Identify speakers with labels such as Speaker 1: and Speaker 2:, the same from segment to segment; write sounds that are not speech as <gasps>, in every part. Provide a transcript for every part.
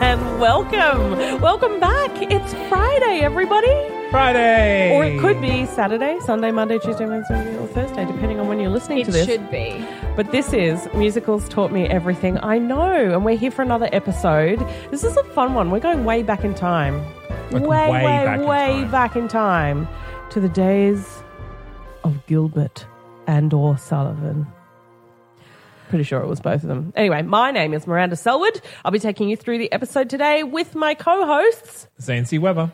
Speaker 1: And welcome, welcome back. It's Friday, everybody.
Speaker 2: Friday.
Speaker 1: Or it could be Saturday, Sunday, Monday, Tuesday, Wednesday, or Thursday, depending on when you're listening to
Speaker 3: It
Speaker 1: this.
Speaker 3: should be.
Speaker 1: But this is Musicals Taught Me Everything I Know, and we're here for another episode. This is a fun one. We're going way back in time.
Speaker 2: Like
Speaker 1: way,
Speaker 2: way
Speaker 1: way,
Speaker 2: back in
Speaker 1: way
Speaker 2: time.
Speaker 1: back in time to the days of Gilbert and or Sullivan. Pretty sure it was both of them. Anyway, my name is Miranda Selwood. I'll be taking you through the episode today with my co-hosts.
Speaker 2: Zancy Weber.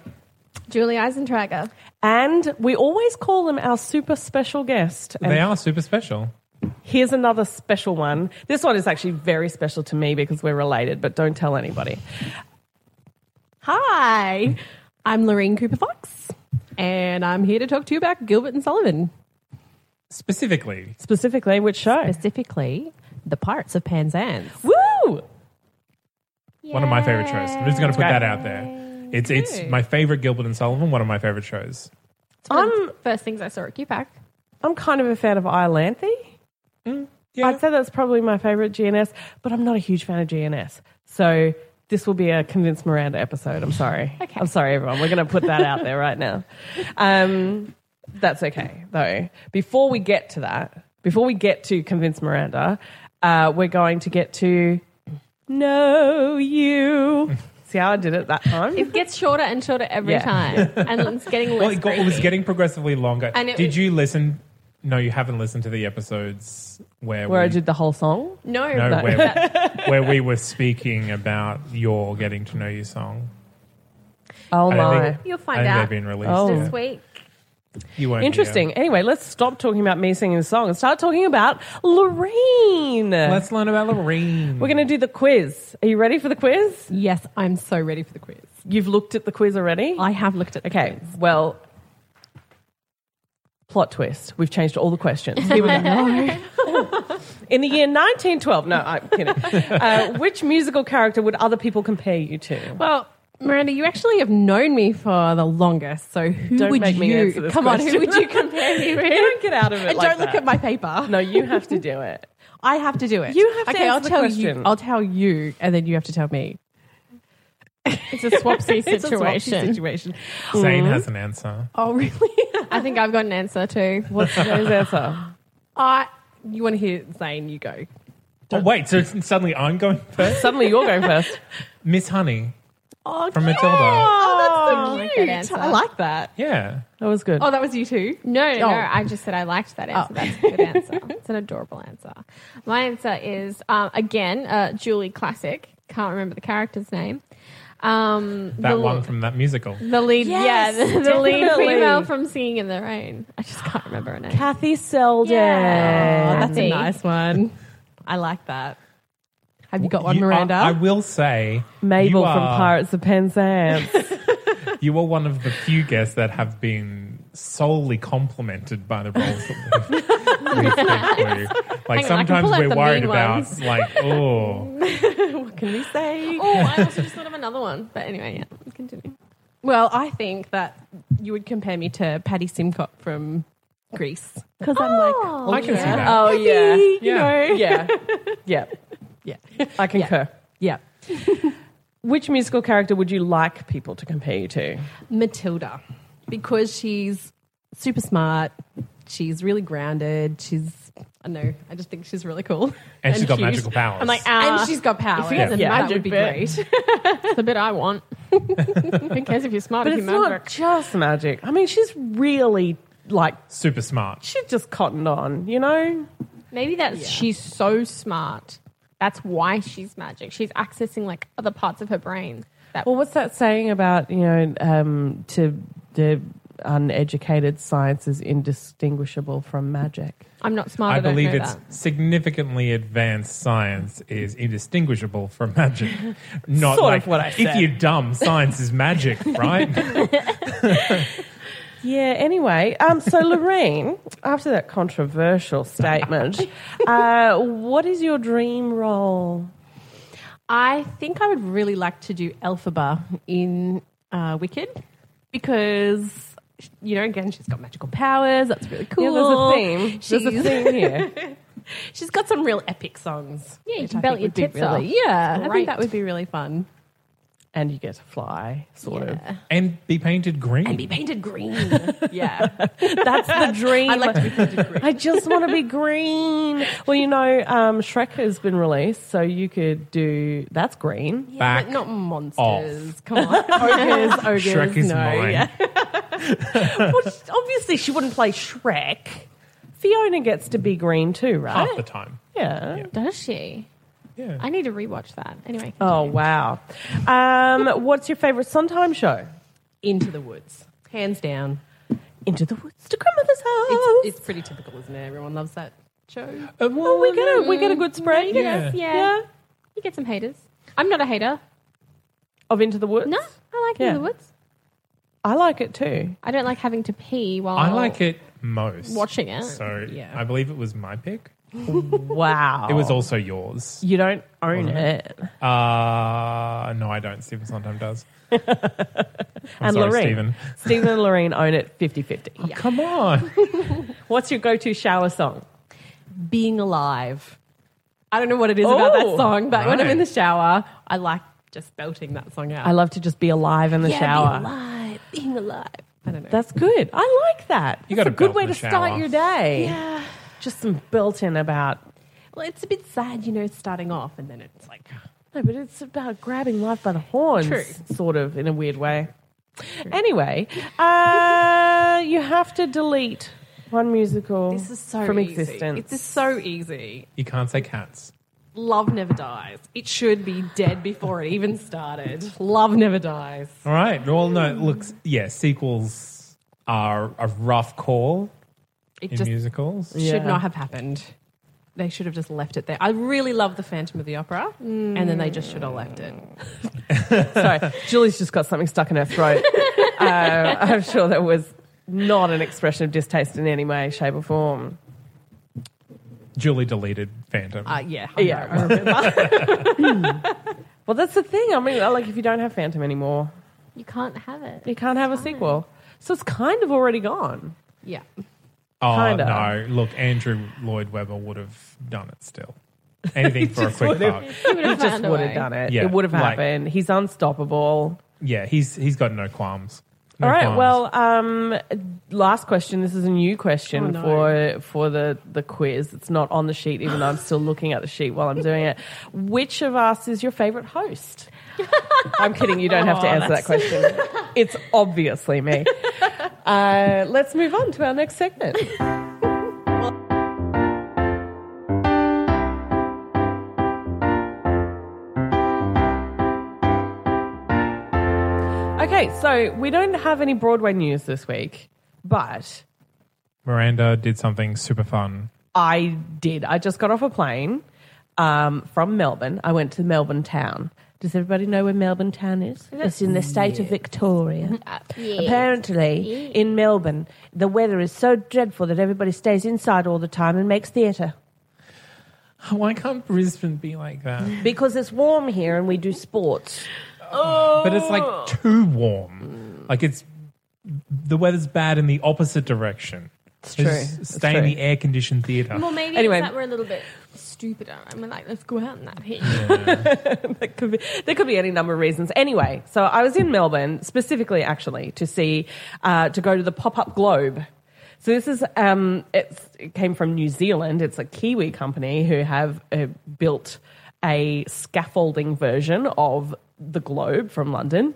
Speaker 3: Julie Eisentrager.
Speaker 1: And we always call them our super special guest. And
Speaker 2: They are super special.
Speaker 1: Here's another special one. This one is actually very special to me because we're related, but don't tell anybody.
Speaker 3: Hi, I'm Lorraine Cooper Fox, and I'm here to talk to you about Gilbert and Sullivan,
Speaker 2: Specifically.
Speaker 1: Specifically, which show?
Speaker 3: specifically the Pirates of Penzance.
Speaker 1: Woo!
Speaker 2: One of my favorite shows. I'm just going to put
Speaker 1: Great.
Speaker 2: that out there. It's it's my favorite Gilbert and Sullivan, one of my favorite shows.
Speaker 3: It's one
Speaker 1: I'm-
Speaker 3: of the first things I saw at QPAC.
Speaker 1: I'm kind of a fan of Iolanthe.
Speaker 2: Mm, Yeah.
Speaker 1: I'd say that's probably my favorite GNS, but I'm not a huge fan of GNS. So this will be a convinced Miranda episode. I'm sorry.
Speaker 3: Okay.
Speaker 1: I'm sorry, everyone. We're going to put that out there right now. Um, that's okay, though. Before we get to that, before we get to convince Miranda, uh, we're going to get to know
Speaker 2: <laughs>
Speaker 1: you. See how I did it that time?
Speaker 3: It gets shorter and shorter every
Speaker 1: Yeah.
Speaker 3: <laughs> time, and it's getting less.
Speaker 2: well, it, got, it was
Speaker 3: creepy.
Speaker 2: getting progressively longer.
Speaker 3: And it
Speaker 2: did
Speaker 3: was-
Speaker 2: you listen? No, you haven't listened to the episodes where
Speaker 1: Where
Speaker 2: we,
Speaker 1: I did the whole song.
Speaker 3: no,
Speaker 2: no,
Speaker 1: <laughs>
Speaker 3: no,
Speaker 2: where, where we were speaking about your getting to know you song.
Speaker 1: Oh, my.
Speaker 2: I don't think, I
Speaker 3: You'll find
Speaker 2: don't think
Speaker 3: out
Speaker 2: They've been released.
Speaker 1: Oh.
Speaker 2: yet.
Speaker 3: this week.
Speaker 2: You won't hear.
Speaker 1: Interesting. Anyway, let's stop talking about me singing the song and start talking about Lorraine.
Speaker 2: Let's learn about Lorraine.
Speaker 1: We're going to do the quiz. Are you ready for the quiz?
Speaker 3: Yes, I'm so ready for the quiz.
Speaker 1: You've looked at the quiz already?
Speaker 3: I have looked at the
Speaker 1: okay.
Speaker 3: quiz.
Speaker 1: Well, plot twist. We've changed all the questions. Here we go. <laughs> In the year 1912, no, I'm kidding. Uh, which musical character would other people compare you to?
Speaker 3: Well, Miranda, you actually have known me for the longest, so who
Speaker 1: Don't
Speaker 3: would
Speaker 1: make
Speaker 3: you
Speaker 1: me answer this
Speaker 3: come on?
Speaker 1: question.
Speaker 3: Who would
Speaker 1: <laughs>
Speaker 3: you compare me with?
Speaker 1: Don't get out of it
Speaker 3: And
Speaker 1: like
Speaker 3: don't look
Speaker 1: that.
Speaker 3: at my paper.
Speaker 1: No, you have to do it.
Speaker 3: I have to do it.
Speaker 1: You have to
Speaker 3: Okay, I'll
Speaker 1: answer the
Speaker 3: tell
Speaker 1: question.
Speaker 3: you. I'll tell you, and then you have to tell me. <laughs> It's a swapsy
Speaker 1: It's a swapsy
Speaker 3: situation.
Speaker 2: Zane has an answer.
Speaker 3: Oh, really? I think I've got an answer too.
Speaker 1: What's the answer?
Speaker 3: <laughs> I. You want to hear Zane? You go.
Speaker 2: Oh, wait, so it's- suddenly I'm going first?
Speaker 1: Suddenly you're going first.
Speaker 2: Miss Honey
Speaker 3: Oh,
Speaker 2: from Matilda.
Speaker 3: Oh, that's so
Speaker 1: cute.
Speaker 3: cute.
Speaker 1: I like that.
Speaker 2: Yeah.
Speaker 1: That was good.
Speaker 3: Oh, that was you too. No,
Speaker 4: No,
Speaker 3: oh.
Speaker 4: I just said I liked that answer.
Speaker 3: Oh.
Speaker 4: That's a good answer. It's an adorable answer. My answer is um, again uh, Julie classic. Can't remember the character's name. Um,
Speaker 2: That
Speaker 4: the,
Speaker 2: one from that musical.
Speaker 4: The lead,
Speaker 1: Yes,
Speaker 4: yeah, the, the lead
Speaker 1: definitely.
Speaker 4: female from Singing in the Rain. I just can't remember her name.
Speaker 1: Kathy Selden.
Speaker 4: Yeah.
Speaker 3: Oh, that's a
Speaker 4: See?
Speaker 3: nice one. I like that. Have you got one,
Speaker 2: You- I-
Speaker 3: Miranda?
Speaker 2: I, will say,
Speaker 1: Mabel from
Speaker 2: you are-
Speaker 1: Pirates of Penzance.
Speaker 2: You are one of the few guests that have been solely complimented by the roles that we've, we've been through. Like
Speaker 4: can
Speaker 2: sometimes
Speaker 4: pull out
Speaker 2: we're
Speaker 4: the
Speaker 2: worried
Speaker 4: mean
Speaker 2: about
Speaker 4: ones.
Speaker 2: like, oh,
Speaker 1: Can we say?
Speaker 4: Oh, I also just thought of another one. But anyway, yeah, continue.
Speaker 3: Well, I think that you would compare me to Patty Simcott from Greece.
Speaker 1: Because I'm like,
Speaker 2: I can see that. <laughs>
Speaker 1: oh yeah,
Speaker 3: You know?
Speaker 1: yeah, yeah. I concur. Yeah. Which musical character would you like people to compare you to?
Speaker 3: Matilda because she's super smart. She's really grounded. She's I know. I just think she's really cool.
Speaker 2: And she's got
Speaker 3: cute.
Speaker 2: magical powers.
Speaker 4: I'm like, ah,
Speaker 3: And she's got power.
Speaker 4: she has a
Speaker 3: That
Speaker 4: magic
Speaker 3: would be
Speaker 4: <laughs> bit.
Speaker 3: great.
Speaker 4: the bit I want.
Speaker 3: <laughs>
Speaker 4: Who cares if you're smart?
Speaker 1: But
Speaker 4: if
Speaker 1: it's
Speaker 4: you're magic.
Speaker 1: not just magic. I mean, she's really like
Speaker 2: super smart.
Speaker 1: she's just cottoned on, you know?
Speaker 4: Maybe that's she's so smart. That's why she's magic. She's accessing like other parts of her brain. That
Speaker 1: Well, what's that saying about you know um, to the uneducated science is indistinguishable from magic?
Speaker 4: I'm not smart. I,
Speaker 2: I
Speaker 4: don't
Speaker 2: believe
Speaker 4: know
Speaker 2: it's
Speaker 4: that.
Speaker 2: significantly advanced science is indistinguishable from magic. Not
Speaker 1: Sort
Speaker 2: like
Speaker 1: of what I
Speaker 2: if
Speaker 1: said.
Speaker 2: you're dumb, science is magic, right?
Speaker 1: Yeah. Anyway, um, <laughs> so Lorraine, after that controversial statement, uh, what is your dream <laughs> role?
Speaker 3: I think I would really like to do Elphaba in uh, Wicked because you know again she's got magical powers. That's really cool.
Speaker 1: Yeah, there's a theme. There's a
Speaker 3: She's-
Speaker 1: theme here.
Speaker 3: She's got some real epic songs.
Speaker 4: Yeah, you
Speaker 3: which
Speaker 4: can
Speaker 3: I
Speaker 4: belt
Speaker 3: think
Speaker 4: your
Speaker 3: would be
Speaker 4: tits off.
Speaker 3: really, Yeah, I
Speaker 4: Great.
Speaker 3: think that would be really fun.
Speaker 1: and you get to fly, sort of.
Speaker 2: and be painted green.
Speaker 3: Be painted green. yeah,
Speaker 1: That's the dream.
Speaker 3: I'd like to be painted green.
Speaker 1: I just want to be green. Well, you know, um, Shrek has been released, so you could do that's green.
Speaker 2: Back
Speaker 3: But not monsters. Come on, ogres, ogres.
Speaker 2: Shrek is
Speaker 3: no.
Speaker 2: mine.
Speaker 3: Yeah.
Speaker 1: Well, she- obviously, she wouldn't play Shrek. Fiona gets to be green too, right?
Speaker 2: Half the time.
Speaker 3: Oh.
Speaker 1: Yeah.
Speaker 4: Does she?
Speaker 2: Yeah.
Speaker 4: I need to rewatch that. Anyway,
Speaker 1: Oh wow. Um, what's your favourite Sondheim show?
Speaker 3: Into the woods, hands down.
Speaker 1: Into the woods to grandmother's house. Oh,
Speaker 3: It's, it's pretty typical, isn't it? Everyone loves that show.
Speaker 2: Uh, well,
Speaker 1: we get a we get a
Speaker 3: Mm,
Speaker 1: good spread.
Speaker 2: Yeah.
Speaker 4: yeah.
Speaker 1: Yeah.
Speaker 4: you get some haters. I'm not a hater.
Speaker 1: Of Into the Woods.
Speaker 4: No, I like
Speaker 1: Yeah.
Speaker 4: Into the Woods.
Speaker 1: I like it too.
Speaker 4: I don't like having to pee while
Speaker 2: I like it most.
Speaker 4: Oh. watching it.
Speaker 2: So
Speaker 3: Yeah.
Speaker 2: I believe it was my pick.
Speaker 1: Wow.
Speaker 2: It was
Speaker 1: Oh.
Speaker 2: also yours.
Speaker 1: You don't own it.
Speaker 2: Uh, no, I don't. Stephen sometimes does. I'm
Speaker 1: and
Speaker 2: sorry,
Speaker 1: Lorraine.
Speaker 2: Stephen.
Speaker 1: Stephen and Lorraine own it 50 50.
Speaker 2: Come on. <laughs>
Speaker 1: What's your go to shower song?
Speaker 3: Being alive. I don't know what it is about
Speaker 1: Oh,
Speaker 3: that song, but when I'm
Speaker 2: right.
Speaker 3: in the shower, I like just belting that song out.
Speaker 1: I love to just be alive in the shower.
Speaker 3: alive, being alive. I don't know.
Speaker 1: That's good. I like that.
Speaker 2: You
Speaker 1: That's
Speaker 2: gotta
Speaker 1: a good
Speaker 2: belt
Speaker 1: way
Speaker 2: in
Speaker 1: to
Speaker 2: the
Speaker 1: start
Speaker 2: shower.
Speaker 1: your day. Yeah. Just some built in about.
Speaker 3: well, it's a bit sad, you know, starting off and then it's like, oh,
Speaker 1: No, but it's about grabbing life by the horns,
Speaker 3: True.
Speaker 1: sort of, in a weird way. Anyway, uh, you have to delete one musical
Speaker 3: this is so
Speaker 1: from
Speaker 3: easy.
Speaker 1: existence.
Speaker 3: It's just so easy.
Speaker 2: You can't say cats.
Speaker 3: Love never dies. It should be dead before it even started. Love never dies.
Speaker 2: All right. Well, no, look, yeah, sequels are a rough call
Speaker 3: It
Speaker 2: in
Speaker 3: just
Speaker 2: musicals.
Speaker 1: Yeah.
Speaker 3: should not have happened. They should have just left it there. I really love the Phantom of the Opera,
Speaker 1: Mm.
Speaker 3: and then they just should have left it.
Speaker 1: Sorry, <laughs> Julie's just got something stuck in her
Speaker 3: <laughs>
Speaker 1: throat. uh, I'm sure that was not an expression of distaste in any way, shape, or form.
Speaker 2: Julie deleted Phantom.
Speaker 3: Uh, yeah,
Speaker 1: Yeah.
Speaker 3: I remember.
Speaker 1: Well, that's the thing. I mean, like, if you don't have Phantom anymore,
Speaker 4: You can't have it.
Speaker 1: you can't have a sequel. So it's kind of already gone.
Speaker 3: yeah.
Speaker 2: oh,
Speaker 1: kinda.
Speaker 2: no. Look, Andrew Lloyd Webber would have done it still. Anything for a quick
Speaker 1: would've-
Speaker 2: buck.
Speaker 4: <laughs> You would
Speaker 1: He
Speaker 4: have
Speaker 1: just would have done it.
Speaker 2: Yeah,
Speaker 1: It would have
Speaker 2: like-
Speaker 1: happened. He's unstoppable.
Speaker 2: Yeah, he's he's got no qualms. No
Speaker 1: All right.
Speaker 2: qualms.
Speaker 1: Well, um, last question. This is a new question
Speaker 3: Oh, no.
Speaker 1: for for the the quiz. It's not on the sheet, even though I'm still looking at the sheet while I'm doing it. Which of us is your favorite
Speaker 3: <laughs>
Speaker 1: host? I'm kidding. You don't have
Speaker 3: Oh,
Speaker 1: to answer that question. It's obviously
Speaker 3: <laughs>
Speaker 1: me. Uh, let's move on to our next segment. Okay, so we don't have any Broadway news this week, but
Speaker 2: Miranda did something super fun.
Speaker 1: I did. I just got off a plane um, from Melbourne. I went to Melbourne town. Does everybody know where Melbourne town is? It's in the state of Victoria. Apparently, in Melbourne, the weather is so dreadful that everybody stays inside all the time and makes theatre.
Speaker 2: <laughs> Why can't Brisbane be like that?
Speaker 1: Because it's warm here and we do sports.
Speaker 2: But it's
Speaker 1: Oh.
Speaker 2: like too warm. Like it's the weather's bad in the opposite direction.
Speaker 1: It's true.
Speaker 2: Just
Speaker 1: It's
Speaker 2: stay in
Speaker 1: true.
Speaker 2: the air conditioned theatre.
Speaker 4: Well, maybe
Speaker 1: Anyway.
Speaker 4: it's that we're a little bit stupider and we're like, let's go out in that heat.
Speaker 1: That could be, there could be any number of reasons. Anyway, so I was in Melbourne specifically, actually, to see uh, to go to the Pop Up Globe. So this is um, it's, it came from New Zealand. It's a Kiwi company who have uh, built a scaffolding version of the Globe from London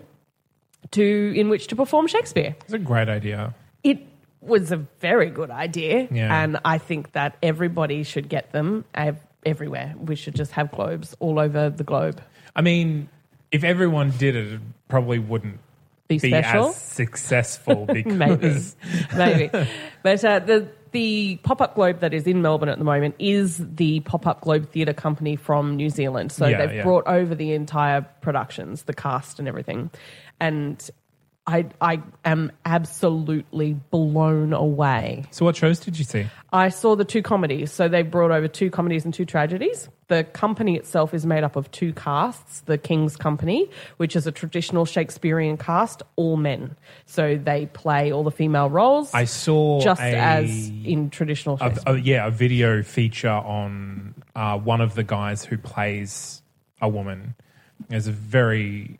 Speaker 1: to in which to perform Shakespeare
Speaker 2: It's a great idea.
Speaker 1: it was a very good idea
Speaker 2: Yeah.
Speaker 1: and i think that everybody should get them ev- everywhere we should just have globes all over the globe
Speaker 2: I mean, if everyone did it, it probably wouldn't
Speaker 1: be
Speaker 2: be
Speaker 1: special
Speaker 2: as successful
Speaker 1: <laughs> maybe
Speaker 2: because
Speaker 1: maybe but uh, the the pop-up globe that is in melbourne at the moment is the pop-up globe theatre company from new zealand so
Speaker 2: Yeah,
Speaker 1: they've
Speaker 2: yeah.
Speaker 1: brought over the entire productions the cast and everything and I, I am absolutely blown away
Speaker 2: So, what shows did you see?
Speaker 1: I saw the two comedies. So they brought over two comedies and two tragedies. The company itself is made up of two casts the King's Company, which is a traditional Shakespearean cast, all men. So they play all the female roles.
Speaker 2: I saw
Speaker 1: just
Speaker 2: a-
Speaker 1: as in traditional
Speaker 2: A,
Speaker 1: Shakespeare.
Speaker 2: a, yeah, a video feature on uh, one of the guys who plays a woman. It's very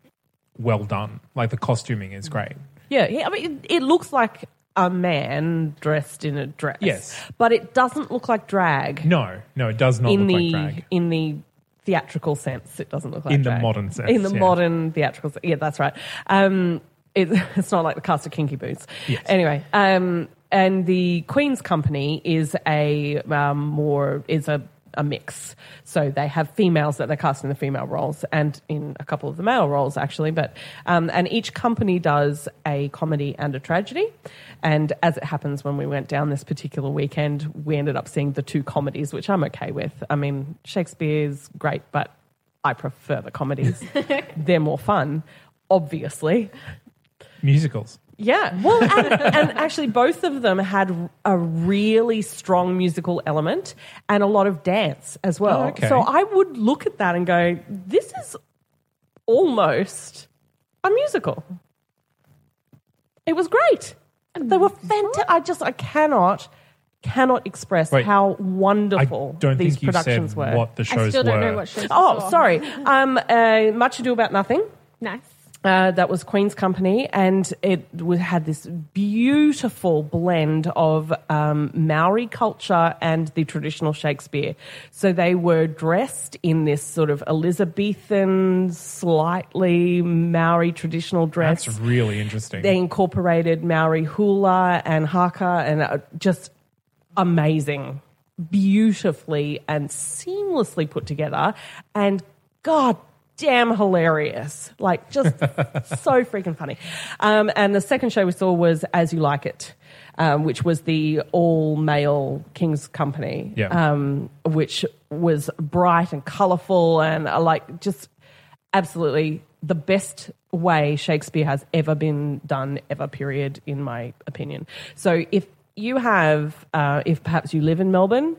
Speaker 2: well done. Like the costuming is great.
Speaker 1: Yeah, yeah. I mean, it, it looks like a man dressed in a dress.
Speaker 2: Yes.
Speaker 1: But it doesn't look like drag
Speaker 2: No, no, it does not
Speaker 1: in
Speaker 2: look
Speaker 1: the
Speaker 2: like drag.
Speaker 1: in the theatrical sense. It doesn't look like
Speaker 2: In the
Speaker 1: drag.
Speaker 2: modern sense,
Speaker 1: In the
Speaker 2: yeah.
Speaker 1: modern theatrical sense. Yeah, that's right. Um, it, <laughs> it's not like the cast of Kinky Boots.
Speaker 2: Yes.
Speaker 1: Anyway, um, and the Queen's Company is a um, more is a a mix. So they have females that they cast in the female roles and in a couple of the male roles actually, but um, and each company does a comedy and a tragedy. And as it happens when we went down this particular weekend, we ended up seeing the two comedies, which I'm okay with. I mean, Shakespeare's great, but I prefer the comedies. They're more fun, obviously.
Speaker 2: Musicals.
Speaker 1: Yeah. Well, and, and actually, both of them had a really strong musical element and a lot of dance as well.
Speaker 2: Oh, okay.
Speaker 1: So I would look at that and go, this is almost a musical. It was great. They were fantastic. I just, I cannot, cannot express
Speaker 2: Wait.
Speaker 1: how
Speaker 2: I
Speaker 1: wonderful
Speaker 2: don't
Speaker 1: these
Speaker 2: think you
Speaker 1: productions
Speaker 2: said
Speaker 1: were.
Speaker 2: what the shows
Speaker 4: I still
Speaker 2: were.
Speaker 4: don't know what shows. I
Speaker 1: <laughs> Oh,
Speaker 4: saw.
Speaker 1: sorry. Um, uh, Much Ado About Nothing.
Speaker 4: Nice.
Speaker 1: Uh, that was Queen's Company, and it w- had this beautiful blend of um, Maori culture and the traditional Shakespeare. So they were dressed in this sort of Elizabethan, slightly Maori traditional dress.
Speaker 2: That's really interesting.
Speaker 1: They incorporated Maori hula and haka, and uh, just amazing, beautifully and seamlessly put together, and god damn hilarious like just so freaking funny um, and the second show we saw was as you like it um, which was the all male king's company
Speaker 2: Yeah.
Speaker 1: um, which was bright and colorful and uh, like just absolutely the best way shakespeare has ever been done ever period in my opinion so if you have uh, if perhaps you live in melbourne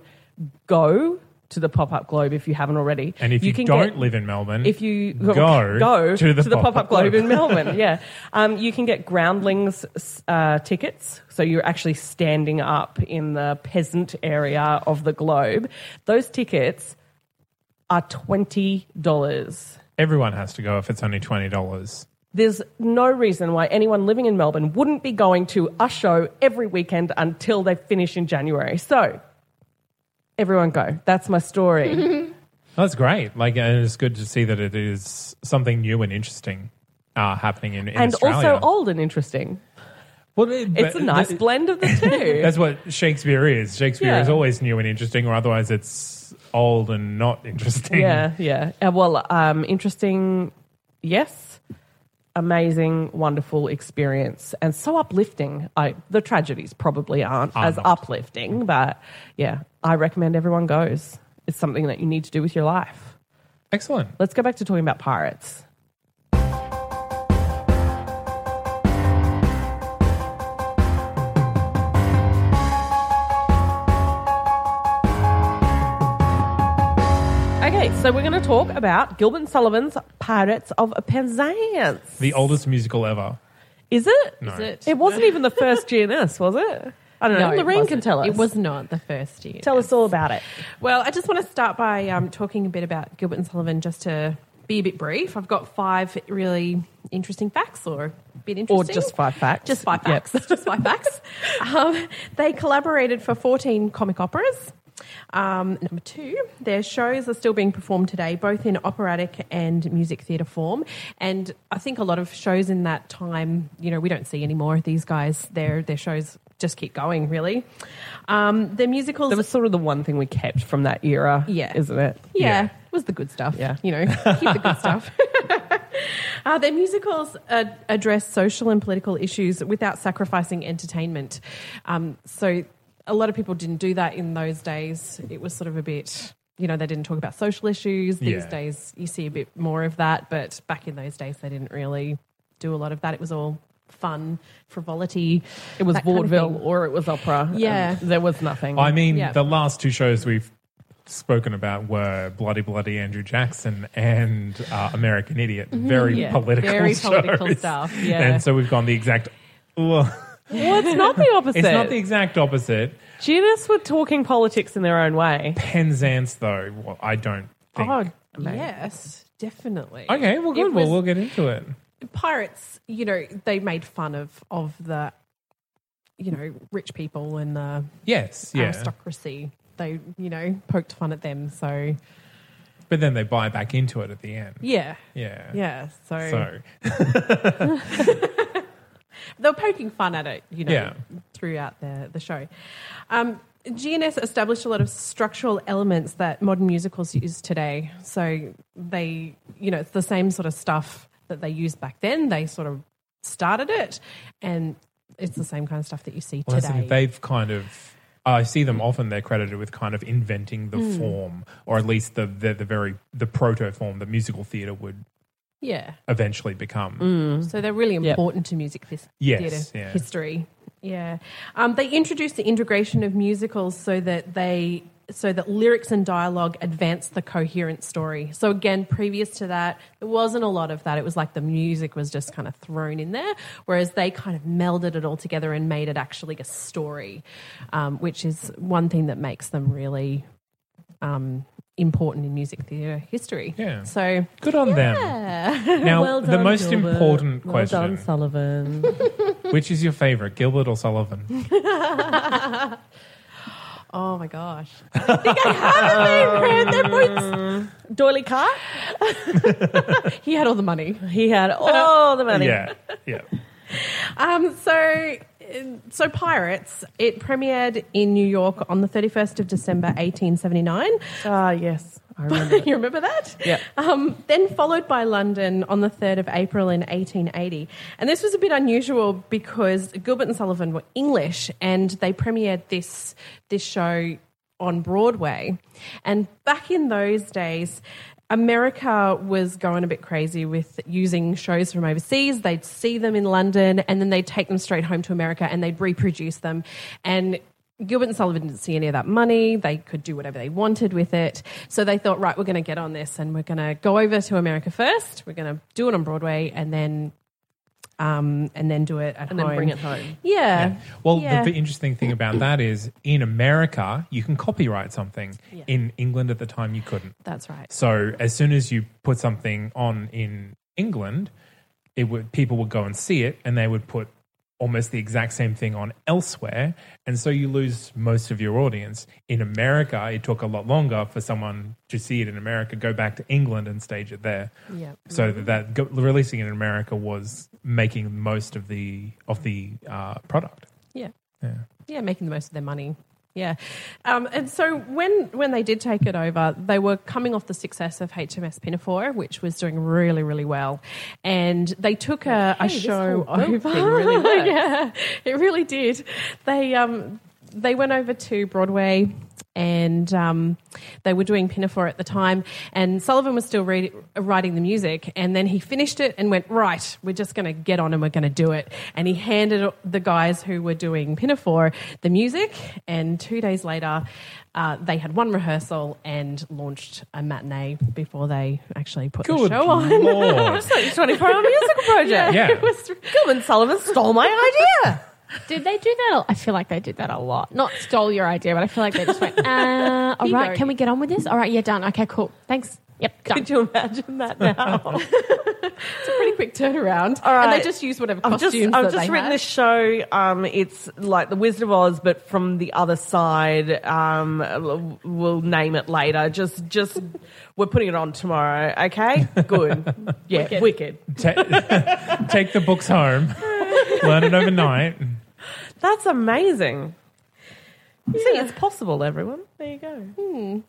Speaker 1: go to the pop-up globe if you haven't already
Speaker 2: and if you,
Speaker 1: can
Speaker 2: don't
Speaker 1: get-
Speaker 2: live in Melbourne,
Speaker 1: if you
Speaker 2: go,
Speaker 1: <laughs> go
Speaker 2: to the,
Speaker 1: pop up globe in Melbourne, yeah, um, you can get groundlings uh, tickets. So you're actually standing up in the peasant area of the globe. Those tickets are twenty dollars.
Speaker 2: Everyone has to go if it's only twenty dollars.
Speaker 1: There's no reason why anyone living in Melbourne wouldn't be going to a show every weekend until they finish in January. So everyone go. That's my
Speaker 2: <laughs>
Speaker 1: story.
Speaker 2: That's great. Like, and it's good to see that it is something new and interesting uh, happening in, in
Speaker 1: and
Speaker 2: Australia.
Speaker 1: also old and interesting.
Speaker 2: Well, it-
Speaker 1: It's
Speaker 2: but
Speaker 1: a nice
Speaker 2: th-
Speaker 1: blend of the
Speaker 2: <laughs>
Speaker 1: two.
Speaker 2: That's what Shakespeare is. Shakespeare
Speaker 1: Yeah.
Speaker 2: is always new and interesting, or otherwise it's old and not <laughs> interesting.
Speaker 1: Yeah, yeah. Uh, well, um, interesting, yes. Amazing, wonderful experience, and so uplifting. I the tragedies probably aren't
Speaker 2: Are
Speaker 1: as
Speaker 2: not.
Speaker 1: uplifting, but yeah, I recommend everyone goes. It's something that you need to do with your life.
Speaker 2: Excellent.
Speaker 1: Let's go back to talking about pirates. Okay, so we're going to talk about Gilbert and Sullivan's Pirates of Penzance.
Speaker 2: The oldest musical ever.
Speaker 1: Is it?
Speaker 2: No.
Speaker 4: Is it?
Speaker 1: It wasn't even the first GNS, was it? I don't know.
Speaker 3: it
Speaker 1: Lorraine can
Speaker 3: wasn't.
Speaker 1: tell us.
Speaker 3: It was not the first year.
Speaker 1: Tell us all about it.
Speaker 3: Well, I just want to start by um, talking a bit about Gilbert and Sullivan, just to be a bit brief. I've got five really interesting facts, or a bit
Speaker 1: Or
Speaker 3: interesting,
Speaker 1: just five facts.
Speaker 3: just five facts, <laughs> just five facts. Um, they collaborated for fourteen comic operas. Um, number two, their shows are still being performed today, both in operatic and music theatre form. And I think a lot of shows in that time, you know, we don't see anymore. These guys, their their shows just keep going, really. Um, their musicals.
Speaker 1: That was sort of the one thing we kept from that era,
Speaker 3: Yeah.
Speaker 1: isn't it?
Speaker 3: Yeah,
Speaker 2: Yeah.
Speaker 3: it was the good stuff.
Speaker 1: Yeah.
Speaker 3: You know, keep the good stuff. <laughs> Uh, their musicals uh, address social and political issues without sacrificing entertainment. Um, so a lot of people didn't do that in those days. It was sort of a bit, you know, they didn't talk about social issues. These
Speaker 2: Yeah.
Speaker 3: days you see a bit more of that, but back in those days they didn't really do a lot of that. It was all fun, frivolity.
Speaker 1: It was
Speaker 3: that kind of
Speaker 1: vaudeville
Speaker 3: thing.
Speaker 1: or it was opera.
Speaker 3: Yeah.
Speaker 1: And there was nothing.
Speaker 2: I mean,
Speaker 3: Yeah.
Speaker 2: the last two shows we've spoken about were Bloody Bloody Andrew Jackson and uh, American Idiot. Very
Speaker 3: Mm-hmm. Yeah.
Speaker 2: political, <laughs>
Speaker 3: Very political
Speaker 2: shows. <laughs>
Speaker 3: stuff, yeah.
Speaker 2: And so we've gone the exact. Well,
Speaker 1: well, it's not the opposite.
Speaker 2: <laughs> it's not the exact opposite.
Speaker 1: Judas were talking politics in their own way. Oh,
Speaker 2: Penzance, though, well, I don't think.
Speaker 1: mate.
Speaker 3: Yes, definitely.
Speaker 2: okay, well, good.
Speaker 3: Oh, It
Speaker 2: well,
Speaker 3: was-
Speaker 2: we'll get into it.
Speaker 3: pirates, you know, they made fun of of the, you know, rich people and the
Speaker 2: Yes, yeah.
Speaker 3: aristocracy. They, you know, poked fun at them. So
Speaker 2: But then they buy back into it at the end.
Speaker 3: yeah,
Speaker 2: Yeah.
Speaker 3: yeah. So,
Speaker 2: So,
Speaker 3: they were poking fun at it, you know,
Speaker 2: Yeah.
Speaker 3: throughout the the show. Um, GNS established a lot of structural elements that modern musicals use today. So they, you know, it's the same sort of stuff that they used back then. They sort of started it, and it's the same kind of stuff that you see
Speaker 2: well, that's the
Speaker 3: today.
Speaker 2: thing, they've kind of. I see them often. They're credited with kind of inventing the
Speaker 1: Hmm.
Speaker 2: form, or at least the the, the very the proto form that musical theatre would
Speaker 3: yeah.
Speaker 2: eventually become.
Speaker 1: Hmm.
Speaker 3: So they're really
Speaker 1: Yep.
Speaker 3: important to music this
Speaker 2: Mm-hmm. Yes,
Speaker 3: theatre
Speaker 2: yeah.
Speaker 3: history. Yeah, um, they introduced the integration of musicals so that they so that lyrics and dialogue advance the coherent story. So again, previous to that, there wasn't a lot of that. It was like the music was just kind of thrown in there, whereas they kind of melded it all together and made it actually a story, um, which is one thing that makes them really um, important in music theatre history.
Speaker 2: Yeah.
Speaker 3: So
Speaker 2: Good on them.
Speaker 1: <laughs>
Speaker 2: Now,
Speaker 1: Well
Speaker 2: the
Speaker 1: done,
Speaker 2: most
Speaker 1: Gilbert.
Speaker 2: important
Speaker 1: Well
Speaker 2: question:
Speaker 1: done, Sullivan.
Speaker 2: which is your favorite, Gilbert
Speaker 1: <laughs>
Speaker 2: or Sullivan?
Speaker 3: oh my gosh.
Speaker 1: Doily Cart?
Speaker 3: <laughs> He had all the money.
Speaker 1: <laughs> He had all the money.
Speaker 2: yeah, yeah.
Speaker 3: Um, so, so Pirates. It premiered in New York on the thirty first of December, eighteen seventy nine.
Speaker 1: Ah, yes. I
Speaker 3: <laughs>
Speaker 1: remember.
Speaker 3: you remember that?
Speaker 1: Yeah.
Speaker 3: Um, then followed by London on the 3rd of April in 1880. And this was a bit unusual because Gilbert and Sullivan were English and they premiered this, this show on Broadway. And back in those days, America was going a bit crazy with using shows from overseas. They'd see them in London and then they'd take them straight home to America and they'd reproduce them. And Gilbert and Sullivan didn't see any of that money. They could do whatever they wanted with it. So they thought, right, we're going to get on this and we're going to go over to America first. We're going to do it on Broadway and then, um, and then do it at
Speaker 1: And
Speaker 3: home.
Speaker 1: then bring it home.
Speaker 3: Yeah.
Speaker 2: Yeah. Well,
Speaker 3: Yeah.
Speaker 2: The, the interesting thing about that is in America, you can copyright something. In England at the time, you couldn't.
Speaker 3: That's right.
Speaker 2: So as soon as you put something on in England, it would people would go and see it, and they would put almost the exact same thing on elsewhere, and so you lose most of your audience. In America, it took a lot longer for someone to see it in America, go back to England and stage it there.
Speaker 3: Yeah.
Speaker 2: So that, that go, releasing it in America was making most of the of the uh, product.
Speaker 3: Yeah.
Speaker 2: Yeah.
Speaker 3: Yeah, making the most of their money. Yeah, um, and so when when they did take it over, they were coming off the success of HMS Pinafore, which was doing really really well, and they took a, a show over. <laughs>
Speaker 1: really works.
Speaker 3: yeah, it really did. They um, they went over to Broadway. And um, they were doing Pinafore at the time, and Sullivan was still re- writing the music. And then he finished it and went, Right, we're just going to get on and we're going to do it. And he handed the guys who were doing Pinafore the music. And two days later, uh, they had one rehearsal and launched a matinee before they actually put the
Speaker 2: Good
Speaker 1: <laughs>
Speaker 3: show on.
Speaker 2: lord!
Speaker 3: <laughs>
Speaker 1: It's like 24 hour musical project.
Speaker 2: Yeah.
Speaker 3: It was <laughs>
Speaker 1: Gilbert and Sullivan stole my idea.
Speaker 4: Did they do that? a- I feel like they did that a lot. Not stole your idea, but I feel like they just went, uh, all right, can we get on with this? All right, yeah, done. Okay, cool. Thanks.
Speaker 1: <laughs>
Speaker 4: Yep,
Speaker 1: <laughs>
Speaker 4: done.
Speaker 1: Could you imagine
Speaker 2: <laughs>
Speaker 1: that now?
Speaker 4: It's a pretty quick turnaround.
Speaker 1: All
Speaker 4: And
Speaker 1: right.
Speaker 4: they just use whatever
Speaker 1: I've
Speaker 4: costumes
Speaker 1: just, I've
Speaker 4: that
Speaker 1: just
Speaker 4: they
Speaker 1: written
Speaker 4: had.
Speaker 1: this show. Um, it's like The Wizard of Oz, but from the other side. Um, we'll name it later. Just, just we're putting it on tomorrow.
Speaker 2: <laughs>
Speaker 1: Okay, good. Yeah, wicked.
Speaker 2: <laughs> Ta- <laughs> take the books home, <laughs> learn it overnight.
Speaker 1: That's amazing. See, it's possible, everyone. There you go.
Speaker 3: Hmm.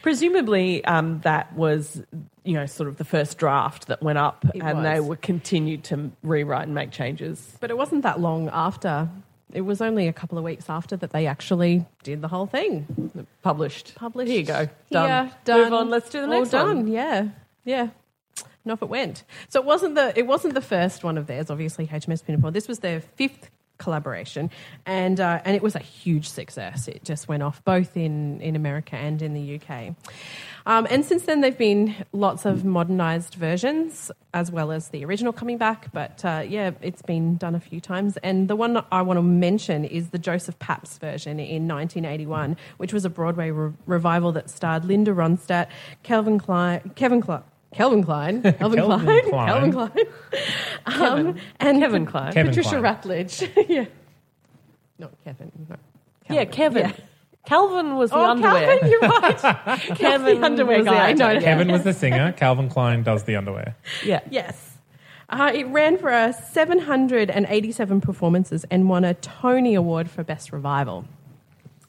Speaker 1: Presumably, um, that was, you know, sort of the first draft that went up, and
Speaker 3: was.
Speaker 1: they were continued to rewrite and make changes.
Speaker 3: But it wasn't that long after. It was only a couple of weeks after that they actually did the whole thing.
Speaker 1: Published.
Speaker 3: Published.
Speaker 1: Here you go. Done.
Speaker 3: Yeah, done.
Speaker 1: Move on. Let's do the
Speaker 3: All
Speaker 1: next
Speaker 3: done.
Speaker 1: one.
Speaker 3: Yeah, yeah. And off it went. So it wasn't the it wasn't the first one of theirs. Obviously, HMS Pinafore. This was their fifth collaboration, and uh, and it was a huge success. It just went off both in in America and in the UK. Um, and since then, there've been lots of modernized versions, as well as the original coming back. But uh, yeah, it's been done a few times. And the one I want to mention is the Joseph Papps version in 1981, which was a Broadway re- revival that starred Linda Ronstadt, Calvin Klein, Kevin Klein.
Speaker 2: <laughs>
Speaker 3: Kelvin Klein, Calvin
Speaker 2: Kelvin
Speaker 3: Klein,
Speaker 2: Klein.
Speaker 3: Calvin Klein, um, and Kevin Klein,
Speaker 2: Kevin
Speaker 3: Patricia
Speaker 2: Klein.
Speaker 3: Rutledge, <laughs> yeah, not Kevin, no.
Speaker 1: Yeah, Kevin. Calvin was the
Speaker 3: Oh,
Speaker 1: underwear. <laughs>
Speaker 3: Calvin, you're right.
Speaker 1: Kevin
Speaker 3: the underwear
Speaker 1: was the
Speaker 3: guy.
Speaker 1: underwear.
Speaker 3: No,
Speaker 2: <laughs>
Speaker 3: no.
Speaker 2: Kevin was the singer. Calvin Klein does the underwear.
Speaker 1: Yeah.
Speaker 3: Yes. Uh, it ran for uh, 787 performances and won a Tony Award for Best Revival.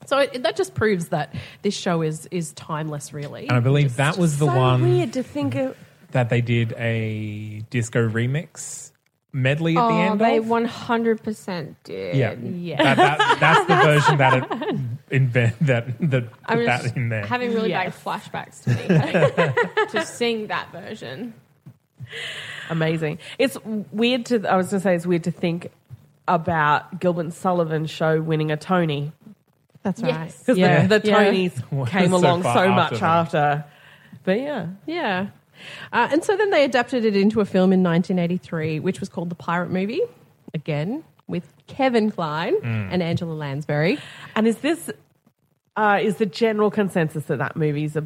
Speaker 3: So it, that just proves that this show is is timeless, really.
Speaker 2: And I believe that was the
Speaker 1: so
Speaker 2: one
Speaker 1: weird to think of.
Speaker 2: that they did a disco remix medley at the
Speaker 4: Oh,
Speaker 2: end
Speaker 4: they
Speaker 2: of.
Speaker 4: 100% did.
Speaker 2: yeah,
Speaker 3: Yeah.
Speaker 2: That, that, that's the version that it invent that that put
Speaker 4: I'm just
Speaker 2: that in there.
Speaker 4: having really
Speaker 3: Yes.
Speaker 4: bad flashbacks to me <laughs> to sing that version.
Speaker 1: Amazing. It's weird to. I was going to say it's weird to think about Gilbert and Sullivan's show winning a Tony
Speaker 3: That's
Speaker 4: Yes.
Speaker 1: because
Speaker 3: Yeah.
Speaker 1: the, the
Speaker 3: Yeah.
Speaker 1: Tonys
Speaker 2: <laughs> Well,
Speaker 1: came
Speaker 2: so
Speaker 1: along so
Speaker 2: far
Speaker 1: much
Speaker 2: after
Speaker 1: after. But yeah,
Speaker 3: Yeah. Uh, and so then they adapted it into a film in 1983, which was called The Pirate Movie, again, with Kevin Klein
Speaker 1: Hmm.
Speaker 3: and Angela Lansbury.
Speaker 1: and is this uh, is the general consensus that that movie's a,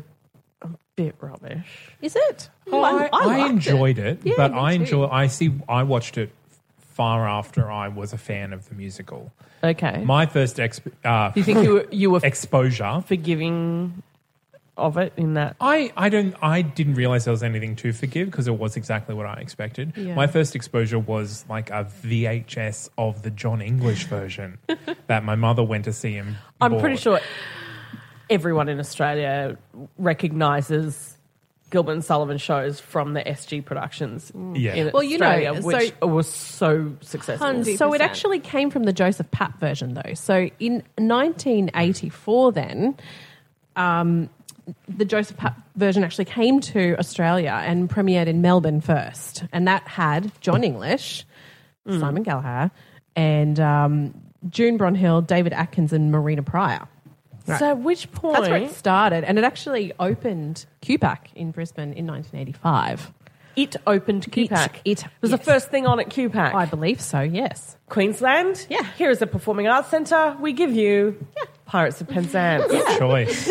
Speaker 1: a bit rubbish?
Speaker 3: Is it?
Speaker 2: Oh, I, I
Speaker 1: liked
Speaker 2: enjoyed it, but
Speaker 3: me
Speaker 2: I
Speaker 3: too.
Speaker 2: enjoy. I see. I watched it far after I was a fan of the musical.
Speaker 1: Okay,
Speaker 2: My first exp, uh,
Speaker 1: do you think you were, you <laughs> were
Speaker 2: exposure.
Speaker 1: forgiving of it in that?
Speaker 2: I, I don't I didn't realize there was anything to forgive because it was exactly what I expected. My first exposure was like a VHS of the John English
Speaker 1: <laughs>
Speaker 2: version that my mother went to see him.
Speaker 1: I'm pretty sure everyone in Australia recognizes Gilbert and Sullivan shows from the SG Productions.
Speaker 2: Yeah.
Speaker 1: in
Speaker 3: Well, you know,
Speaker 1: Australia,
Speaker 3: so-
Speaker 1: which was so successful.
Speaker 4: Hundred-
Speaker 3: So it
Speaker 4: 50%.
Speaker 3: actually came from the Joseph Papp version, though. So in 1984, then, um, the Joseph Papp version actually came to Australia and premiered in Melbourne first. And that had John English,
Speaker 1: Hmm.
Speaker 3: Simon Gallagher, and um, June Brunhill, David Atkins, and Marina Pryor.
Speaker 1: So at which point?
Speaker 3: That's where it started. And it actually opened QPAC in Brisbane in 1985.
Speaker 1: It opened QPAC.
Speaker 3: It- it-
Speaker 1: was
Speaker 3: yes.
Speaker 1: the first thing on at QPAC.
Speaker 3: I believe so, yes.
Speaker 1: Queensland.
Speaker 3: Yeah.
Speaker 1: Here is a performing arts centre. We give you Pirates of <laughs> Penzance.
Speaker 2: sure choice.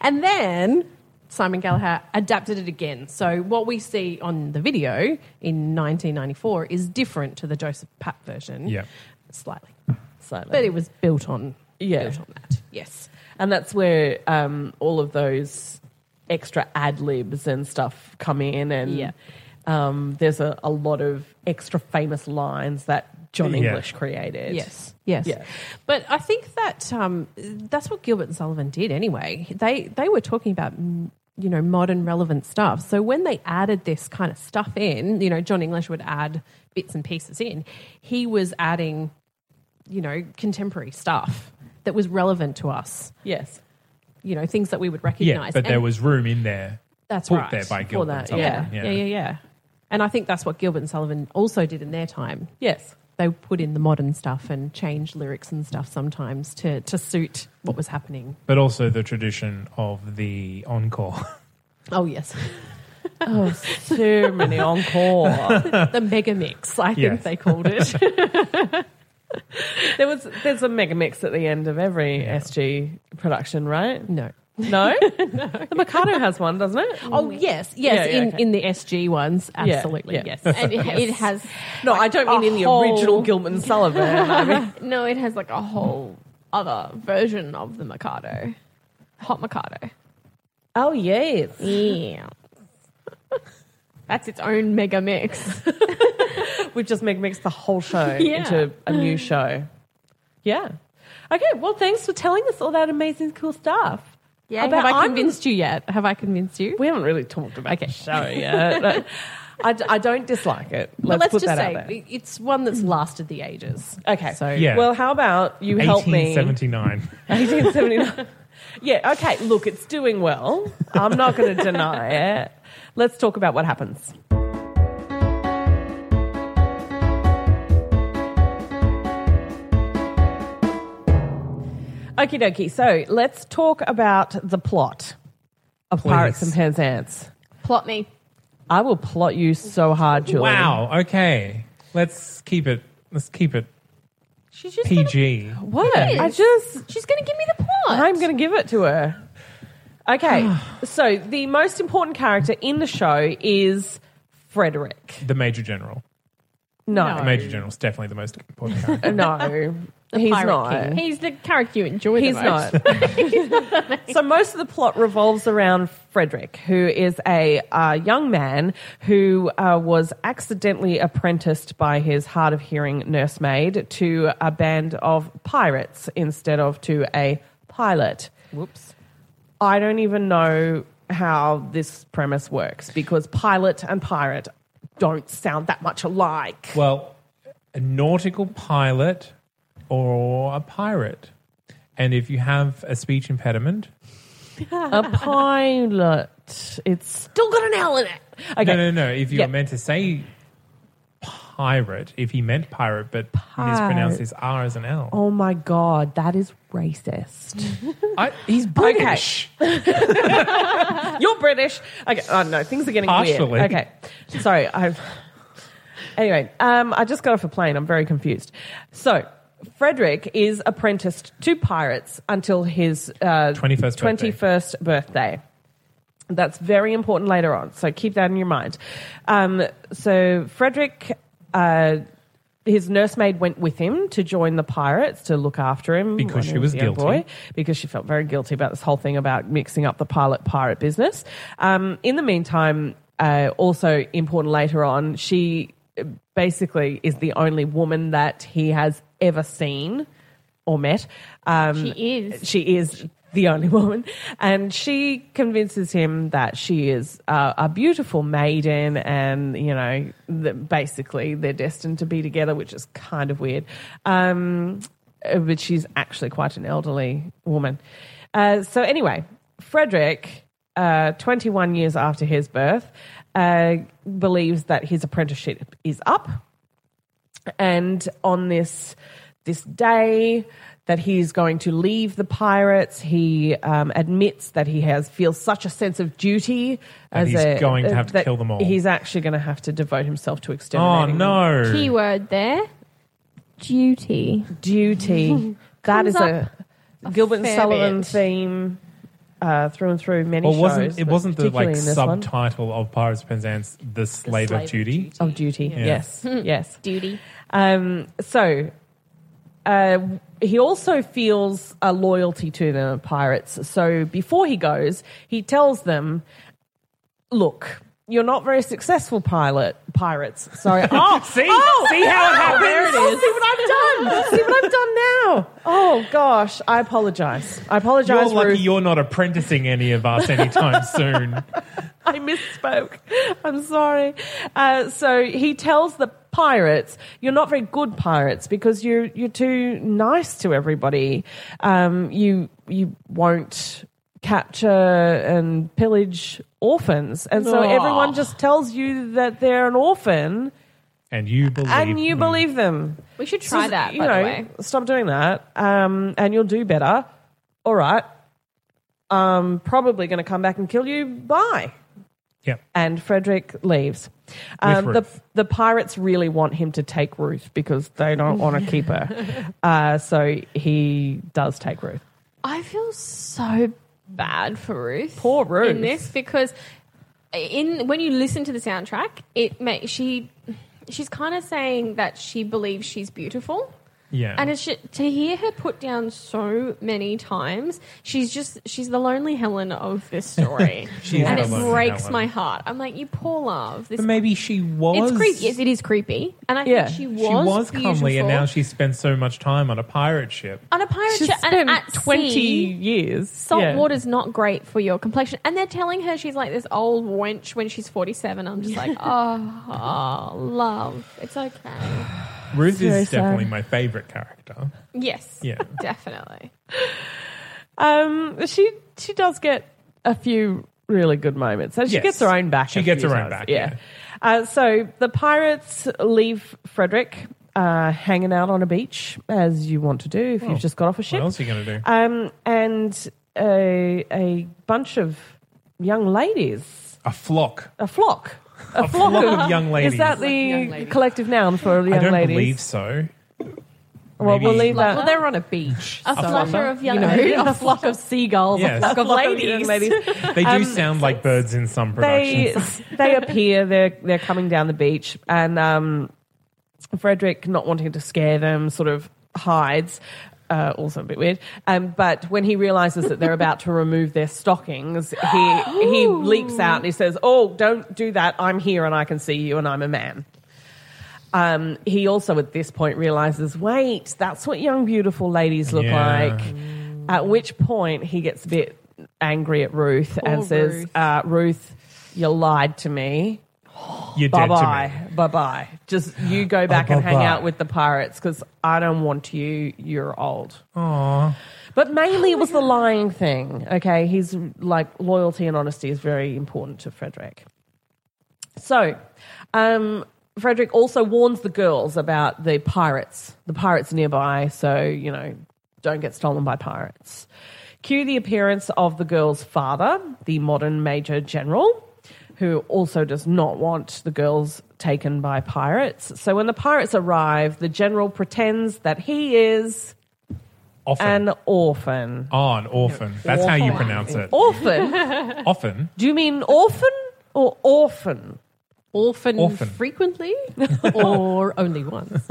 Speaker 3: And then Simon Gallagher adapted it again. So what we see on the video in 1994 is different to the Joseph Papp version.
Speaker 2: Yeah.
Speaker 3: Slightly.
Speaker 1: Slightly.
Speaker 3: But it was built on
Speaker 1: Yeah.
Speaker 3: built on that. Yes.
Speaker 1: and that's where um, all of those extra ad libs and stuff come in, and
Speaker 3: Yeah.
Speaker 1: um, there's a, a lot of extra famous lines that John
Speaker 2: Yeah.
Speaker 1: English created.
Speaker 3: Yes. Yes.
Speaker 1: Yeah.
Speaker 3: But I think that um, that's what Gilbert and Sullivan did anyway. They they were talking about mm, you know modern relevant stuff. So when they added this kind of stuff in, you know, John English would add bits and pieces in. He was adding you know contemporary stuff that was relevant to us.
Speaker 1: yes,
Speaker 3: You know, things that we would
Speaker 2: yeah,
Speaker 3: recognize.
Speaker 2: but there
Speaker 3: And
Speaker 2: was room in there.
Speaker 3: that's
Speaker 2: put
Speaker 3: right.
Speaker 2: there by
Speaker 3: for
Speaker 2: Gilbert and
Speaker 3: that,
Speaker 2: Sullivan,
Speaker 3: Yeah.
Speaker 2: yeah.
Speaker 3: yeah. Yeah, yeah. And I think that's what Gilbert and Sullivan also did in their time
Speaker 1: yes.
Speaker 3: they put in the modern stuff and change lyrics and stuff sometimes to, to suit what was happening.
Speaker 2: But also the tradition of the encore.
Speaker 3: Oh yes, oh,
Speaker 1: Too many
Speaker 3: <laughs>
Speaker 1: encore.
Speaker 3: <laughs> the mega mix, I think
Speaker 2: Yes.
Speaker 3: they called it.
Speaker 2: <laughs>
Speaker 1: there was there's a mega mix at the end of every SG production,
Speaker 3: <laughs>
Speaker 1: right?
Speaker 3: no.
Speaker 1: No? The Mikado has one, doesn't it?
Speaker 3: Oh yes, yes.
Speaker 1: Yeah, yeah,
Speaker 3: in,
Speaker 1: okay.
Speaker 3: in the SG ones,
Speaker 1: yeah.
Speaker 3: absolutely yes.
Speaker 4: <laughs> And it, it has
Speaker 1: No, I don't mean
Speaker 3: a
Speaker 1: in the
Speaker 3: whole-
Speaker 1: original Gilman Sullivan.
Speaker 3: <laughs>
Speaker 1: I mean,
Speaker 4: no, it has like a whole other version of the Mikado, hot Mikado.
Speaker 1: oh yes.
Speaker 4: Yeah, <laughs> that's its own mega mix.
Speaker 1: We've just mega mixed the whole
Speaker 3: <laughs>
Speaker 1: show
Speaker 4: Yeah.
Speaker 1: into a new show. Yeah. Okay, well thanks for telling us all that amazing cool stuff.
Speaker 4: Yeah,
Speaker 3: Have I
Speaker 1: I'm-
Speaker 3: convinced you yet? Have I convinced you?
Speaker 1: We haven't really talked about the show yet.
Speaker 3: <laughs>
Speaker 1: I, d- I don't dislike it. Let's,
Speaker 3: But let's
Speaker 1: put
Speaker 3: just
Speaker 1: that
Speaker 3: say
Speaker 1: out there.
Speaker 3: it- it's one that's lasted the ages.
Speaker 1: Okay.
Speaker 3: So
Speaker 2: Yeah.
Speaker 1: Well, how about you help me? <laughs>
Speaker 2: 1879.
Speaker 1: 1879. yeah, okay. Look, it's doing well. I'm not going to deny it. Let's talk about what happens. Okie dokie. So let's talk about the plot of Pirates and
Speaker 2: Please.
Speaker 1: Penzance.
Speaker 4: Plot me.
Speaker 1: I will plot you so hard, Julie.
Speaker 2: wow. Okay. Let's keep it. Let's keep it
Speaker 4: She's just
Speaker 2: PG.
Speaker 1: What?
Speaker 4: It
Speaker 1: I
Speaker 4: is.
Speaker 1: just.
Speaker 4: gonna, she's gonna give me the plot.
Speaker 1: I'm going to give it to her. Okay,
Speaker 3: <sighs>
Speaker 1: so the most important character in the show is Frederick.
Speaker 2: The Major General. The
Speaker 1: No,
Speaker 2: Major General's definitely the most
Speaker 1: <laughs>
Speaker 2: important character.
Speaker 1: no,
Speaker 3: <laughs>
Speaker 1: he's
Speaker 3: Pirate
Speaker 1: not.
Speaker 3: King.
Speaker 4: He's the character you enjoy.
Speaker 1: He's
Speaker 4: the
Speaker 1: not.
Speaker 4: most. <laughs>
Speaker 1: so most of the plot revolves around Frederick, who is a uh, young man who uh, was accidentally apprenticed by his hard of hearing nursemaid to a band of pirates instead of to a pilot. Whoops. I don't even know how this premise works because pilot and pirate don't sound that much alike.
Speaker 2: well, a nautical pilot or a pirate. And if you have a speech impediment,
Speaker 1: a pilot. It's still got an L in it. Okay.
Speaker 2: no, no, no. If you
Speaker 1: Yeah.
Speaker 2: were meant to say pirate, if he meant pirate but mispronounced his R as an L,
Speaker 1: Oh my god, that is racist.
Speaker 2: I, he's British.
Speaker 1: <laughs> You're British. Okay. Oh no, things are getting
Speaker 2: Partially.
Speaker 1: weird. Okay. Sorry. I've. Anyway, um, I just got off a plane. I'm very confused. So. Frederick is apprenticed to pirates until his uh,
Speaker 2: 21st birthday.
Speaker 1: 21st birthday. That's very important later on, so keep that in your mind. Um, so Frederick, uh, his nursemaid went with him to join the pirates to look after him
Speaker 2: Because
Speaker 1: when
Speaker 2: she
Speaker 1: he
Speaker 2: was
Speaker 1: a young
Speaker 2: guilty.
Speaker 1: because she felt very guilty about this whole thing about mixing up the pilot pirate business. Um, in the meantime, uh, also important later on, she uh, basically is the only woman that he has ever seen or met. Um,
Speaker 4: She is.
Speaker 1: She is the only <laughs> woman. And she convinces him that she is uh, a beautiful maiden and, you know, that basically they're destined to be together, which is kind of weird. Um, uh, but she's actually quite an elderly woman. Uh, so, anyway, Frederick, uh, 21 years after his birth, uh, believes that his apprenticeship is up and on this this day that he's going to leave the pirates, he um, admits that he has feels such a sense of duty
Speaker 2: That
Speaker 1: as
Speaker 2: he's
Speaker 1: a-
Speaker 2: going to have to
Speaker 1: that
Speaker 2: kill them all.
Speaker 1: He's actually going to have to devote himself to <laughs>
Speaker 2: Oh,
Speaker 1: exterminating them.
Speaker 2: no.
Speaker 4: Keyword there. Duty.
Speaker 1: duty. that
Speaker 4: <laughs> Comes
Speaker 1: is a, Gilbert and
Speaker 4: fair
Speaker 1: Sullivan
Speaker 4: bit.
Speaker 1: theme uh, through and through. Many
Speaker 2: Well,
Speaker 1: shows,
Speaker 2: wasn't it
Speaker 1: but
Speaker 2: wasn't the
Speaker 1: particularly
Speaker 2: like
Speaker 1: in this one.
Speaker 2: subtitle of Pirates of Penzance the Slave, of Duty?
Speaker 1: of Oh, duty?
Speaker 4: <laughs>
Speaker 1: Yes, yes.
Speaker 4: Hmm. Duty.
Speaker 1: Um, so uh, he also feels a loyalty to the pirates. So before he goes, he tells them, "Look, you're not very successful pilot pirates.
Speaker 4: <laughs>
Speaker 1: Sorry. oh,
Speaker 2: See, see how it happens.
Speaker 1: there it is. See what I've done. See what I've done now. Oh gosh, I apologize. I
Speaker 2: You're
Speaker 1: apologize,
Speaker 2: lucky
Speaker 1: Ruth.
Speaker 2: you're not apprenticing any of us
Speaker 1: <laughs>
Speaker 2: anytime soon.
Speaker 1: I misspoke. I'm sorry. Uh, so he tells the pirates, "You're not very good pirates because you're you're too nice to everybody. Um, you you won't capture and pillage orphans, and so everyone just tells you that they're an orphan,
Speaker 2: And you believe.
Speaker 1: and you
Speaker 2: me.
Speaker 1: believe them.
Speaker 4: We should try
Speaker 1: So,
Speaker 4: that.
Speaker 1: you
Speaker 4: By
Speaker 1: know,
Speaker 4: the way,
Speaker 1: stop doing that, um, and you'll do better. All right. Um, probably going to come back and kill you. Bye.
Speaker 2: Yep.
Speaker 1: and Frederick leaves. Um, the
Speaker 2: Ruth.
Speaker 1: the pirates really want him to take Ruth because they don't <laughs> want to keep her. Uh, so he does take Ruth.
Speaker 4: I feel so bad for Ruth.
Speaker 1: Poor Ruth.
Speaker 4: in this because in when you listen to the soundtrack, it makes she she's kind of saying that she believes she's beautiful.
Speaker 2: Yeah.
Speaker 4: And it's ju- to hear her put down so many times, she's just she's the lonely Helen of
Speaker 2: <laughs>
Speaker 4: this story,
Speaker 2: She is
Speaker 4: and
Speaker 2: the
Speaker 4: it
Speaker 2: lonely
Speaker 4: breaks
Speaker 2: Helen.
Speaker 4: my heart. I'm like, you poor love. This
Speaker 2: but maybe she was.
Speaker 4: it's creepy. Yes, it is creepy, and I
Speaker 1: Yeah.
Speaker 4: think she was
Speaker 2: She was comely, and
Speaker 4: beautiful.
Speaker 2: now she spends so much time on a pirate ship.
Speaker 4: <sighs> on a pirate
Speaker 1: She's
Speaker 4: ship
Speaker 1: spent
Speaker 4: and at
Speaker 1: twenty
Speaker 4: sea,
Speaker 1: years.
Speaker 4: Salt
Speaker 1: Yeah.
Speaker 4: water's not great for your complexion. And they're telling her she's like this old wench when she's 47. I'm just <laughs> like, oh, oh, love. It's okay.
Speaker 2: Ruth
Speaker 1: very
Speaker 2: is
Speaker 1: sad.
Speaker 2: definitely my favorite character.
Speaker 4: Yes.
Speaker 2: Yeah.
Speaker 4: Definitely.
Speaker 1: Um, she she does get a few really good moments, and she
Speaker 2: Yes.
Speaker 1: gets her own back.
Speaker 2: She
Speaker 1: a
Speaker 2: gets
Speaker 1: few
Speaker 2: her own
Speaker 1: times.
Speaker 2: back,
Speaker 1: Yeah. Uh, so the pirates leave Frederick uh, hanging out on a beach, as you want to do if
Speaker 2: Oh,
Speaker 1: you've just got off a ship.
Speaker 2: What else are you going to do?
Speaker 1: Um, and a, a bunch of young ladies,
Speaker 2: a flock.
Speaker 1: a flock.
Speaker 2: A, flock, of young ladies.
Speaker 1: Is that
Speaker 3: young
Speaker 1: the
Speaker 3: ladies.
Speaker 1: collective noun for young
Speaker 2: I don't
Speaker 1: ladies?
Speaker 2: believe so.
Speaker 1: Well, we'll
Speaker 2: Maybe-
Speaker 1: leave that.
Speaker 3: Well, they're on a beach.
Speaker 4: A flutter of yellow. <laughs>
Speaker 3: a flock of seagulls,
Speaker 2: Yes.
Speaker 3: a flock of
Speaker 1: Flock of
Speaker 3: ladies.
Speaker 1: young
Speaker 2: um,
Speaker 1: ladies.
Speaker 2: <laughs> They do sound like birds in some
Speaker 1: they
Speaker 2: productions.
Speaker 1: they appear they're they're coming down the beach and um, Frederick not wanting to scare them sort of hides uh, also a bit weird um, but when he realizes that they're about to remove their stockings he he leaps out and he says oh don't do that I'm here and I can see you and I'm a man um, he also at this point realizes wait that's what young beautiful ladies look
Speaker 2: Yeah.
Speaker 1: like at which point he gets a bit angry at Ruth and says,
Speaker 3: Ruth.
Speaker 1: Uh, Ruth, you lied to me.
Speaker 2: You're
Speaker 1: Bye
Speaker 2: dead to me.
Speaker 1: bye. Bye bye. Just you go back and hang
Speaker 2: bye-bye.
Speaker 1: out with the pirates because I don't want you. You're old.
Speaker 2: Aww.
Speaker 1: But mainly it was the lying thing. Okay. He's like, loyalty and honesty is very important to Frederick. So, um, Frederick also warns the girls about the pirates, the pirates nearby, so, you know, don't get stolen by pirates. Cue the appearance of the girl's father, the modern Major General, who also does not want the girls taken by pirates. So when the pirates arrive, the general pretends that he is
Speaker 2: Often.
Speaker 1: an orphan.
Speaker 2: Oh, an orphan. That's how you pronounce it.
Speaker 1: Orphan?
Speaker 2: Often.
Speaker 1: Do you mean orphan or orphan?
Speaker 3: Orphan,
Speaker 2: Orphan.
Speaker 3: frequently
Speaker 2: <laughs>
Speaker 3: or only once.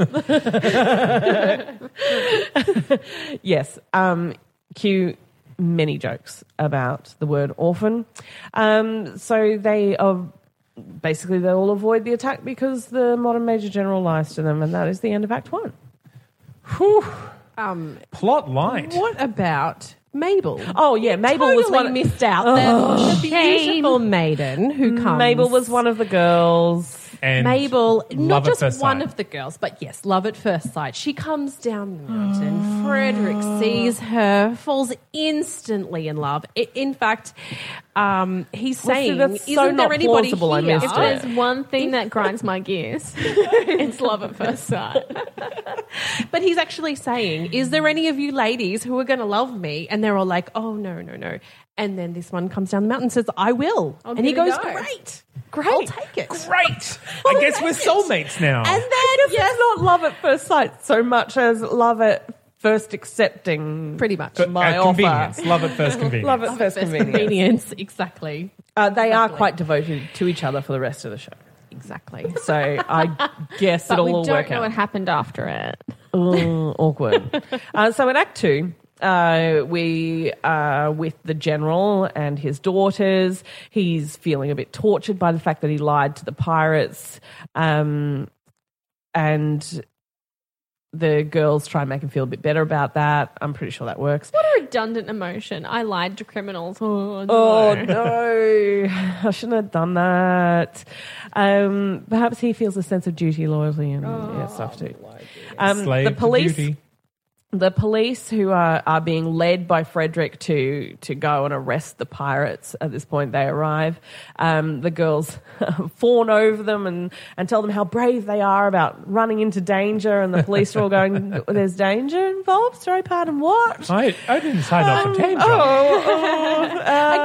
Speaker 1: Yes. Um, cue many jokes about the word orphan. Um, so they are basically they all avoid the attack because the modern major general lies to them, and that is the end of Act One.
Speaker 3: Um,
Speaker 2: Plot light.
Speaker 3: what about Mabel?
Speaker 1: Oh yeah, Mabel
Speaker 3: totally
Speaker 1: was one. Oh.
Speaker 3: missed out. the, the beautiful maiden who comes.
Speaker 1: Mm, Mabel was one of the girls.
Speaker 2: And
Speaker 3: Mabel,
Speaker 2: love
Speaker 3: not
Speaker 2: at
Speaker 3: just
Speaker 2: first
Speaker 3: one
Speaker 2: sight.
Speaker 3: of the girls, but yes, love at first sight. She comes down the mountain.
Speaker 2: Ah.
Speaker 3: Frederick sees her, falls instantly in love. I in fact, um, he's
Speaker 1: Well, see,
Speaker 3: saying,
Speaker 1: that's so
Speaker 3: "Isn't
Speaker 1: not
Speaker 3: there anybody
Speaker 1: plausible, I
Speaker 3: here?"
Speaker 1: missed
Speaker 4: If
Speaker 1: it.
Speaker 4: there's one thing that grinds my gears, it's love at first sight.
Speaker 3: <laughs> But he's actually saying, "Is there any of you ladies who are going to love me?" And they're all like, "Oh no, no, no!" And then this one comes down the mountain and says, "I will,"
Speaker 1: Oh,
Speaker 3: and he
Speaker 4: give it
Speaker 3: goes,
Speaker 4: a go.
Speaker 3: "Great, great, I'll take it."
Speaker 2: Great. I guess we're soulmates now.
Speaker 3: And then yes,
Speaker 1: It's not love at first sight so much as love at first accepting.
Speaker 3: pretty much.
Speaker 2: But
Speaker 1: my
Speaker 2: at
Speaker 1: offer.
Speaker 2: convenience. Love at first convenience.
Speaker 1: Love at first
Speaker 3: First
Speaker 1: convenience.
Speaker 3: convenience, exactly,
Speaker 1: Uh, they are quite devoted to each other for the rest of the show.
Speaker 3: exactly.
Speaker 1: So <laughs> I guess
Speaker 4: But
Speaker 1: it'll
Speaker 4: we
Speaker 1: all
Speaker 4: don't
Speaker 1: work
Speaker 4: know
Speaker 1: out.
Speaker 4: what happened after it.
Speaker 1: Ugh, awkward. uh, so in Act Two, uh, we are with the general and his daughters. He's feeling a bit tortured by the fact that he lied to the pirates, um, and the girls try and make him feel a bit better about that. I'm pretty sure that works.
Speaker 4: What a redundant emotion. I lied to criminals. Oh, no. <laughs>
Speaker 1: Oh no, I shouldn't have done that. Um, perhaps he feels a sense of duty, loyalty, and yeah, stuff too. Um,
Speaker 2: Slave
Speaker 1: the police
Speaker 2: to duty.
Speaker 1: the police who are, are being led by Frederick to to go and arrest the pirates at this point they arrive um, the girls <laughs> fawn over them and, and tell them how brave they are about running into danger and the police are all going <laughs> there's danger involved sorry pardon
Speaker 3: Oh,
Speaker 1: what
Speaker 2: I, I didn't sign
Speaker 1: Um,
Speaker 2: up for danger.
Speaker 1: oh.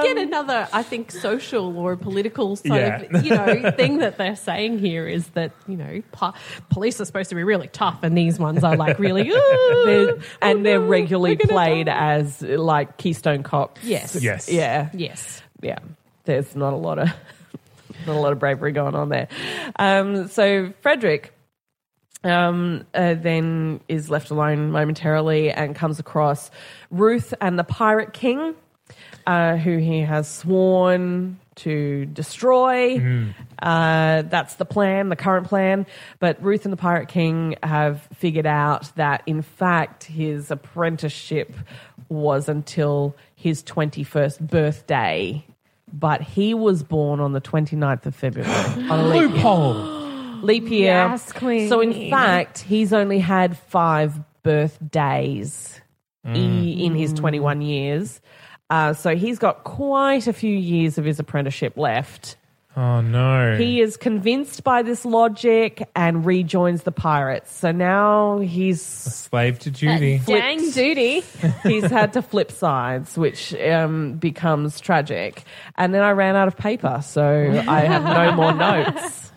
Speaker 3: Again, another I think social or political sort
Speaker 2: Yeah.
Speaker 3: of you know thing that they're saying here is that you know pa- police are supposed to be really tough, and these ones are like
Speaker 1: <laughs>
Speaker 3: really "Ooh,
Speaker 1: They're- and
Speaker 3: oh
Speaker 1: they're
Speaker 3: no,
Speaker 1: regularly
Speaker 3: we're gonna
Speaker 1: played
Speaker 3: die."
Speaker 1: as like Keystone Cops
Speaker 3: Yes.
Speaker 2: Yes.
Speaker 1: yeah
Speaker 3: Yes,
Speaker 1: yeah, there's not a lot of <laughs> not a lot of bravery going on there. Um, so Frederick um, uh, then is left alone momentarily and comes across Ruth and the Pirate King, uh, who he has sworn to destroy. Uh, that's the plan, the current plan. But Ruth and the Pirate King have figured out that, in fact, his apprenticeship was until his 21st birthday. But he was born on the 29th of
Speaker 4: <gasps>
Speaker 1: February. on a leap year
Speaker 2: Loophole.
Speaker 1: leap year.
Speaker 4: Yes, queen.
Speaker 1: So in fact, he's only had five birthdays i- in his 21 years. Uh, so he's got quite a few years of his apprenticeship left.
Speaker 2: Oh no.
Speaker 1: He is convinced by this logic and rejoins the pirates. So now he's
Speaker 2: <laughs> Slave to duty. <laughs>
Speaker 4: Dang duty.
Speaker 1: he's had to flip sides, which um, becomes tragic. And then I ran out of paper, so I have no
Speaker 2: <laughs>
Speaker 1: more notes.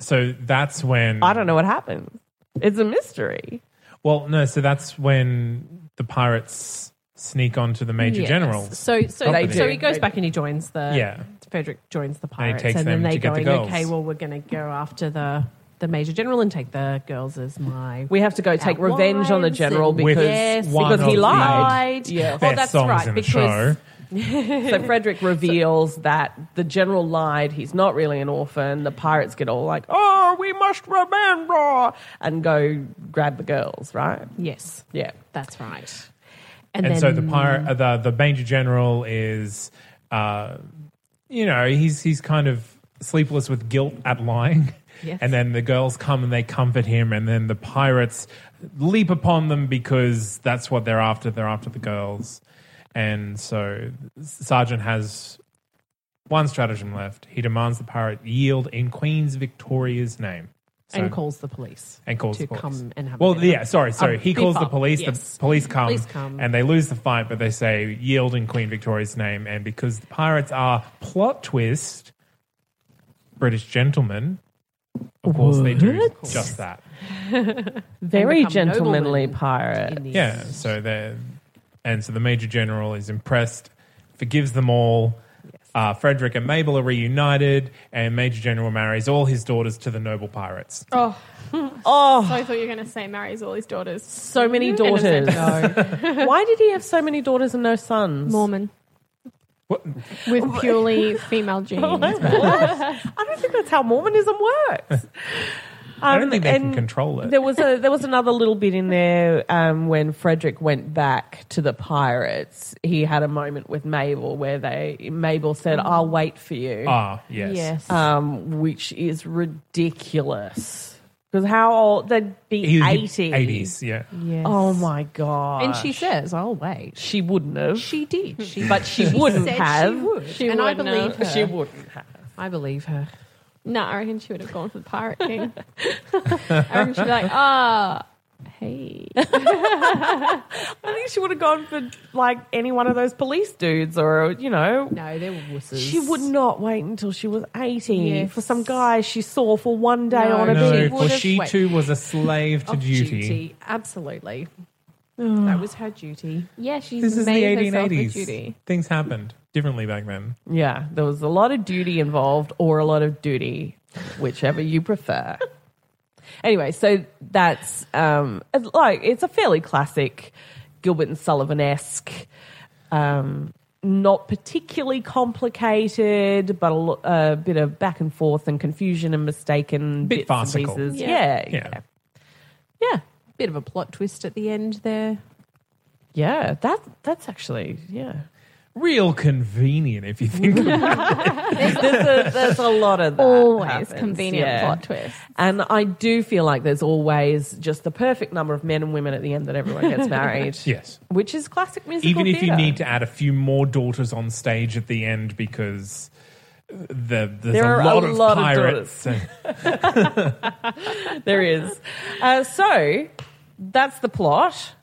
Speaker 2: So that's when.
Speaker 1: I don't know what happened. It's a mystery.
Speaker 2: Well, no. So that's when the pirates sneak onto the major
Speaker 3: Yes.
Speaker 2: generals.
Speaker 3: So so
Speaker 2: They
Speaker 3: so
Speaker 2: do.
Speaker 3: he goes back and he joins the
Speaker 2: Yeah.
Speaker 3: Frederick joins the
Speaker 2: he
Speaker 3: pirates,
Speaker 2: takes
Speaker 3: and, then
Speaker 2: them
Speaker 3: they
Speaker 2: to get the
Speaker 3: going
Speaker 2: girls.
Speaker 3: okay, well we're going to go after the the major general and take the girls as my
Speaker 1: We have to go take
Speaker 3: Our
Speaker 1: revenge on the
Speaker 3: wives
Speaker 1: general
Speaker 2: and- With
Speaker 1: because,
Speaker 2: Yes, one
Speaker 1: because he
Speaker 2: of the
Speaker 1: lied.
Speaker 3: Yeah.
Speaker 2: Best songs in the show.
Speaker 1: So
Speaker 2: <laughs>
Speaker 1: Frederick reveals that the general lied. He's not really an orphan. The pirates get all like, oh, we must remember, and go grab the girls, right?
Speaker 3: yes,
Speaker 1: Yeah.
Speaker 3: that's right.
Speaker 2: and so the pirate, uh, the the major general is, uh, you know, he's he's kind of sleepless with guilt at lying.
Speaker 3: <laughs> Yes.
Speaker 2: And then the girls come and they comfort him, and then the pirates leap upon them because that's what they're after. They're after the girls, and so Sergeant has one stratagem left. He demands the pirate yield in Queen Victoria's name. So-
Speaker 3: and calls the police
Speaker 2: and calls
Speaker 3: to
Speaker 2: the police.
Speaker 3: come and have. a
Speaker 2: well
Speaker 3: bit of
Speaker 2: yeah sorry sorry
Speaker 3: a
Speaker 2: he calls
Speaker 3: beef
Speaker 2: the
Speaker 3: up.
Speaker 2: police
Speaker 3: Yes.
Speaker 2: the police come,
Speaker 3: Police come.
Speaker 2: and they lose the fight but they say yield in queen victoria's name and because the pirates are plot twist british gentlemen of course they do just that
Speaker 1: Very
Speaker 3: become
Speaker 1: gentlemanly
Speaker 3: noblemen
Speaker 1: pirate.
Speaker 3: in the-
Speaker 2: yeah so they and so the major general is impressed forgives them all uh, frederick and mabel are reunited and major general marries all his daughters to the noble pirates
Speaker 4: Oh,
Speaker 1: Oh,
Speaker 4: I thought you were going to say marries all his daughters.
Speaker 1: so many daughters. Why did he have so many daughters and no sons?
Speaker 4: Mormon
Speaker 2: What?
Speaker 4: with <laughs> purely
Speaker 1: <laughs>
Speaker 4: female genes.
Speaker 1: I don't think that's how Mormonism works.
Speaker 2: i don't
Speaker 1: Um,
Speaker 2: think they can
Speaker 1: and-
Speaker 2: control it
Speaker 1: There was a there was another little bit in there um, when Frederick went back to the pirates. He had a moment with Mabel where they Mabel
Speaker 3: Mm.
Speaker 1: said, "I'll wait for you,"
Speaker 2: ah yes
Speaker 1: um, which is ridiculous because how old they'd be
Speaker 2: He was in
Speaker 1: eighty.
Speaker 2: 80s yeah
Speaker 3: Yes.
Speaker 1: Oh my god!
Speaker 3: And she says, "I'll wait."
Speaker 1: "Oh, she wouldn't have.
Speaker 3: She <laughs> did. She,
Speaker 1: but she wouldn't
Speaker 4: said she
Speaker 1: have.
Speaker 4: would. She
Speaker 3: and I
Speaker 4: wouldn't
Speaker 3: believe her.
Speaker 4: have.
Speaker 1: She wouldn't have.
Speaker 3: I believe her.
Speaker 4: No, I reckon she would have gone for the Pirate <laughs> King. I reckon she'd be like, ah, hey.
Speaker 1: I think she would have gone for like any one of those police dudes, or you know,
Speaker 3: No, they were wusses.
Speaker 1: She would not wait until she was 80
Speaker 3: Yes.
Speaker 1: for some guy she saw for one day
Speaker 3: No.
Speaker 1: on a
Speaker 3: No.
Speaker 1: beach.
Speaker 3: she
Speaker 2: No,
Speaker 3: would
Speaker 2: for
Speaker 3: have-
Speaker 2: she
Speaker 3: wait.
Speaker 2: too was a slave to
Speaker 3: Of
Speaker 2: duty.
Speaker 3: Absolutely. that was her duty.
Speaker 4: Yeah, she's
Speaker 2: This is the
Speaker 4: made herself a
Speaker 2: 1880s.
Speaker 4: Judy.
Speaker 2: Things happened differently back then.
Speaker 1: Yeah, there was a lot of duty involved or a lot of duty, whichever you prefer. anyway, so that's um, it's like it's a fairly classic Gilbert and Sullivan esque. Um, not particularly complicated, but a, lo- a bit of back and forth and confusion and mistaken
Speaker 2: Bit
Speaker 1: bits and
Speaker 2: farcical.
Speaker 1: pieces.
Speaker 4: Yeah.
Speaker 1: Yeah,
Speaker 2: Yeah.
Speaker 1: yeah, yeah.
Speaker 3: Bit of a plot twist at the end there.
Speaker 1: Yeah,
Speaker 4: <laughs>
Speaker 1: that that's actually yeah.
Speaker 2: Real convenient if you think about it.
Speaker 4: There's
Speaker 1: there's, a, there's a lot of that.
Speaker 4: Always
Speaker 1: happens,
Speaker 4: convenient
Speaker 1: yeah.
Speaker 4: plot twist.
Speaker 1: And I do feel like there's always just the perfect number of men and women at the end that everyone gets married.
Speaker 2: <laughs> Yes.
Speaker 1: Which is classic musical
Speaker 2: Even if you
Speaker 1: theatre.
Speaker 2: need to add a few more daughters on stage at the end because the, there's
Speaker 1: There are
Speaker 2: a
Speaker 1: a
Speaker 2: lot of
Speaker 1: lot of
Speaker 2: pirates.
Speaker 1: There is. Uh, so that's the plot.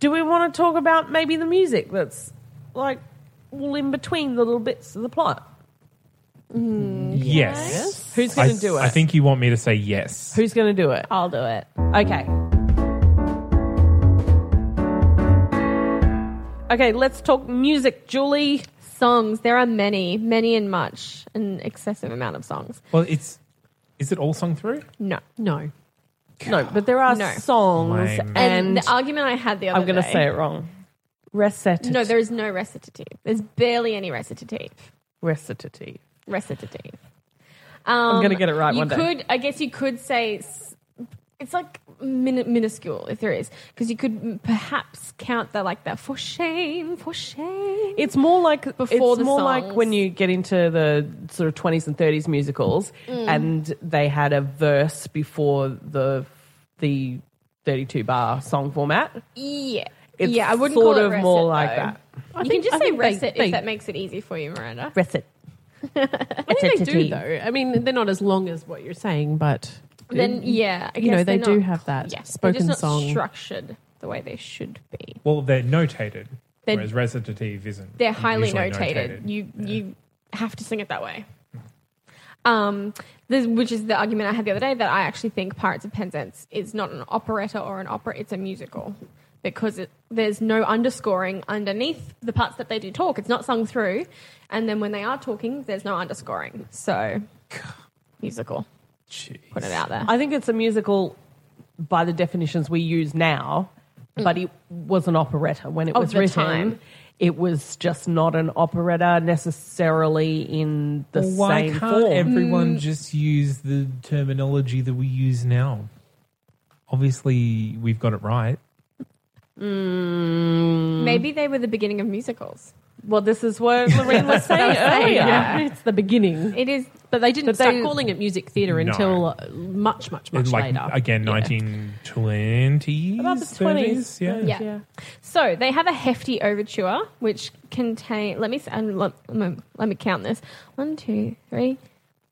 Speaker 1: Do we want to talk about maybe the music that's like all in between the little bits of the plot?
Speaker 2: yes.
Speaker 1: Who's
Speaker 2: I,
Speaker 1: going to do it?
Speaker 2: I think you want me to say yes.
Speaker 1: Who's going to do it?
Speaker 4: I'll do it.
Speaker 1: Okay. Okay, let's talk music, Julie.
Speaker 4: Songs. There are many, many and much, an excessive amount of songs.
Speaker 2: Well, it's is it all sung through?
Speaker 4: No.
Speaker 1: No. No, but there are
Speaker 4: No.
Speaker 1: songs
Speaker 2: Lame.
Speaker 4: And,
Speaker 1: and,
Speaker 4: the argument I had the other
Speaker 1: I'm going to
Speaker 4: day-
Speaker 1: say it wrong. Recitative.
Speaker 4: No, there is no recitative. There's barely any recitative.
Speaker 1: recitative.
Speaker 4: Recitative. Um,
Speaker 1: gonna get it right
Speaker 4: you
Speaker 1: one day.
Speaker 4: Could, I guess you could say s- it's like min- minuscule if there is, because you could m- perhaps count that like that for shame, for shame.
Speaker 1: It's more like
Speaker 4: Before
Speaker 1: it's
Speaker 4: the
Speaker 1: more like
Speaker 4: songs.
Speaker 1: when you get into the sort of twenties and thirties musicals,
Speaker 4: Mm.
Speaker 1: and they had a verse before the the thirty-two bar song format.
Speaker 4: yeah,
Speaker 1: It's
Speaker 4: yeah. I wouldn't
Speaker 1: sort
Speaker 4: call it
Speaker 1: of
Speaker 4: recit,
Speaker 1: more like
Speaker 4: though.
Speaker 1: that.
Speaker 4: you
Speaker 3: think-
Speaker 4: can just
Speaker 3: I
Speaker 4: say
Speaker 3: think they-
Speaker 4: recit
Speaker 3: they-
Speaker 4: if that makes it easy for you, Miranda.
Speaker 1: Recit.
Speaker 3: I think they do though. I mean, they're not as long as what you're saying, but
Speaker 4: Then yeah, I
Speaker 3: You know,
Speaker 4: guess
Speaker 3: they
Speaker 4: they're
Speaker 3: do
Speaker 4: not-
Speaker 3: have that
Speaker 4: Yes,
Speaker 3: spoken
Speaker 4: they're just
Speaker 3: song.
Speaker 4: not structured the way they should be.
Speaker 2: Well, they're notated,
Speaker 4: They're-
Speaker 2: whereas recitative isn't.
Speaker 4: They're highly
Speaker 2: usually
Speaker 4: notated. You you have to sing it that way. Um, this, which is the argument I had the other day that I actually think Pirates of Penzance is not an operetta or an opera; it's a musical because it, there's no underscoring underneath the parts that they do talk. It's not sung through, and then when they are talking, there's no underscoring. So, musical. Put it out there.
Speaker 1: I think it's a musical by the definitions we use now, but it was an operetta when it
Speaker 4: Of
Speaker 1: was
Speaker 4: the
Speaker 1: written.
Speaker 4: time.
Speaker 1: It was just not an operetta necessarily in the
Speaker 2: Well, why
Speaker 1: same
Speaker 2: can't
Speaker 1: form.
Speaker 4: Mm.
Speaker 2: everyone just use the terminology that we use now? Obviously, we've got it right.
Speaker 4: Maybe they were the beginning of musicals.
Speaker 1: well, this is what Lorraine
Speaker 3: <laughs>
Speaker 1: was saying earlier.
Speaker 4: yeah.
Speaker 1: <laughs>
Speaker 3: it's the beginning.
Speaker 4: It is
Speaker 3: But they didn't
Speaker 1: But
Speaker 3: start
Speaker 1: they-
Speaker 3: calling it music theatre
Speaker 2: No.
Speaker 3: until
Speaker 1: uh,
Speaker 3: much, much, much
Speaker 2: It's like
Speaker 3: later.
Speaker 2: again,
Speaker 3: Yeah.
Speaker 2: nineteen twenties,
Speaker 1: About the 20s,
Speaker 2: Yeah.
Speaker 4: Yeah. So they have a hefty overture which contain. Let me s- um, let, mm, let me count this. One, two, three,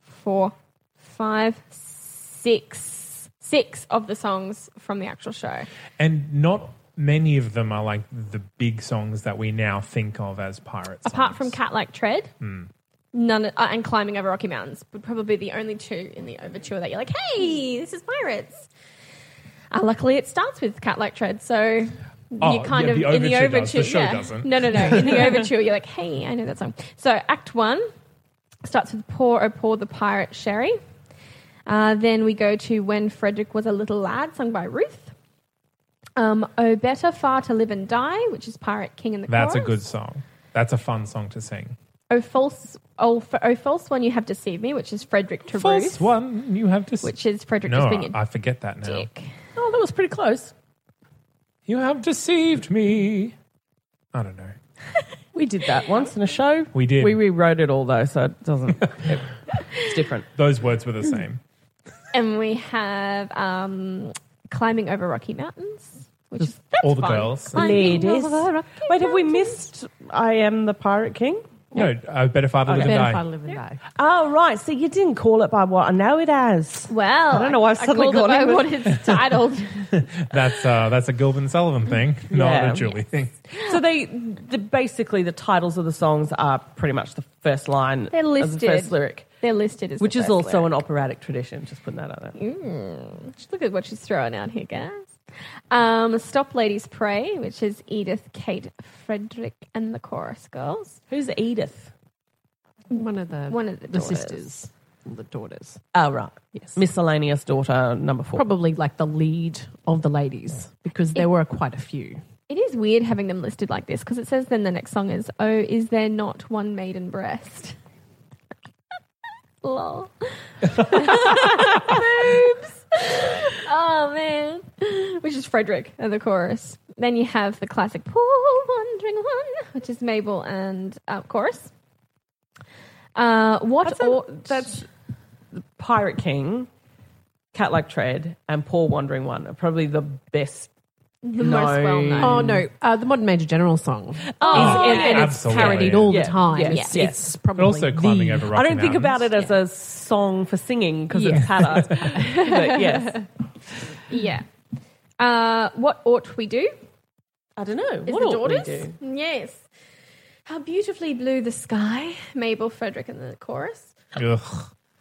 Speaker 4: four, five, six, six of the songs from the actual show.
Speaker 2: and not many of them are like the big songs that we now think of as pirates.
Speaker 4: Apart from "Cat Like Tread,"
Speaker 2: Hmm.
Speaker 4: none uh, and "Climbing Over Rocky Mountains" would probably be the only two in the overture that you're like, "Hey, this is pirates." Uh, luckily, it starts with "Cat Like Tread," so
Speaker 2: Oh,
Speaker 4: you kind
Speaker 2: yeah,
Speaker 4: of
Speaker 2: the
Speaker 4: in the
Speaker 2: overture
Speaker 4: overture.
Speaker 2: does. The show
Speaker 4: yeah.
Speaker 2: doesn't.
Speaker 4: No, no, no.
Speaker 2: <laughs>
Speaker 4: In the overture, you're like, "Hey, I know that song." So Act One starts with "Poor Oh Poor the Pirate Sherry." Uh, then we go to "When Frederick Was a Little Lad," sung by Ruth. Um, oh, better far to live and die, which is Pirate King and the
Speaker 2: that's a
Speaker 4: Chorus.
Speaker 2: good song. That's a fun song to sing.
Speaker 4: Oh false, oh, f- oh false one, you have deceived me, which is Frederick to
Speaker 2: False
Speaker 4: Ruth,
Speaker 2: one, you have to. s-
Speaker 4: which is Frederick
Speaker 2: no,
Speaker 4: just being a
Speaker 2: I forget that now.
Speaker 4: dick.
Speaker 3: Oh, that was pretty close.
Speaker 2: You have deceived me. I don't know.
Speaker 1: We did that once in a show.
Speaker 2: We did.
Speaker 1: We rewrote it all though, so it doesn't. it's different.
Speaker 2: Those words were the
Speaker 4: Mm.
Speaker 2: same.
Speaker 4: And we have um, climbing over Rocky Mountains, which is that's
Speaker 2: all the
Speaker 4: fun.
Speaker 2: girls.
Speaker 4: Climbing
Speaker 1: Ladies.
Speaker 4: over Rocky
Speaker 1: Wait, have we
Speaker 4: Mountains.
Speaker 1: missed "I Am the Pirate King"?
Speaker 2: No, uh, better father live and
Speaker 3: Better
Speaker 2: die.
Speaker 3: if I live and die.
Speaker 1: Oh right, so you didn't call it by what I know it as.
Speaker 4: Well,
Speaker 1: I don't know why I've suddenly
Speaker 4: called it
Speaker 1: gone
Speaker 4: by
Speaker 1: in with-
Speaker 4: what
Speaker 1: <laughs>
Speaker 4: it's titled.
Speaker 2: That's uh, that's a Gilvin Sullivan thing, not
Speaker 1: Yeah.
Speaker 2: a Julie thing.
Speaker 1: So they, the, basically, the titles of the songs are pretty much the first line.
Speaker 4: They're
Speaker 1: Of the
Speaker 4: listed.
Speaker 1: first lyric,
Speaker 4: They're listed as
Speaker 1: which
Speaker 4: the
Speaker 1: is
Speaker 4: first
Speaker 1: also an
Speaker 4: lyric.
Speaker 1: operatic tradition. Just putting that out there.
Speaker 4: Just Look at what she's throwing out here, guys. Um, Stop Ladies Pray, which is Edith, Kate, Frederick, and the chorus girls.
Speaker 1: Who's Edith?
Speaker 3: One of the
Speaker 4: One of the
Speaker 3: the
Speaker 4: daughters.
Speaker 3: sisters, the daughters,
Speaker 1: Oh right,
Speaker 3: Yes.
Speaker 1: Miscellaneous daughter number four.
Speaker 3: probably like the lead of the ladies because there were quite a few.
Speaker 4: It is weird having them listed like this because it says then the next song is Oh, is there not one maiden breast? <laughs> Lol. Boobs. Oh man. Which is Frederick and the chorus. Then you have the classic Poor Wandering One, which is Mabel and uh, chorus. Uh, what
Speaker 1: That's,
Speaker 4: or
Speaker 1: a, that's Pirate King, Cat Like Tread, and Poor Wandering One are probably the best.
Speaker 4: the most well known?
Speaker 3: Oh no, uh, the modern major general song.
Speaker 4: Oh,
Speaker 3: and, and it's
Speaker 2: Absolutely.
Speaker 3: parodied all
Speaker 1: Yeah,
Speaker 3: the time.
Speaker 1: yeah,
Speaker 3: it's,
Speaker 1: yeah.
Speaker 3: it's probably
Speaker 2: But also climbing
Speaker 3: the-
Speaker 2: over rocky
Speaker 1: I don't think about it
Speaker 2: mountains.
Speaker 1: as a song for singing because
Speaker 3: Yeah.
Speaker 1: it's Hatter. but yes.
Speaker 4: yeah. Uh, what ought we do?
Speaker 1: I don't know.
Speaker 4: Is
Speaker 1: what
Speaker 4: the
Speaker 1: ought we
Speaker 4: daughters?
Speaker 1: do?
Speaker 4: Yes. How beautifully blue the sky, Mabel, Frederick, and the chorus.
Speaker 2: Ugh.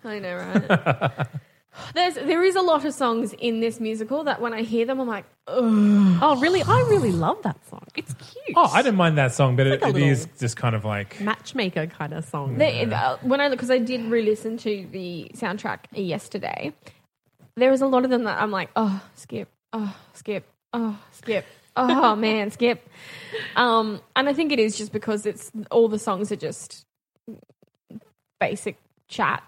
Speaker 4: I know, right? There's there is a lot of songs in this musical that when I hear them, I'm like,
Speaker 3: Oh really? I really love that song. It's cute.
Speaker 2: Oh, I didn't mind that song, but it,
Speaker 3: like a
Speaker 2: it is
Speaker 3: little-
Speaker 2: just kind of like
Speaker 3: <laughs> matchmaker kind of song.
Speaker 4: They, uh, when I look, because I did re-listen to the soundtrack yesterday, there was a lot of them that I'm like, oh, skip, oh, skip, oh, skip, oh man, skip. Um, and I think it is just because it's all the songs are just basic chat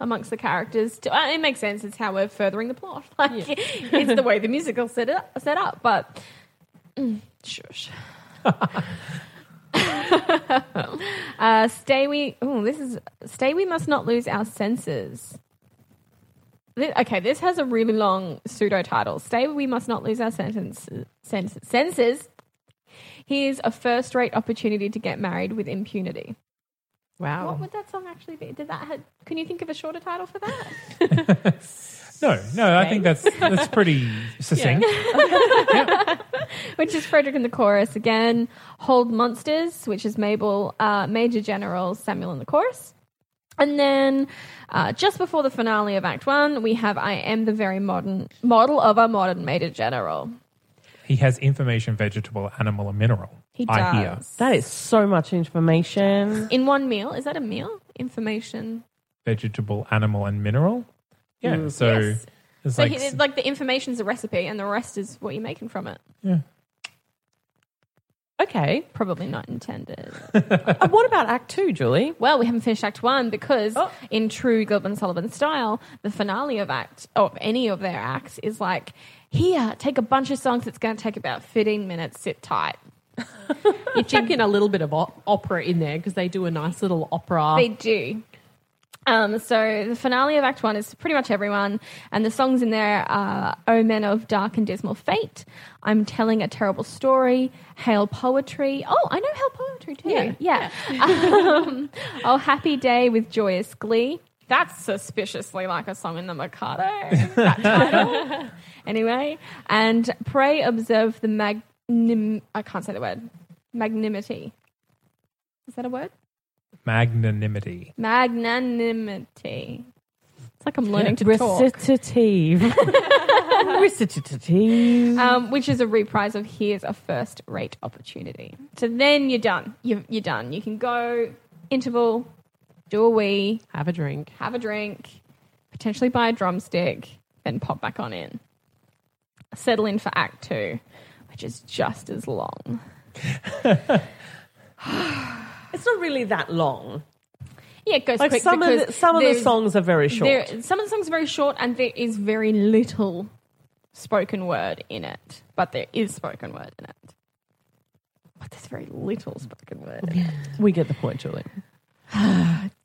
Speaker 4: amongst the characters. To- uh, It makes sense. It's how we're furthering the plot. <laughs> Like it's the way the musical set it set up. But mm, shush. Uh, stay we. Oh, this is stay. We must not lose our senses. Thi- okay, this has a really long pseudo title. Stay. We must not lose our sentence, sense, senses. Here's a first rate opportunity to get married with impunity. What
Speaker 3: wow.
Speaker 4: would that song actually be? Did that? Have, can you think of a shorter title for that?
Speaker 2: no, no. I think that's that's pretty succinct.
Speaker 4: which is Frederick and the chorus again. Hold Monsters, which is Mabel, uh, Major General Samuel and the chorus. And then uh, just before the finale of Act One, we have I Am the Very Modern Model of a Modern Major General.
Speaker 2: He has information, vegetable, animal, and mineral.
Speaker 4: He does.
Speaker 2: I hear
Speaker 1: That is so much information.
Speaker 4: In one meal. Is that a meal? Information.
Speaker 2: vegetable, animal, and mineral. Yeah. so
Speaker 4: yes.
Speaker 2: it's
Speaker 4: So
Speaker 2: like,
Speaker 4: like, he, like the information's a recipe and the rest is what you're making from it.
Speaker 2: yeah.
Speaker 1: Okay.
Speaker 4: Probably not intended.
Speaker 1: Uh, what about Act Two, Julie?
Speaker 4: Well, we haven't finished Act One because, in true Gilbert and Sullivan style, the finale of Act or of any of their acts is like, here, take a bunch of songs. It's going to take about fifteen minutes. Sit tight.
Speaker 3: You chuck in a little bit of op- opera in there because they do a nice little opera.
Speaker 4: They do. Um, so the finale of Act One is pretty much everyone, and the songs in there are "O Men of Dark and Dismal Fate," "I'm Telling a Terrible Story," "Hail Poetry." Oh, I know "Hail Poetry" too. Yeah. <laughs> Um, oh, Happy Day with Joyous Glee. That's suspiciously like a song in the Mikado. that <laughs> title. anyway, and pray observe the magnim. I can't say the word. Magnanimity. Is that a word?
Speaker 2: Magnanimity.
Speaker 4: Magnanimity. It's like I'm learning to talk.
Speaker 3: Recitative.
Speaker 4: <laughs>
Speaker 3: Recitative.
Speaker 4: Um, which is a reprise of Here's a First Rate Opportunity. So then you're done. You're, you're done. You can go, interval, do a wee,
Speaker 3: Have a drink.
Speaker 4: have a drink, potentially buy a drumstick, then pop back on in. Settle in for Act Two, which is just as long.
Speaker 1: It's not really that long.
Speaker 4: Yeah, it goes
Speaker 1: Like
Speaker 4: quick.
Speaker 1: some of the,
Speaker 4: because
Speaker 1: some of the
Speaker 4: there's-
Speaker 1: songs are very short.
Speaker 4: There, some of the songs are very short, and there is very little spoken word in it. But there is spoken word in it. But there's very little spoken word. In it.
Speaker 1: we get the point, Julie.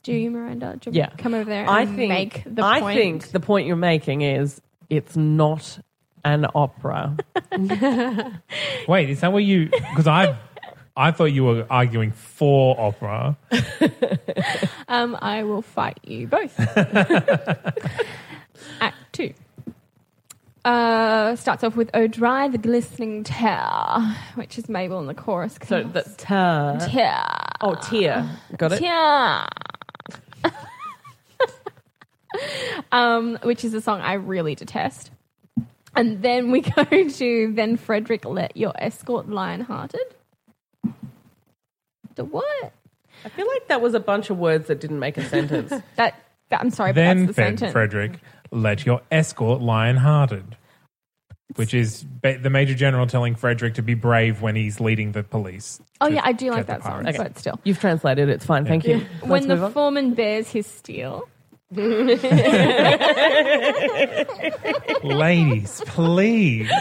Speaker 4: Do you, Miranda? Do you
Speaker 1: Yeah.
Speaker 4: come over there and
Speaker 1: I think
Speaker 4: make the
Speaker 1: I
Speaker 4: point.
Speaker 1: think the point you're making is it's not an opera.
Speaker 2: Wait, is that what you? Because I, I thought you were arguing for opera.
Speaker 4: um, I will fight
Speaker 1: <laughs>
Speaker 4: you both. Act two. Uh, starts off with "O dry the glistening tear," which is Mabel in the chorus.
Speaker 1: so the tear.
Speaker 4: tear.
Speaker 1: Oh, tear. Got it?
Speaker 4: Yeah. um, which is a song I really detest. And then we <laughs> go to Then Frederick Let Your Escort Lionhearted. The what?
Speaker 1: I feel like that was a bunch of words that didn't make a
Speaker 3: <laughs>
Speaker 1: sentence.
Speaker 4: That, that I'm sorry,
Speaker 2: Then
Speaker 4: but that's the
Speaker 2: Ben
Speaker 4: sentence.
Speaker 2: Frederick let your escort lion-hearted, which is ba- the major general telling Frederick to be brave when he's leading the
Speaker 4: <laughs>
Speaker 2: police.
Speaker 4: oh
Speaker 2: to
Speaker 4: yeah, I do
Speaker 2: get
Speaker 4: like
Speaker 2: the
Speaker 4: that song,
Speaker 2: pirates.
Speaker 4: but still.
Speaker 1: You've translated it. It's fine. Thank you. Let's
Speaker 4: when
Speaker 1: move
Speaker 4: the
Speaker 1: on.
Speaker 4: foreman bears his steel.
Speaker 2: Ladies, please.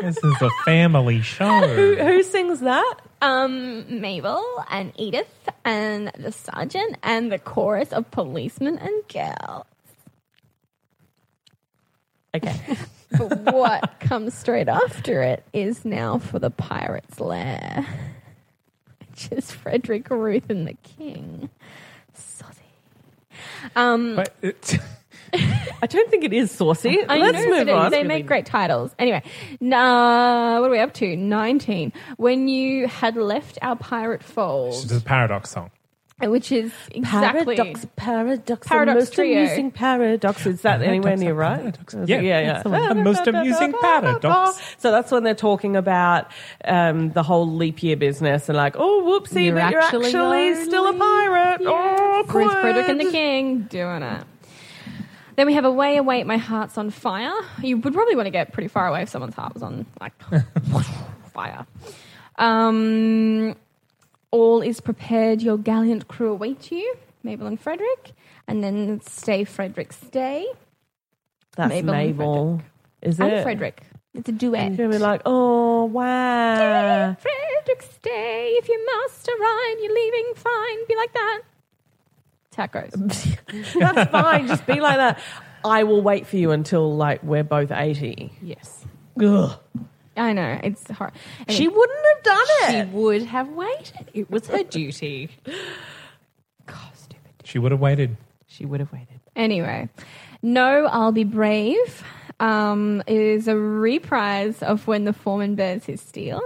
Speaker 2: This is a family show.
Speaker 1: Who sings that?
Speaker 4: Um, Mabel and Edith and the sergeant and the chorus of policemen and girls.
Speaker 1: Okay.
Speaker 4: But what <laughs> comes straight after it is now for the pirate's lair, <laughs> which is Frederick, Ruth, and the King. Saucy. Um,
Speaker 2: But it,
Speaker 1: I don't think it is saucy.
Speaker 4: I
Speaker 1: Let's
Speaker 4: know,
Speaker 1: move
Speaker 4: but it-
Speaker 1: on.
Speaker 4: They make great titles. Anyway, nah, what are we up to? 19. When you had left our pirate
Speaker 2: it's
Speaker 4: fold,
Speaker 2: just a paradox song.
Speaker 4: which is exactly.
Speaker 3: Paradox, paradox,
Speaker 4: Paradox
Speaker 3: paradox most
Speaker 4: trio.
Speaker 3: amusing paradox.
Speaker 1: Is that anywhere
Speaker 2: Paradox,
Speaker 1: near right?
Speaker 2: paradox.
Speaker 1: Yeah,
Speaker 2: Yeah,
Speaker 1: yeah, yeah. <laughs>
Speaker 2: The most amusing paradox.
Speaker 1: So that's when they're talking about um, the whole leap year business and like, oh, whoopsie,
Speaker 4: You're
Speaker 1: but you're
Speaker 4: actually
Speaker 1: actually, still a
Speaker 4: only-
Speaker 1: pirate. Oh,
Speaker 4: Ruth Frederick and the King doing it. Then we have Away, Away, My Heart's on Fire. You would probably want to get pretty far away if someone's heart was on, like, <laughs> fire. Um, all is prepared, your gallant crew await you, Mabel and Frederick. And then Stay, Frederick, Stay.
Speaker 1: That's
Speaker 4: Mabel
Speaker 1: Mabel.
Speaker 4: and
Speaker 1: Is
Speaker 4: And
Speaker 1: it?
Speaker 4: Frederick. It's a duet.
Speaker 1: You're gonna be like, oh, wow.
Speaker 4: Frederick, stay. If you must arrive, you're leaving fine. Be like that. Tacos.
Speaker 1: That's fine. Just be like that. I will wait for you until like we're both 80.
Speaker 4: yes.
Speaker 1: Ugh.
Speaker 4: I know. It's hor
Speaker 1: She wouldn't have done it.
Speaker 4: She would have waited. It was her duty.
Speaker 2: She would have waited.
Speaker 1: She would have waited.
Speaker 4: Anyway, No, I'll Be Brave um, is a reprise of When the Foreman Bears His Steel.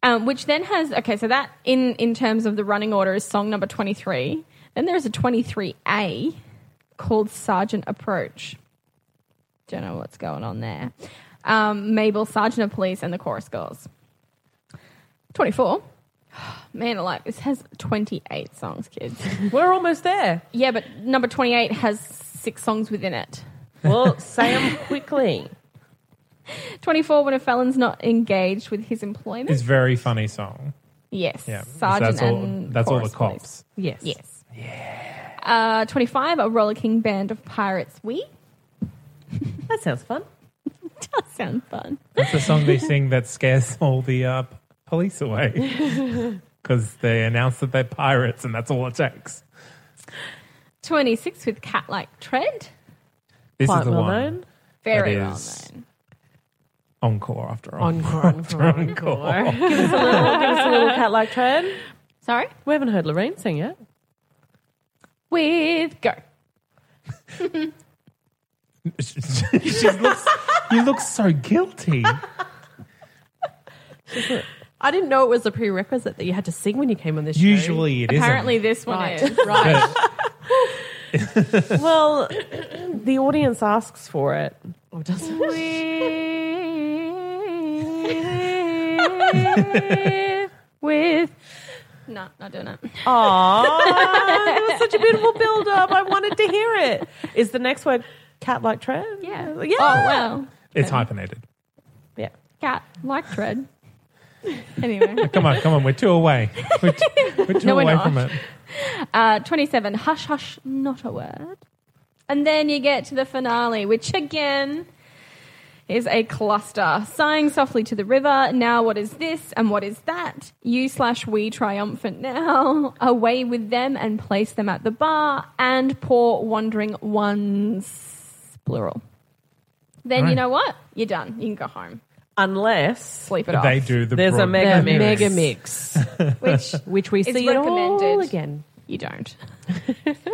Speaker 4: Um, which then has okay, so that in in terms of the running order is song number twenty three. Then there is a twenty three A called Sergeant Approach. Don't know what's going on there. Um, Mabel, Sergeant of Police, and the Chorus Girls. Twenty four. <gasps> Man alive, this has twenty eight songs, kids.
Speaker 1: We're almost there.
Speaker 4: Yeah, but number 28 has six songs within it.
Speaker 1: Well, say them <laughs> quickly.
Speaker 4: 24, when a felon's not engaged with his employment.
Speaker 2: It's a very funny song.
Speaker 4: yes.
Speaker 2: Yeah.
Speaker 4: Sergeant
Speaker 2: that's all,
Speaker 4: and
Speaker 2: that's all the
Speaker 4: chorus
Speaker 2: cops.
Speaker 4: boys.
Speaker 1: Yes.
Speaker 4: Yes. Yeah. Uh, 25, a rollicking band of pirates. We?
Speaker 1: That sounds fun.
Speaker 4: Does sound fun.
Speaker 2: That's the song they sing that scares <laughs> all the uh, p- police away because they announce that they're pirates and that's all it takes.
Speaker 4: 26, with cat like tread.
Speaker 2: This
Speaker 1: Quite
Speaker 2: is the
Speaker 1: well
Speaker 2: one.
Speaker 1: known.
Speaker 4: Very
Speaker 2: That
Speaker 4: well
Speaker 2: is-
Speaker 4: known.
Speaker 2: Encore after encore. <laughs>
Speaker 1: Encore, encore,
Speaker 2: Encore. <laughs>
Speaker 1: give us a little, give us a little cat like tread.
Speaker 4: Sorry?
Speaker 1: We haven't heard Lorraine sing yet.
Speaker 4: With go.
Speaker 2: she looks, you look so guilty.
Speaker 3: I didn't know it was a prerequisite that you had to sing when you came on this show.
Speaker 2: Usually it isn't.
Speaker 4: Apparently, this one
Speaker 3: Right.
Speaker 4: is.
Speaker 2: But
Speaker 1: Well, the audience asks for it.
Speaker 3: Or does Oh, <laughs> it?
Speaker 4: with. with. No, not doing it.
Speaker 1: Aww, that was such a beautiful build up. I wanted to hear it. Is the next word cat like tread?
Speaker 4: Yeah.
Speaker 1: Yeah.
Speaker 4: Oh, well.
Speaker 2: it's hyphenated.
Speaker 1: Yeah.
Speaker 4: cat like tread. anyway,
Speaker 2: Come on, come on. We're two away. We're 2 we're two
Speaker 4: No, we're
Speaker 2: away
Speaker 4: not.
Speaker 2: from it.
Speaker 4: uh, 27, hush, hush, not a word. And then you get to the finale, which again is a cluster. Sighing softly to the river, now what is this and what is that? You slash we triumphant now, <laughs> away with them and place them at the bar, and poor wandering ones, plural. Then you
Speaker 2: Right.
Speaker 4: know what? You're done. You can go home.
Speaker 1: Unless
Speaker 4: Sleep it off.
Speaker 2: They do the
Speaker 1: there's a
Speaker 2: broad-
Speaker 1: mega mix.
Speaker 3: Mega
Speaker 1: <laughs>
Speaker 3: mix,
Speaker 2: <laughs>
Speaker 4: Which
Speaker 3: which we
Speaker 4: It's
Speaker 3: see it all
Speaker 4: recommended.
Speaker 3: again.
Speaker 4: you don't.
Speaker 1: Well,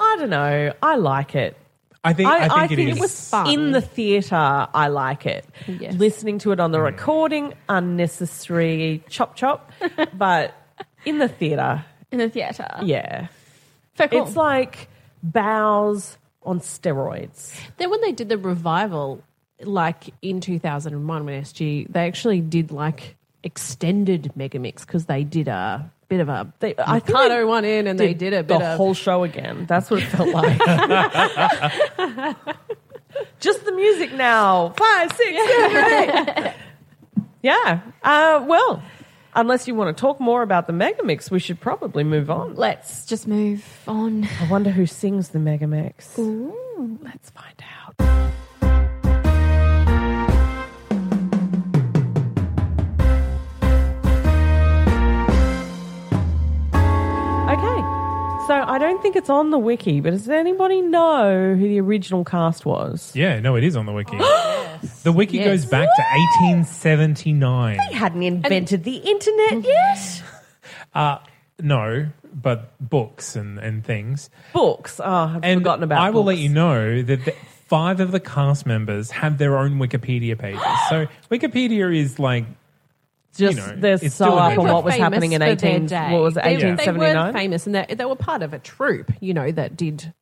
Speaker 1: I don't know. I like it.
Speaker 2: I think, I,
Speaker 1: I,
Speaker 2: think, it, is.
Speaker 1: was
Speaker 4: fun.
Speaker 1: in the theatre. I like it.
Speaker 4: Yes.
Speaker 1: Listening to it on the
Speaker 2: Mm.
Speaker 1: recording, unnecessary chop <laughs> chop, but in the theatre,
Speaker 4: In the theatre.
Speaker 1: yeah,
Speaker 4: Fair call.
Speaker 1: it's like bows on steroids.
Speaker 3: Then when they did the revival, like in 2001 when SG, they actually did like extended Megamix because they did a bit of a they,
Speaker 1: I think
Speaker 3: Ricardo
Speaker 1: they
Speaker 3: one in and they did a bit
Speaker 1: the
Speaker 3: of
Speaker 1: whole show again. That's what it felt like. Just the music now. Five, six, seven, eight. <laughs> Yeah. Uh, well, unless you want to talk more about the Megamix, we should probably move on.
Speaker 4: Let's just move on.
Speaker 1: I wonder who sings the Megamix.
Speaker 4: Ooh.
Speaker 1: Let's find out. So I don't think it's on the wiki, but does anybody know who the original cast was?
Speaker 2: Yeah, no, it is on the wiki. The wiki goes back to 1879.
Speaker 5: They hadn't invented the internet yet.
Speaker 2: Uh, No, but books and, and things.
Speaker 1: Books. Oh, I've
Speaker 2: And
Speaker 1: forgotten about.
Speaker 2: I will let
Speaker 1: books.
Speaker 2: you know that the, five of the cast members have their own Wikipedia pages.
Speaker 1: <gasps>
Speaker 2: so Wikipedia is like
Speaker 1: Just
Speaker 2: know,
Speaker 1: they're
Speaker 2: it's
Speaker 1: so
Speaker 2: still
Speaker 1: up
Speaker 2: They
Speaker 1: on
Speaker 2: were
Speaker 1: what was
Speaker 3: famous
Speaker 1: happening in
Speaker 3: for their
Speaker 1: eighteen.
Speaker 3: day.
Speaker 1: What was it,
Speaker 3: They-
Speaker 1: eighteen
Speaker 3: They were
Speaker 1: seventy-nine?
Speaker 3: famous and they, they were part of a troupe, you know, that did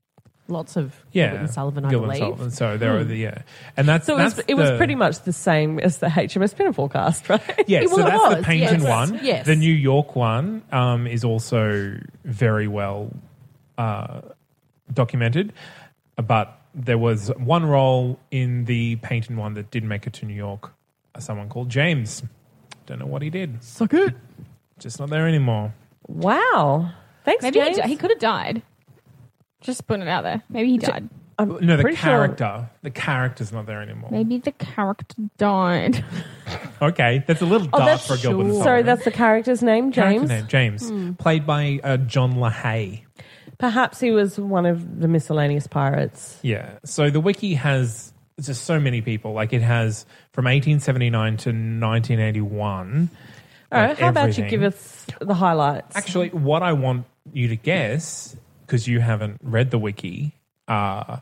Speaker 3: lots of
Speaker 2: yeah,
Speaker 3: Gilbert and Sullivan, I
Speaker 2: Gilbert and
Speaker 3: believe.
Speaker 2: Sullivan. So there are the yeah, and that's
Speaker 1: So it was,
Speaker 2: that's
Speaker 1: it was
Speaker 2: the-
Speaker 1: pretty much the same as the HMS Pinafore
Speaker 3: <laughs>
Speaker 1: cast, right?
Speaker 2: Yeah, so
Speaker 3: well, it
Speaker 2: that's the
Speaker 3: was,
Speaker 2: Paynton
Speaker 3: yes.
Speaker 2: one.
Speaker 3: Yes.
Speaker 2: The New York one um, is also very well uh, documented, but there was one role in the Paynton one that did make it to New York. uh, Someone called James. Don't know what he did.
Speaker 1: Suck it.
Speaker 2: Just not there anymore.
Speaker 1: Wow. Thanks,
Speaker 4: Maybe he,
Speaker 1: James.
Speaker 4: di- he could have died. Just putting it out there. Maybe he died.
Speaker 1: I'm
Speaker 2: No, the
Speaker 1: pretty sure-
Speaker 2: character. The character's not there anymore.
Speaker 4: Maybe the character died.
Speaker 2: Okay, that's a little dark
Speaker 1: Oh, that's
Speaker 2: for Gilbert. and
Speaker 1: Sorry,
Speaker 2: Sullivan.
Speaker 1: that's the character's name,
Speaker 2: Character
Speaker 1: James. Hmm.
Speaker 2: name, James, played by uh, John LaHaye.
Speaker 1: Perhaps he was one of the miscellaneous pirates.
Speaker 2: Yeah. So the wiki has just so many people. Like it has from 1879 to 1981.
Speaker 1: All right,
Speaker 2: like
Speaker 1: how about you
Speaker 2: everything.
Speaker 1: give us the highlights?
Speaker 2: Actually, what I want you to guess, because you haven't read the wiki, uh,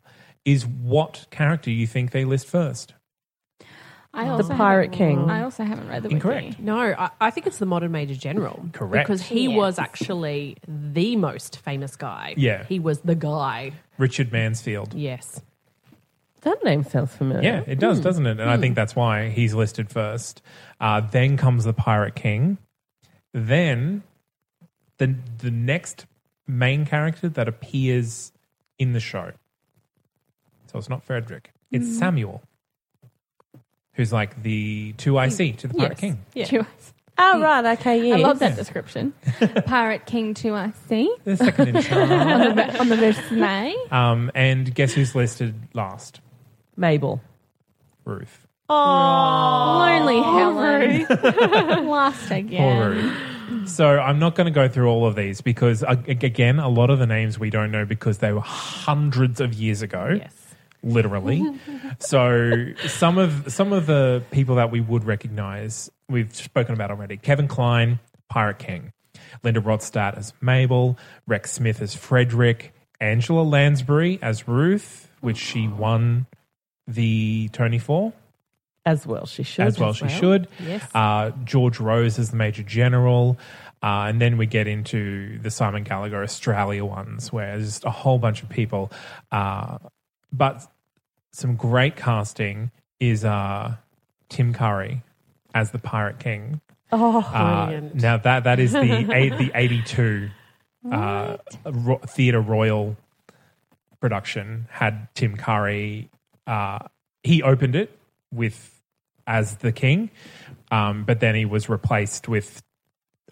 Speaker 2: is what character you think they list first.
Speaker 4: I also haven't-
Speaker 1: Pirate King.
Speaker 4: I also haven't read the wiki.
Speaker 2: Incorrect.
Speaker 3: No, I, I think it's the modern major general.
Speaker 2: Correct.
Speaker 3: Because he
Speaker 4: Yes.
Speaker 3: was actually the most famous guy.
Speaker 2: Yeah.
Speaker 3: He was the guy.
Speaker 2: Richard Mansfield.
Speaker 3: Yes.
Speaker 1: that name sounds familiar.
Speaker 2: Yeah, it does, doesn't it? And I think that's why he's listed first. Uh, then comes the Pirate King. Then the the next main character that appears in the show. So it's not Frederick. It's Samuel, who's like the two IC to the Pirate
Speaker 3: Yes.
Speaker 4: <laughs>
Speaker 2: King.
Speaker 3: Yeah.
Speaker 4: Two eyes.
Speaker 1: Oh, right. Okay. Yeah.
Speaker 4: I love that <laughs> description. Pirate King to I see
Speaker 2: The second in charge.
Speaker 4: on the, on the resume.
Speaker 2: um, and guess who's listed last?
Speaker 1: Mabel.
Speaker 2: Ruth.
Speaker 4: Lonely Helen. <laughs> Last again.
Speaker 2: Or Ruth. So I'm not going to go through all of these because, uh, ag- again, a lot of the names we don't know because they were hundreds of years ago.
Speaker 3: Yes.
Speaker 2: literally. so some of some of the people that we would recognize, we've spoken about already. Kevin Klein, Pirate King, Linda Rodstadt as Mabel, Rex Smith as Frederick, Angela Lansbury as Ruth, which she won the Tony for
Speaker 1: As well, she should.
Speaker 2: as well. She should.
Speaker 3: Yes.
Speaker 2: Uh, George Rose as the Major General. Uh, and then we get into the Simon Gallagher Australia ones, where there's just a whole bunch of people. Uh, but some great casting is uh, Tim Curry as the Pirate King.
Speaker 1: Oh,
Speaker 2: Uh, now that that is the
Speaker 3: <laughs>
Speaker 2: eight, the eighty two uh, ro- theater royal production had Tim Curry. Uh, he opened it with as the king, um, but then he was replaced with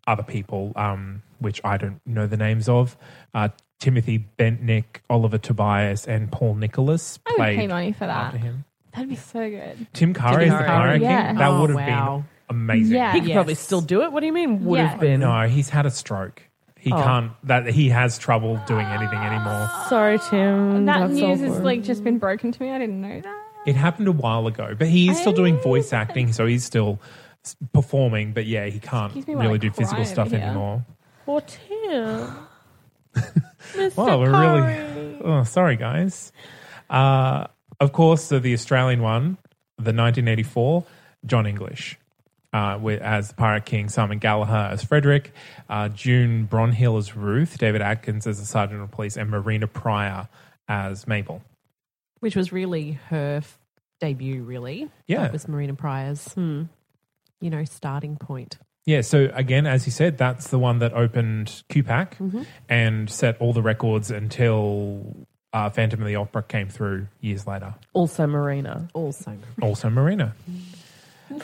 Speaker 2: other people, um, which I don't know the names of. Uh, Timothy Bentnick, Oliver Tobias, and Paul Nicholas
Speaker 4: I would
Speaker 2: played
Speaker 4: pay money for that.
Speaker 2: after him.
Speaker 4: That'd be so good.
Speaker 2: Tim Curry is the
Speaker 3: Curry.
Speaker 2: Pirate
Speaker 4: Yeah.
Speaker 2: King. That
Speaker 3: Oh,
Speaker 2: would have
Speaker 3: wow.
Speaker 2: been amazing.
Speaker 4: Yeah.
Speaker 3: He could
Speaker 4: Yes.
Speaker 3: probably still do it. What do you mean? Would
Speaker 4: Yeah.
Speaker 3: have been.
Speaker 2: Uh, No, he's had a stroke. He can't. That he has trouble doing anything anymore.
Speaker 1: sorry, Tim.
Speaker 4: That
Speaker 1: That's
Speaker 4: news
Speaker 1: awkward.
Speaker 4: has like just been broken to me. I didn't know that.
Speaker 2: It happened a while ago, but he is still doing voice
Speaker 4: Oh,
Speaker 2: acting, so he's still s- performing. But yeah, he can't
Speaker 4: Excuse me while
Speaker 2: really
Speaker 4: I
Speaker 2: do
Speaker 4: cry
Speaker 2: physical
Speaker 4: over
Speaker 2: stuff
Speaker 4: here.
Speaker 2: anymore.
Speaker 1: Poor
Speaker 2: <laughs>
Speaker 1: Tim.
Speaker 2: Wow, we're really. <laughs> Oh, sorry, guys. Uh, of course, so the Australian one, the 1984, John English. Uh, with, as the Pirate King, Simon Gallagher as Frederick, uh, June Bronhill as Ruth, David Atkins as the Sergeant of Police, and Marina Pryor as Mabel.
Speaker 3: Which was really her f- debut, really.
Speaker 2: Yeah.
Speaker 3: That was Marina Pryor's, hmm, you know, starting point.
Speaker 2: Yeah, so again, as you said, that's the one that opened QPAC and set all the records until uh, Phantom of the Opera came through years later.
Speaker 1: Also, Marina.
Speaker 3: Also,
Speaker 2: Also, Marina.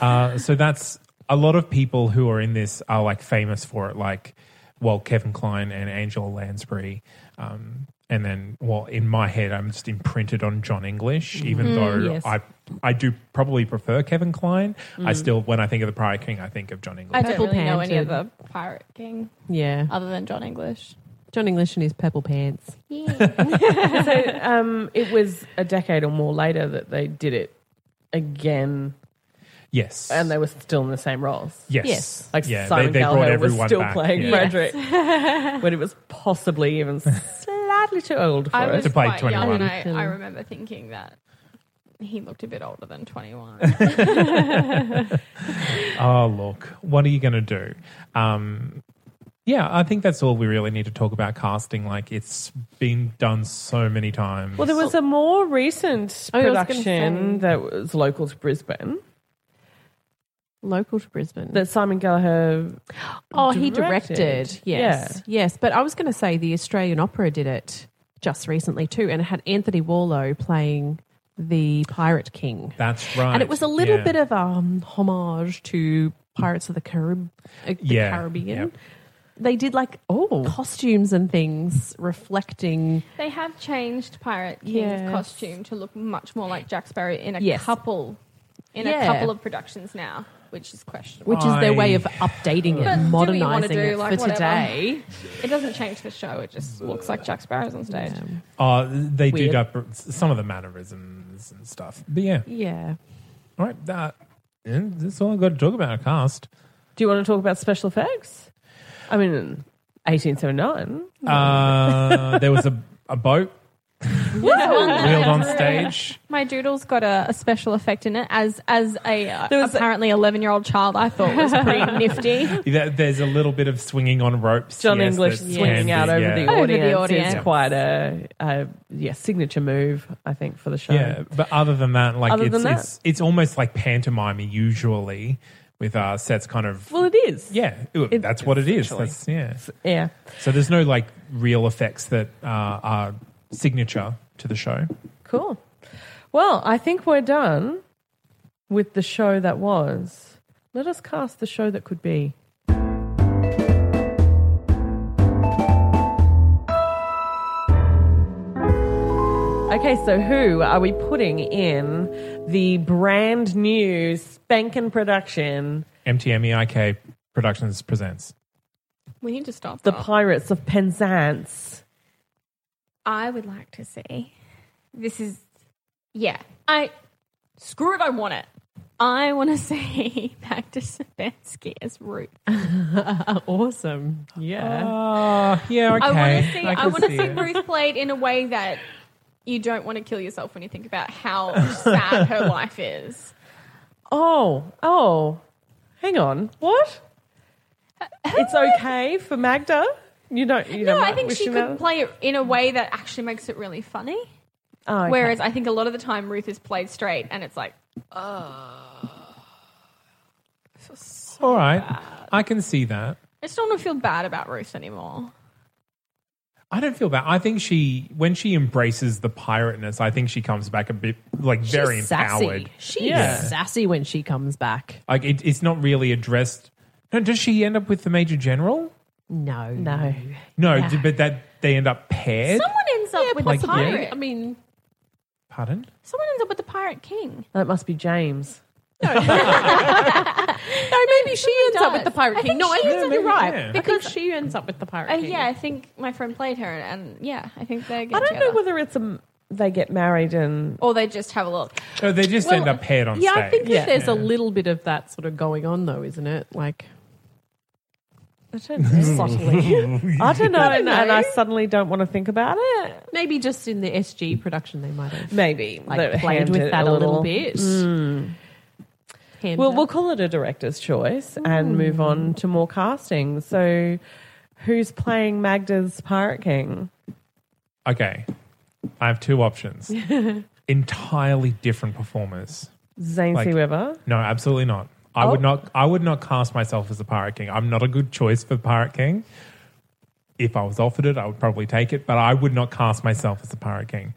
Speaker 2: Uh, so that's a lot of people who are in this are like famous for it, like, well, Kevin Klein and Angela Lansbury. Um, and then, well, in my head, I'm just imprinted on John English, even though
Speaker 3: yes.
Speaker 2: I I do probably prefer Kevin Klein. I still, when I think of the Prior King, I think of John English.
Speaker 4: I don't
Speaker 3: Purple
Speaker 4: really know any
Speaker 3: panted.
Speaker 4: other Pirate King
Speaker 3: yeah.
Speaker 4: other than John English.
Speaker 3: John English and his purple pants.
Speaker 1: Um, it was a decade or more later that they did it again,
Speaker 2: Yes.
Speaker 1: and they were still in the same roles.
Speaker 2: yes.
Speaker 3: yes.
Speaker 1: Like
Speaker 2: yeah,
Speaker 1: Simon
Speaker 2: they, they brought
Speaker 1: Gallagher was
Speaker 2: everyone
Speaker 1: still
Speaker 2: back.
Speaker 1: playing
Speaker 2: yeah.
Speaker 1: Frederick, but it was possibly even slightly too old for
Speaker 4: I
Speaker 1: us.
Speaker 4: was
Speaker 2: To play
Speaker 4: quite young
Speaker 2: 21.
Speaker 4: and I, I remember thinking that he looked a bit older than 21.
Speaker 1: <laughs>
Speaker 2: Oh, look, what are you going to do? Um, yeah, I think that's all we really need to talk about casting. Like, it's been done so many times.
Speaker 1: Well, there was a more recent
Speaker 3: I was gonna
Speaker 1: production
Speaker 3: say.
Speaker 1: that was local to Brisbane
Speaker 3: Local to Brisbane.
Speaker 1: that Simon Gallagher.
Speaker 3: oh, he
Speaker 1: directed.
Speaker 3: directed. Yes. Yes. But I was going to say the Australian Opera did it just recently too, and it had Anthony Warlow playing the Pirate King.
Speaker 2: that's right.
Speaker 3: And it was a little
Speaker 2: yeah.
Speaker 3: bit of um, homage to Pirates of the, Carib- uh, the
Speaker 2: Yeah,
Speaker 3: Caribbean.
Speaker 2: yep.
Speaker 3: They did like
Speaker 1: Oh,
Speaker 3: costumes and things reflecting.
Speaker 4: they have changed Pirate King's
Speaker 3: Yes.
Speaker 4: costume to look much more like Jack Sparrow in a
Speaker 3: Yes.
Speaker 4: couple in
Speaker 3: Yeah.
Speaker 4: a couple of productions now, which is questionable.
Speaker 3: Which is their
Speaker 2: I-
Speaker 3: way of updating it,
Speaker 4: But do what you wanna
Speaker 3: modernizing
Speaker 4: do,
Speaker 3: it
Speaker 4: like,
Speaker 3: for
Speaker 4: whatever.
Speaker 3: today.
Speaker 4: It doesn't change the show, it just looks like Jack Sparrow's on stage.
Speaker 2: Uh, they
Speaker 3: Weird.
Speaker 2: did up some of the mannerisms and stuff. But yeah,
Speaker 3: Yeah.
Speaker 2: all right. That, yeah, that's all I've got to talk about. Cast.
Speaker 1: do you want to talk about special effects? I mean, 1879.
Speaker 2: Uh, there was a,
Speaker 1: <laughs>
Speaker 2: a boat Oh, wheeled on stage.
Speaker 4: Oh. My doodle's got a, a special effect in it as as a uh,
Speaker 1: There was a-
Speaker 4: apparently 11 year old child. I thought
Speaker 1: <laughs>
Speaker 4: was pretty nifty.
Speaker 2: There- There's a little bit of swinging on ropes.
Speaker 1: John
Speaker 2: yes,
Speaker 1: English
Speaker 2: that
Speaker 1: swinging
Speaker 2: can
Speaker 1: out
Speaker 2: be,
Speaker 1: over,
Speaker 2: yeah.
Speaker 1: the
Speaker 4: Over the
Speaker 1: audience is
Speaker 4: audience.
Speaker 1: quite a, a yeah signature move, I think, for the show.
Speaker 2: Yeah, but other than that, like
Speaker 1: Other
Speaker 2: it's,
Speaker 1: than that-
Speaker 2: it's it's almost like pantomime usually with uh, sets kind of
Speaker 1: Well, it is.
Speaker 2: yeah, it-
Speaker 1: it-
Speaker 2: that's what it is.
Speaker 1: essentially.
Speaker 2: That's yeah.
Speaker 1: yeah.
Speaker 2: So there's no like real effects that uh, are signature to the show.
Speaker 1: Cool. Well, I think we're done with the show that was. Let us cast the show that could be. Okay, so who are we putting in the brand new spankin' production,
Speaker 2: MTMEIK E Productions presents.
Speaker 4: We need to stop
Speaker 1: The
Speaker 3: Oh.
Speaker 4: that.
Speaker 1: Pirates of Penzance?
Speaker 4: I would like to see. This is, yeah. I screw it. I want it. I want to <laughs> see Magda Sabensky as Ruth.
Speaker 3: Oh, Awesome. Yeah.
Speaker 2: Uh, yeah, okay.
Speaker 4: I want to see. I,
Speaker 2: can
Speaker 4: want to see,
Speaker 2: it.
Speaker 4: Ruth played in a way that you don't want to kill yourself when you think about how sad her life is.
Speaker 1: Oh, oh, hang on. What? It's okay for Magda. You don't. You
Speaker 4: No,
Speaker 1: don't
Speaker 4: I
Speaker 1: mind
Speaker 4: think she
Speaker 1: wishing
Speaker 4: could
Speaker 1: that-
Speaker 4: play it in a way that actually makes it really funny.
Speaker 1: Oh, okay.
Speaker 4: Whereas I think a lot of the time Ruth is played straight, and it's like, <sighs>
Speaker 2: All right, I can see that.
Speaker 4: I just don't want to feel bad about Ruth anymore.
Speaker 2: I don't feel bad. I think she, when she embraces the pirateness, I think she comes back a bit like very
Speaker 3: She's
Speaker 2: empowered.
Speaker 3: Sassy. She's
Speaker 1: Yeah.
Speaker 3: sassy when she comes back.
Speaker 2: Like it, it's not really addressed. No, does she end up with the major general?
Speaker 3: No.
Speaker 1: No.
Speaker 2: No, d- but that they end up paired.
Speaker 4: Someone ends up with
Speaker 2: like,
Speaker 4: the
Speaker 2: yeah.
Speaker 4: pirate.
Speaker 3: I mean,
Speaker 2: Pardon?
Speaker 4: Someone ends up with the Pirate King.
Speaker 1: That must be James.
Speaker 3: <laughs> no, maybe she ends up with the Pirate
Speaker 4: I
Speaker 3: King.
Speaker 4: think
Speaker 3: No, I
Speaker 4: she
Speaker 3: think
Speaker 4: ends
Speaker 2: up-
Speaker 3: you're
Speaker 2: Yeah,
Speaker 3: right.
Speaker 2: maybe, yeah.
Speaker 3: Because she ends up with the Pirate
Speaker 4: Uh,
Speaker 3: King.
Speaker 4: yeah, I think my friend played her, and yeah, I think they get
Speaker 1: I don't know
Speaker 4: together.
Speaker 1: whether it's a they get married and
Speaker 4: or they just have a look.
Speaker 2: No, they just
Speaker 3: Well,
Speaker 2: end up paired on
Speaker 3: yeah,
Speaker 2: stage.
Speaker 3: I think that
Speaker 1: Yeah.
Speaker 3: there's a little bit of that sort of going on, though, isn't it? Like, subtly.
Speaker 1: I don't know, and, and I suddenly don't want to think about it.
Speaker 3: Maybe just in the SG production, they might have
Speaker 1: Maybe
Speaker 3: like
Speaker 1: They've
Speaker 3: played
Speaker 1: handed
Speaker 3: with
Speaker 1: it Mm.
Speaker 3: that a little, bit. Hand
Speaker 1: Well,
Speaker 3: up.
Speaker 1: we'll call it a director's choice and move on to more casting. So, who's playing Magda's Pirate King?
Speaker 2: Okay, I have two
Speaker 3: <laughs>
Speaker 2: options. Entirely different performers.
Speaker 1: Zane
Speaker 2: Like-
Speaker 1: C. Weber.
Speaker 2: No, absolutely not. I would
Speaker 1: Oh.
Speaker 2: not. I would not cast myself as the Pirate King. I'm not a good choice for Pirate King. If I was offered it, I would probably take it, but I would not cast myself as the Pirate King.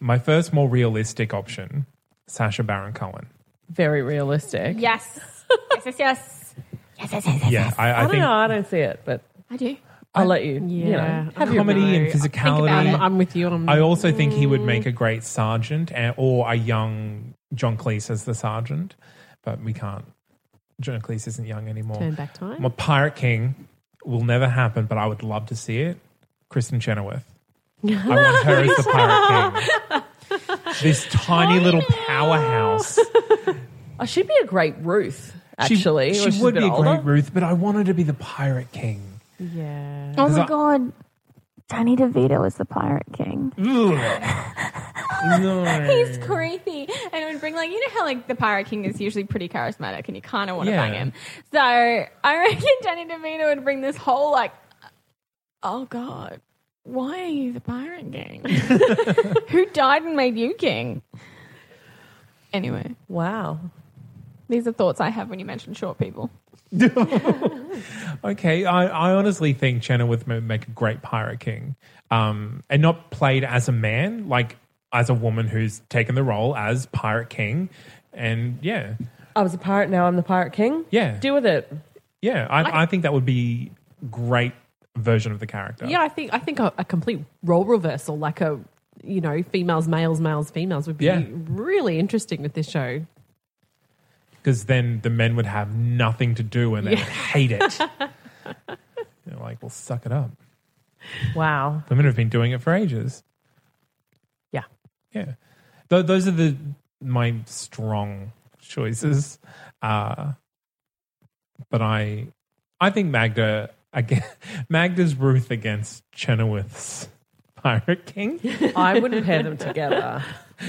Speaker 2: My first, more realistic option, Sasha Baron Cohen.
Speaker 1: Very realistic.
Speaker 4: Yes, yes, yes, yes. Yes, yes, yes, yes.
Speaker 2: Yeah, I, I,
Speaker 1: I, don't
Speaker 2: think
Speaker 1: know. I don't see it, but
Speaker 4: I do.
Speaker 1: I'll let you.
Speaker 3: yeah,
Speaker 1: You know,
Speaker 3: I don't
Speaker 2: comedy
Speaker 3: know.
Speaker 2: and
Speaker 3: I'm,
Speaker 2: physicality.
Speaker 3: I'm with you on.
Speaker 2: I also think he would make a great sergeant and, or a young John Cleese as the sergeant, but we can't. John Cleese isn't young anymore.
Speaker 3: turn back time.
Speaker 2: My Pirate King will never happen, but I would love to see it. Kristen Chenoweth. I want her as the
Speaker 1: <laughs>
Speaker 2: Pirate King. This tiny little powerhouse.
Speaker 1: Oh, she'd be a great Ruth, actually.
Speaker 2: she,
Speaker 1: when
Speaker 2: she
Speaker 1: she's
Speaker 2: would be
Speaker 1: bit
Speaker 2: a
Speaker 1: older.
Speaker 2: great Ruth, but I want her to be the Pirate King.
Speaker 1: <laughs> Yeah.
Speaker 6: Oh
Speaker 2: Is
Speaker 6: my
Speaker 2: that-
Speaker 6: god. Danny DeVito is the Pirate King.
Speaker 2: Ugh. no.
Speaker 4: He's creepy and it would bring like you know how like the Pirate King is usually pretty charismatic and you kind of want to
Speaker 2: Yeah.
Speaker 4: bang him. So I reckon Danny DeVito would bring this whole like, oh god, why are you the Pirate King? <laughs> Who died and made you king? Anyway,
Speaker 1: Wow.
Speaker 4: these are thoughts I have when you mention short people.
Speaker 2: Okay, I, I honestly think Chenoweth would make a great Pirate King, um, and not played as a man, like as a woman who's taken the role as Pirate King, and yeah,
Speaker 1: I was a pirate, now I'm the Pirate King.
Speaker 2: Yeah.
Speaker 1: Deal with it.
Speaker 2: yeah, I, I think that would be great version of the character.
Speaker 3: Yeah, I think I think a, a complete role reversal, like a you know females, males, males, females, would be
Speaker 2: Yeah.
Speaker 3: really interesting with this show.
Speaker 2: because then the men would have nothing to do and they would hate it. They're like, well, suck it up.
Speaker 1: Wow.
Speaker 2: Women have been doing it for ages.
Speaker 1: Yeah.
Speaker 2: Yeah. Tho- those are the my strong choices. Uh, but I I think Magda again <laughs> Magda's Ruth against Chenoweth's Pirate King.
Speaker 1: I wouldn't pair them together.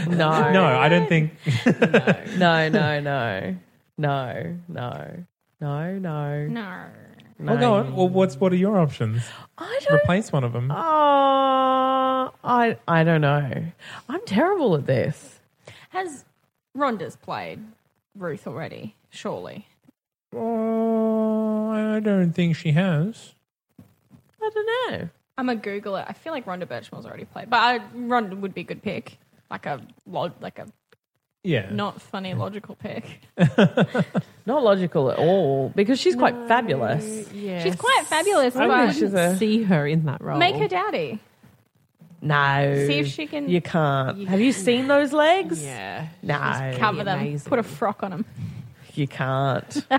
Speaker 1: No.
Speaker 2: No, I don't think
Speaker 1: No, no, no. No, no. No, no.
Speaker 4: No,
Speaker 2: Well oh, go on. Well what's what are your options?
Speaker 1: I don't
Speaker 2: Replace one of them.
Speaker 1: uh, I I don't know. I'm terrible at this.
Speaker 4: has Rhonda's played Ruth already? Surely.
Speaker 2: Oh, I don't think she has.
Speaker 1: I don't know.
Speaker 4: I'm gonna Google it. I feel like Rhonda Birchmall's already played, but I, Rhonda would be a good pick, like a log, like a
Speaker 2: Yeah.
Speaker 4: not funny logical pick.
Speaker 1: Not logical at all because she's quite fabulous.
Speaker 3: Yeah,
Speaker 4: She's quite fabulous,
Speaker 1: I
Speaker 4: but
Speaker 1: think she's a
Speaker 3: see her in that role.
Speaker 4: make her daddy.
Speaker 1: no.
Speaker 4: See if she can
Speaker 1: You can't. Have you seen those legs?
Speaker 3: yeah,
Speaker 1: No.
Speaker 4: cover them,
Speaker 3: amazing.
Speaker 4: put a frock on them.
Speaker 1: You can't.
Speaker 4: <laughs>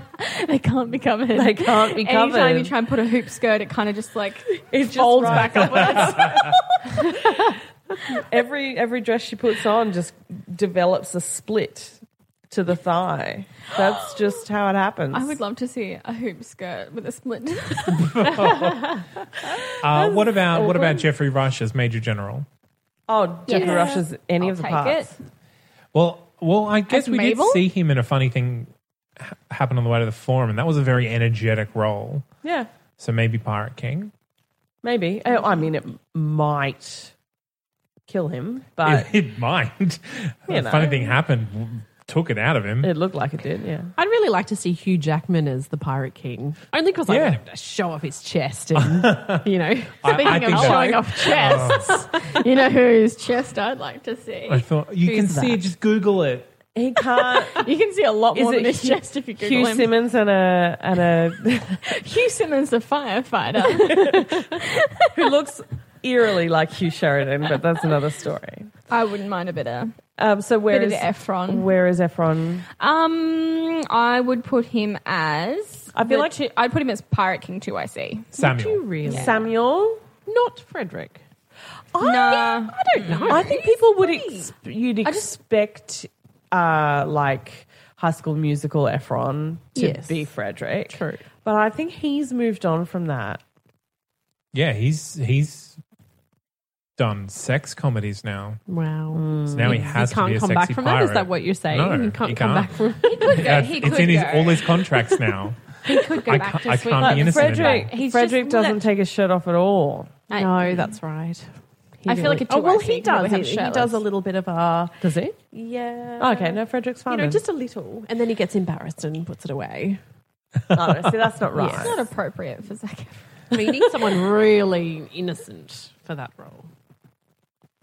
Speaker 4: They can't be covered.
Speaker 1: They can't be
Speaker 4: Anytime you
Speaker 1: covered.
Speaker 4: try and put a hoop skirt, <laughs> it kind of just like
Speaker 1: <laughs> It just
Speaker 4: folds
Speaker 1: right.
Speaker 4: back upwards. <laughs>
Speaker 1: Every every dress she puts on just develops a split to the thigh. That's just how it happens.
Speaker 4: I would love to see a hoop skirt with a split.
Speaker 2: Uh, what about what
Speaker 1: um,
Speaker 2: about Jeffrey Rush as Major General?
Speaker 1: Oh, Jeffrey
Speaker 4: Yeah.
Speaker 1: Rush is any
Speaker 4: I'll
Speaker 1: of the
Speaker 4: take
Speaker 1: parts.
Speaker 4: it.
Speaker 2: Well, well, I guess
Speaker 4: As
Speaker 2: we
Speaker 4: Mabel?
Speaker 2: did see him in a funny thing ha- happen on the way to the forum, and that was a very energetic role.
Speaker 1: Yeah,
Speaker 2: So maybe Pirate King.
Speaker 1: maybe. Oh, I mean, it might kill him,
Speaker 2: <laughs>
Speaker 1: but
Speaker 2: It, it might.
Speaker 1: You
Speaker 2: a
Speaker 1: know.
Speaker 2: funny thing happened, w- took it out of him.
Speaker 1: it looked like it did. Yeah.
Speaker 3: I'd really like to see Hugh Jackman as the Pirate King, only because I
Speaker 2: Yeah.
Speaker 3: want him to show off his chest and you know.
Speaker 2: I, I
Speaker 4: Speaking of
Speaker 2: that-
Speaker 4: showing off
Speaker 2: Oh.
Speaker 4: chests, <laughs> you know whose chest I'd like to see?
Speaker 2: I thought you can
Speaker 3: Who's
Speaker 2: see it.
Speaker 3: that?
Speaker 2: Just Google it.
Speaker 1: He can't.
Speaker 4: You can see a lot
Speaker 1: is
Speaker 4: more
Speaker 1: it
Speaker 4: than his
Speaker 1: Hugh,
Speaker 4: chest if you
Speaker 1: <laughs>
Speaker 4: Google
Speaker 1: Hugh
Speaker 4: him.
Speaker 1: Simmons and a and a <laughs>
Speaker 4: Hugh Simmons, the firefighter.
Speaker 1: who looks eerily like Hugh Sheridan, but that's another story.
Speaker 4: <laughs> I wouldn't mind a bit of
Speaker 1: Um, so where
Speaker 4: bit
Speaker 1: is
Speaker 4: of Efron.
Speaker 1: Where is Efron?
Speaker 4: Um, I would put him as.
Speaker 1: I feel
Speaker 4: the
Speaker 1: like-
Speaker 4: two, I'd put him as Pirate King Two IC.
Speaker 2: Samuel.
Speaker 3: really?
Speaker 1: Samuel.
Speaker 3: Not Frederick.
Speaker 4: No, nah,
Speaker 1: I don't know. I think people would ex- you'd
Speaker 4: I just-
Speaker 1: expect uh, like High School Musical Efron to
Speaker 3: Yes.
Speaker 1: be Frederick.
Speaker 3: True.
Speaker 1: but I think he's moved on from that.
Speaker 2: Yeah, he's he's done sex comedies now.
Speaker 3: Wow.
Speaker 4: Mm.
Speaker 2: So now he has
Speaker 3: Hmm. he can't
Speaker 2: to be a
Speaker 3: come
Speaker 2: sexy
Speaker 3: back from
Speaker 2: pirate.
Speaker 3: that. Is that what you're saying?
Speaker 2: No,
Speaker 3: he
Speaker 2: <laughs>
Speaker 3: can't
Speaker 2: he
Speaker 3: come
Speaker 2: can't.
Speaker 3: back from.
Speaker 2: Yeah,
Speaker 4: he
Speaker 2: it's
Speaker 4: could
Speaker 2: in his,
Speaker 4: go.
Speaker 2: all his contracts now.
Speaker 4: he could go
Speaker 2: I
Speaker 4: back
Speaker 2: can't-
Speaker 4: to
Speaker 2: I
Speaker 4: Sweet
Speaker 2: can't
Speaker 4: Home.
Speaker 2: be innocent in
Speaker 1: Frederick,
Speaker 4: that. He's
Speaker 1: Frederick
Speaker 4: just
Speaker 1: doesn't
Speaker 4: lit.
Speaker 1: take his shirt off at all.
Speaker 4: I-
Speaker 3: No, that's right. He
Speaker 4: I feel like a
Speaker 3: oh well,
Speaker 4: 2IC
Speaker 3: he
Speaker 4: can probably
Speaker 3: does.
Speaker 4: have
Speaker 3: He, he
Speaker 4: shirtless.
Speaker 3: does a little bit of a
Speaker 1: Does he?
Speaker 4: Oh,
Speaker 3: yeah.
Speaker 1: Okay, no, Frederick's
Speaker 3: You
Speaker 1: fine. <laughs>
Speaker 3: know,
Speaker 1: then.
Speaker 3: just a little, and then he gets embarrassed and puts it away.
Speaker 1: no, no, see, that's not right.
Speaker 4: It's
Speaker 1: <laughs>
Speaker 4: not appropriate for Zac. Efron.
Speaker 3: I mean, you need someone really innocent for that role.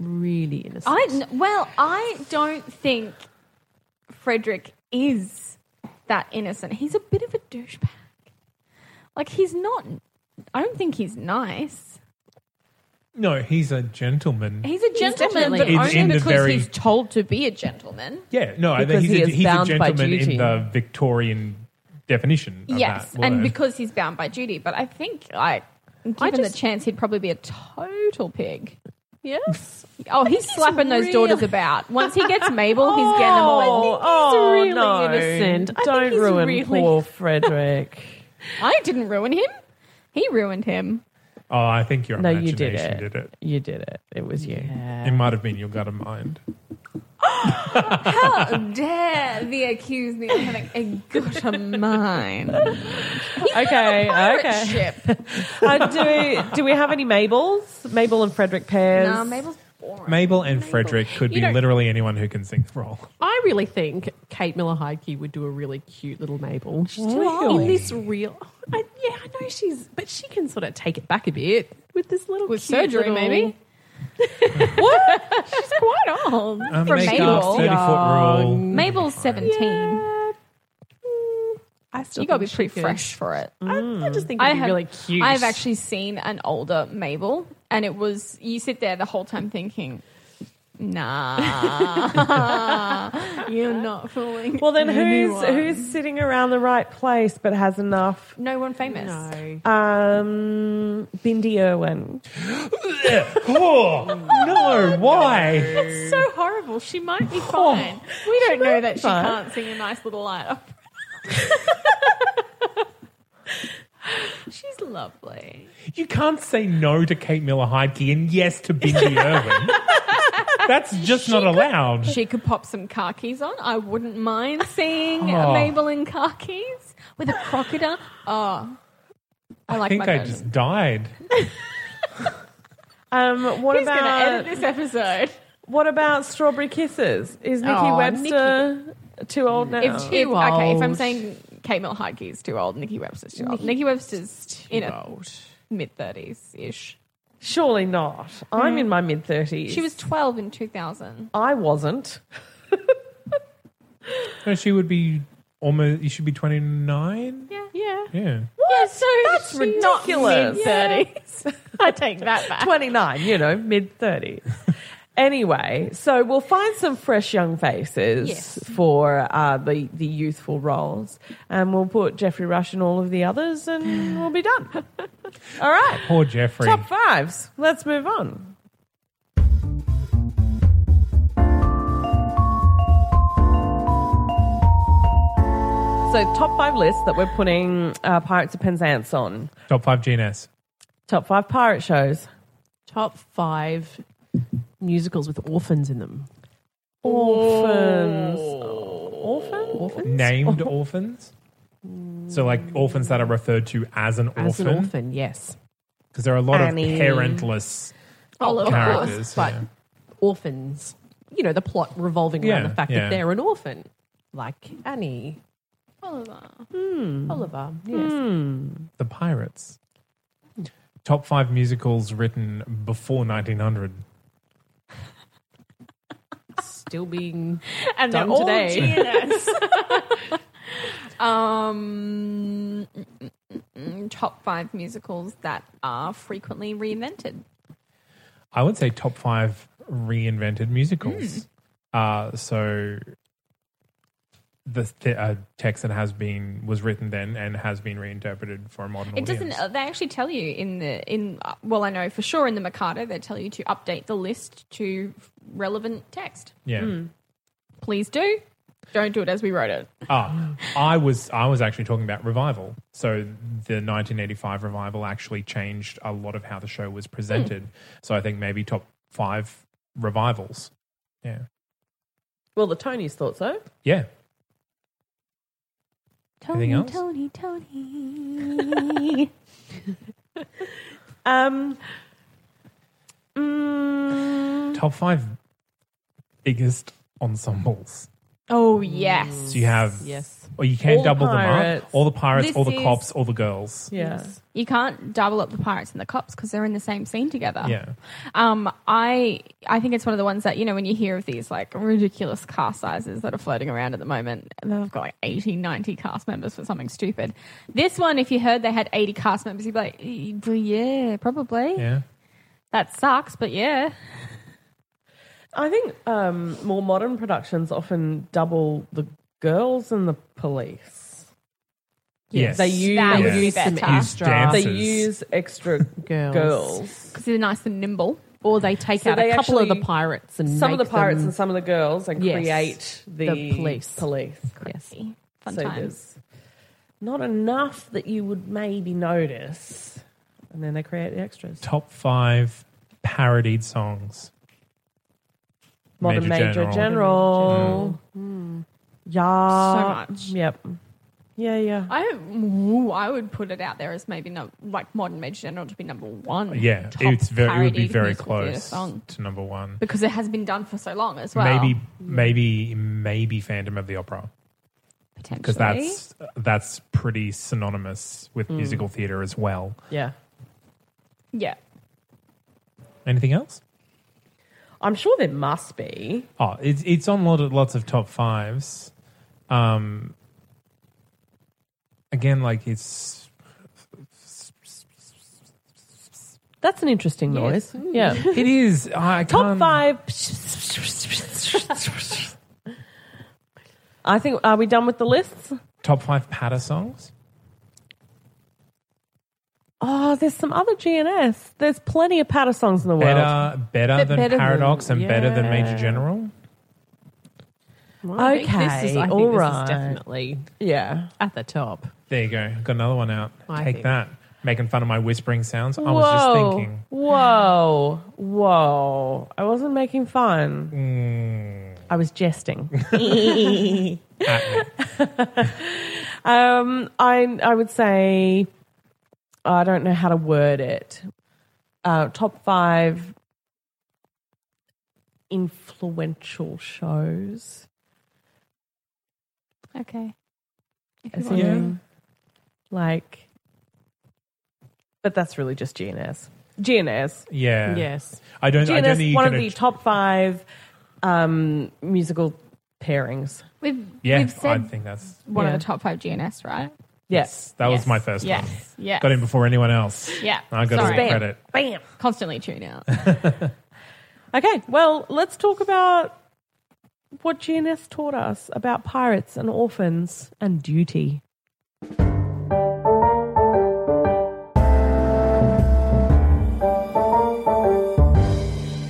Speaker 3: Really innocent.
Speaker 4: I n- well, I don't think Frederick is that innocent. He's a bit of a douchebag. Like he's not. I don't think he's nice.
Speaker 2: No, he's a gentleman.
Speaker 4: He's a gentleman,
Speaker 3: definitely
Speaker 4: but
Speaker 2: In-
Speaker 4: only
Speaker 2: in the
Speaker 4: because
Speaker 2: very-
Speaker 4: he's told to be a gentleman.
Speaker 2: Yeah, no, I think
Speaker 1: Because
Speaker 2: he's,
Speaker 1: he
Speaker 2: a,
Speaker 1: is
Speaker 2: he's a
Speaker 1: bound by
Speaker 2: gentleman in
Speaker 1: duty.
Speaker 2: the Victorian definition. Of
Speaker 4: yes,
Speaker 2: that
Speaker 4: and
Speaker 2: word.
Speaker 4: because he's bound by duty. But I think, like, given
Speaker 3: just-
Speaker 4: the chance, he'd probably be a total pig. Yes. Oh, he's slapping those daughters about. Once he gets Mabel, he's getting them all.
Speaker 1: <laughs> oh
Speaker 3: really
Speaker 1: no!
Speaker 3: innocent. I think
Speaker 1: Don't
Speaker 3: he's
Speaker 1: ruin
Speaker 3: really-
Speaker 1: poor Frederick.
Speaker 4: I didn't ruin him. He ruined him.
Speaker 2: oh, I think your
Speaker 1: no, you
Speaker 2: imagination
Speaker 1: did it.
Speaker 2: did it.
Speaker 1: You did it. It was you.
Speaker 2: It might have been your gut of mind.
Speaker 4: How dare the accused me of having <laughs> a good of mine?
Speaker 1: Okay, okay.
Speaker 4: Ship.
Speaker 1: Uh, do do we have any Mabels? Mabel and Frederick pairs.
Speaker 4: Nah, Mabel's boring.
Speaker 2: Mabel and Frederick could be
Speaker 3: don't-
Speaker 2: literally anyone who can sing the role.
Speaker 3: I really think Kate Miller Heidke would do a really cute little Mabel. She's too
Speaker 1: Really?
Speaker 3: In this real, I, yeah, I know she's, but she can sort of take it back a bit with this little
Speaker 4: With
Speaker 3: cute
Speaker 4: surgery,
Speaker 3: little- <laughs>
Speaker 4: maybe. She's quite old.
Speaker 2: Um,
Speaker 4: From
Speaker 2: make up
Speaker 4: Mabel.
Speaker 2: 30 foot rule.
Speaker 4: Mabel's 17.
Speaker 3: Mm. I still
Speaker 4: You gotta be
Speaker 3: think she
Speaker 4: pretty
Speaker 3: could.
Speaker 4: fresh for it.
Speaker 3: I, I just think
Speaker 4: I
Speaker 3: it'd be
Speaker 4: have-
Speaker 3: really cute.
Speaker 4: I've actually seen an older Mabel, and it was you sit there the whole time thinking, <laughs> "Nah, you're not fooling."
Speaker 1: Well, then
Speaker 4: anyone."
Speaker 1: who's who's sitting around the right place but has enough?
Speaker 4: no one famous?
Speaker 3: No.
Speaker 1: Um, Bindi Irwin.
Speaker 2: Oh, no, why?
Speaker 4: It's so horrible. She might be fine. we don't know that she
Speaker 1: fine.
Speaker 4: can't sing a nice little light up. <laughs> She's lovely.
Speaker 2: You can't say no to Kate Miller Heidke and yes to Bindi Irwin. That's just not allowed.
Speaker 4: She could pop some khakis on. I wouldn't mind seeing
Speaker 2: Oh.
Speaker 4: Mabel in khakis with a crocodile. Oh, I
Speaker 2: I
Speaker 4: like
Speaker 2: think
Speaker 4: my
Speaker 2: I
Speaker 4: version.
Speaker 2: just died.
Speaker 1: Um, what
Speaker 4: Who's going to
Speaker 1: about
Speaker 4: edit this episode?
Speaker 1: what about Strawberry Kisses? Is Nikki
Speaker 4: Oh,
Speaker 1: Webster too old now?
Speaker 4: If, if,
Speaker 3: Too
Speaker 4: okay, if I'm
Speaker 3: old.
Speaker 4: saying Kate Mel Heidke is too old, Nikki Webster's too old. Nikki Webster's in her mid 30s ish.
Speaker 1: Surely not. I'm in my mid thirties.
Speaker 4: Mm. She was 12 in 2000.
Speaker 1: I wasn't.
Speaker 2: No, she would be almost, you should be 29?
Speaker 4: Yeah. Yeah.
Speaker 2: Yeah.
Speaker 4: Yeah, so
Speaker 1: That's
Speaker 4: she's
Speaker 1: ridiculous.
Speaker 4: Mid 30s. <laughs> I take that back.
Speaker 1: 29, you know, mid 30s. anyway, so we'll find some fresh young faces
Speaker 4: Yes.
Speaker 1: for uh, the, the youthful roles and we'll put Jeffrey Rush and all of the others and we'll be
Speaker 4: <laughs>
Speaker 1: done. all right,
Speaker 2: Poor Jeffrey.
Speaker 1: top fives. Let's move on. So, top five list that we're putting uh, Pirates of Penzance on.
Speaker 2: Top five GNS.
Speaker 1: Top five pirate shows.
Speaker 3: top five musicals with orphans in them. Oh.
Speaker 1: Orphans. Orphans?
Speaker 3: Orphans?
Speaker 2: Named orphans. So, like orphans that are referred to as an
Speaker 3: As an
Speaker 2: orphan.
Speaker 3: orphan, yes.
Speaker 2: Because there are a lot
Speaker 1: Annie.
Speaker 2: of parentless
Speaker 4: Oh, of course.
Speaker 2: characters.
Speaker 3: but
Speaker 2: yeah.
Speaker 3: orphans, you know, the plot revolving
Speaker 2: Yeah,
Speaker 3: around the fact
Speaker 2: yeah.
Speaker 3: that they're an orphan, like Annie, Oliver. Yes.
Speaker 2: The Pirates. Top five musicals written before 1900.
Speaker 3: Still being
Speaker 4: And
Speaker 3: Done
Speaker 4: they're all
Speaker 3: today.
Speaker 4: GNS. um, mm, mm, mm, top five musicals that are frequently reinvented.
Speaker 2: I would say top five reinvented musicals. Uh, so the th- uh, text that has been was written then and has been reinterpreted for a modern
Speaker 4: It
Speaker 2: audience.
Speaker 4: doesn't. uh, They actually tell you in the in uh, well, I know for sure in the Mikado they tell you to update the list to relevant text.
Speaker 2: yeah.
Speaker 4: Please do. Don't do it as we wrote it.
Speaker 2: Ah, I was I was actually talking about revival. So the 1985 revival actually changed a lot of how the show
Speaker 1: Hmm.
Speaker 2: was presented. So I think maybe top five revivals. Yeah.
Speaker 1: Well, the Tonys thought so.
Speaker 2: Yeah.
Speaker 6: Tony,
Speaker 2: else?
Speaker 6: Tony, Tony.
Speaker 1: Um, mm,
Speaker 2: Top five biggest ensembles.
Speaker 4: Oh yes.
Speaker 2: So you have
Speaker 3: yes.
Speaker 2: Or you can
Speaker 1: All the
Speaker 2: double them up.
Speaker 1: pirates.
Speaker 2: All the pirates, all
Speaker 4: This
Speaker 2: the
Speaker 4: is-
Speaker 2: cops, all the girls.
Speaker 1: yeah.
Speaker 4: You can't double up the pirates and the cops because they're in the same scene together.
Speaker 2: Yeah.
Speaker 4: Um, I I think it's one of the ones that you know when you hear of these like ridiculous cast sizes that are floating around at the moment. and They've got like 80, 90 cast members for something stupid. This one, if you heard they had eighty cast members, you'd be like, "Eh, well, yeah, probably.
Speaker 2: Yeah.
Speaker 4: That sucks, but yeah.
Speaker 1: I think um, more modern productions often double the girls and the police.
Speaker 2: Yes.
Speaker 1: They use,
Speaker 4: That
Speaker 2: would
Speaker 1: they
Speaker 2: be
Speaker 1: use some
Speaker 4: better. Use
Speaker 1: extra. They
Speaker 2: dancers.
Speaker 1: use extra girls.
Speaker 4: because they're nice and nimble.
Speaker 3: Or they take
Speaker 1: So
Speaker 3: out
Speaker 1: they
Speaker 3: a couple of
Speaker 1: actually-
Speaker 3: the pirates and
Speaker 1: Some of the
Speaker 3: make
Speaker 1: pirates
Speaker 3: them-
Speaker 1: and some of the girls and
Speaker 3: Yes.
Speaker 1: create the,
Speaker 3: The police.
Speaker 1: Police.
Speaker 3: yes.
Speaker 4: Fun
Speaker 1: So
Speaker 4: times.
Speaker 1: there's not enough that you would maybe notice. And then they create the extras.
Speaker 2: Top five parodied songs.
Speaker 1: Modern Major, General. Mm. Yeah.
Speaker 4: So much.
Speaker 1: Yep. Yeah, yeah.
Speaker 4: I ooh, I would put it out there as maybe no like modern Major General to be number one.
Speaker 2: Yeah,
Speaker 4: top
Speaker 2: it's very, it would be
Speaker 4: parodied
Speaker 2: very
Speaker 4: musical theatre
Speaker 2: close
Speaker 4: song.
Speaker 2: to number one.
Speaker 4: because it has been done for so long as well.
Speaker 1: mm.
Speaker 2: Maybe, maybe, maybe Phantom of the Opera
Speaker 4: potentially
Speaker 2: because that's that's pretty synonymous with
Speaker 1: Mm.
Speaker 2: musical theater as well.
Speaker 1: Yeah.
Speaker 4: yeah.
Speaker 2: Anything else?
Speaker 1: I'm sure there must be.
Speaker 2: Oh, it's it's on lot of, lots of top fives. Um, again, like it's
Speaker 1: That's an interesting noise.
Speaker 3: <laughs>
Speaker 1: Yeah. <laughs>
Speaker 2: it is. I
Speaker 1: Top
Speaker 2: can't-
Speaker 1: five. I think, are we done with the lists?
Speaker 2: top five patter songs.
Speaker 1: Oh, there's some other GNS. There's plenty of patter songs in the world.
Speaker 2: Better, better
Speaker 1: Bit
Speaker 2: than
Speaker 1: better than-
Speaker 2: Paradox and better than Major
Speaker 1: yeah.
Speaker 2: General. uh,
Speaker 3: I think this is, I think this
Speaker 1: alright.
Speaker 3: is definitely
Speaker 1: Yeah.
Speaker 3: at the top.
Speaker 2: There you go. Got another one out.
Speaker 3: I
Speaker 2: Take
Speaker 3: think-
Speaker 2: that. Making fun of my whispering sounds. I was just thinking.
Speaker 1: Whoa. Whoa. I wasn't making fun.
Speaker 2: Mm,
Speaker 1: I was jesting.
Speaker 2: at me.
Speaker 1: Um, I I would say I don't know how to word it. Uh, top five influential shows.
Speaker 4: Okay. If
Speaker 1: as
Speaker 4: you want to.
Speaker 1: in, Like, but that's really just GNS. GNS.
Speaker 2: yeah.
Speaker 3: Yes.
Speaker 2: I don't. I don't think
Speaker 1: GNS.
Speaker 2: you
Speaker 1: One of
Speaker 2: can.
Speaker 1: the
Speaker 2: att-
Speaker 1: top five um, musical pairings.
Speaker 4: We've
Speaker 2: yeah,
Speaker 4: we've
Speaker 2: I
Speaker 4: said
Speaker 2: think that's.
Speaker 4: one
Speaker 1: yeah.
Speaker 4: of the top five GNS, right?
Speaker 1: Yes.
Speaker 2: That was
Speaker 4: Yes.
Speaker 2: my first
Speaker 4: yes.
Speaker 2: one.
Speaker 4: Yes.
Speaker 2: Got in before anyone else.
Speaker 4: Yeah.
Speaker 2: I got all the
Speaker 4: Sorry.
Speaker 2: credit.
Speaker 1: Bam.
Speaker 4: Constantly tune out.
Speaker 1: Okay, well, let's talk about what GNS taught us about pirates and orphans and duty.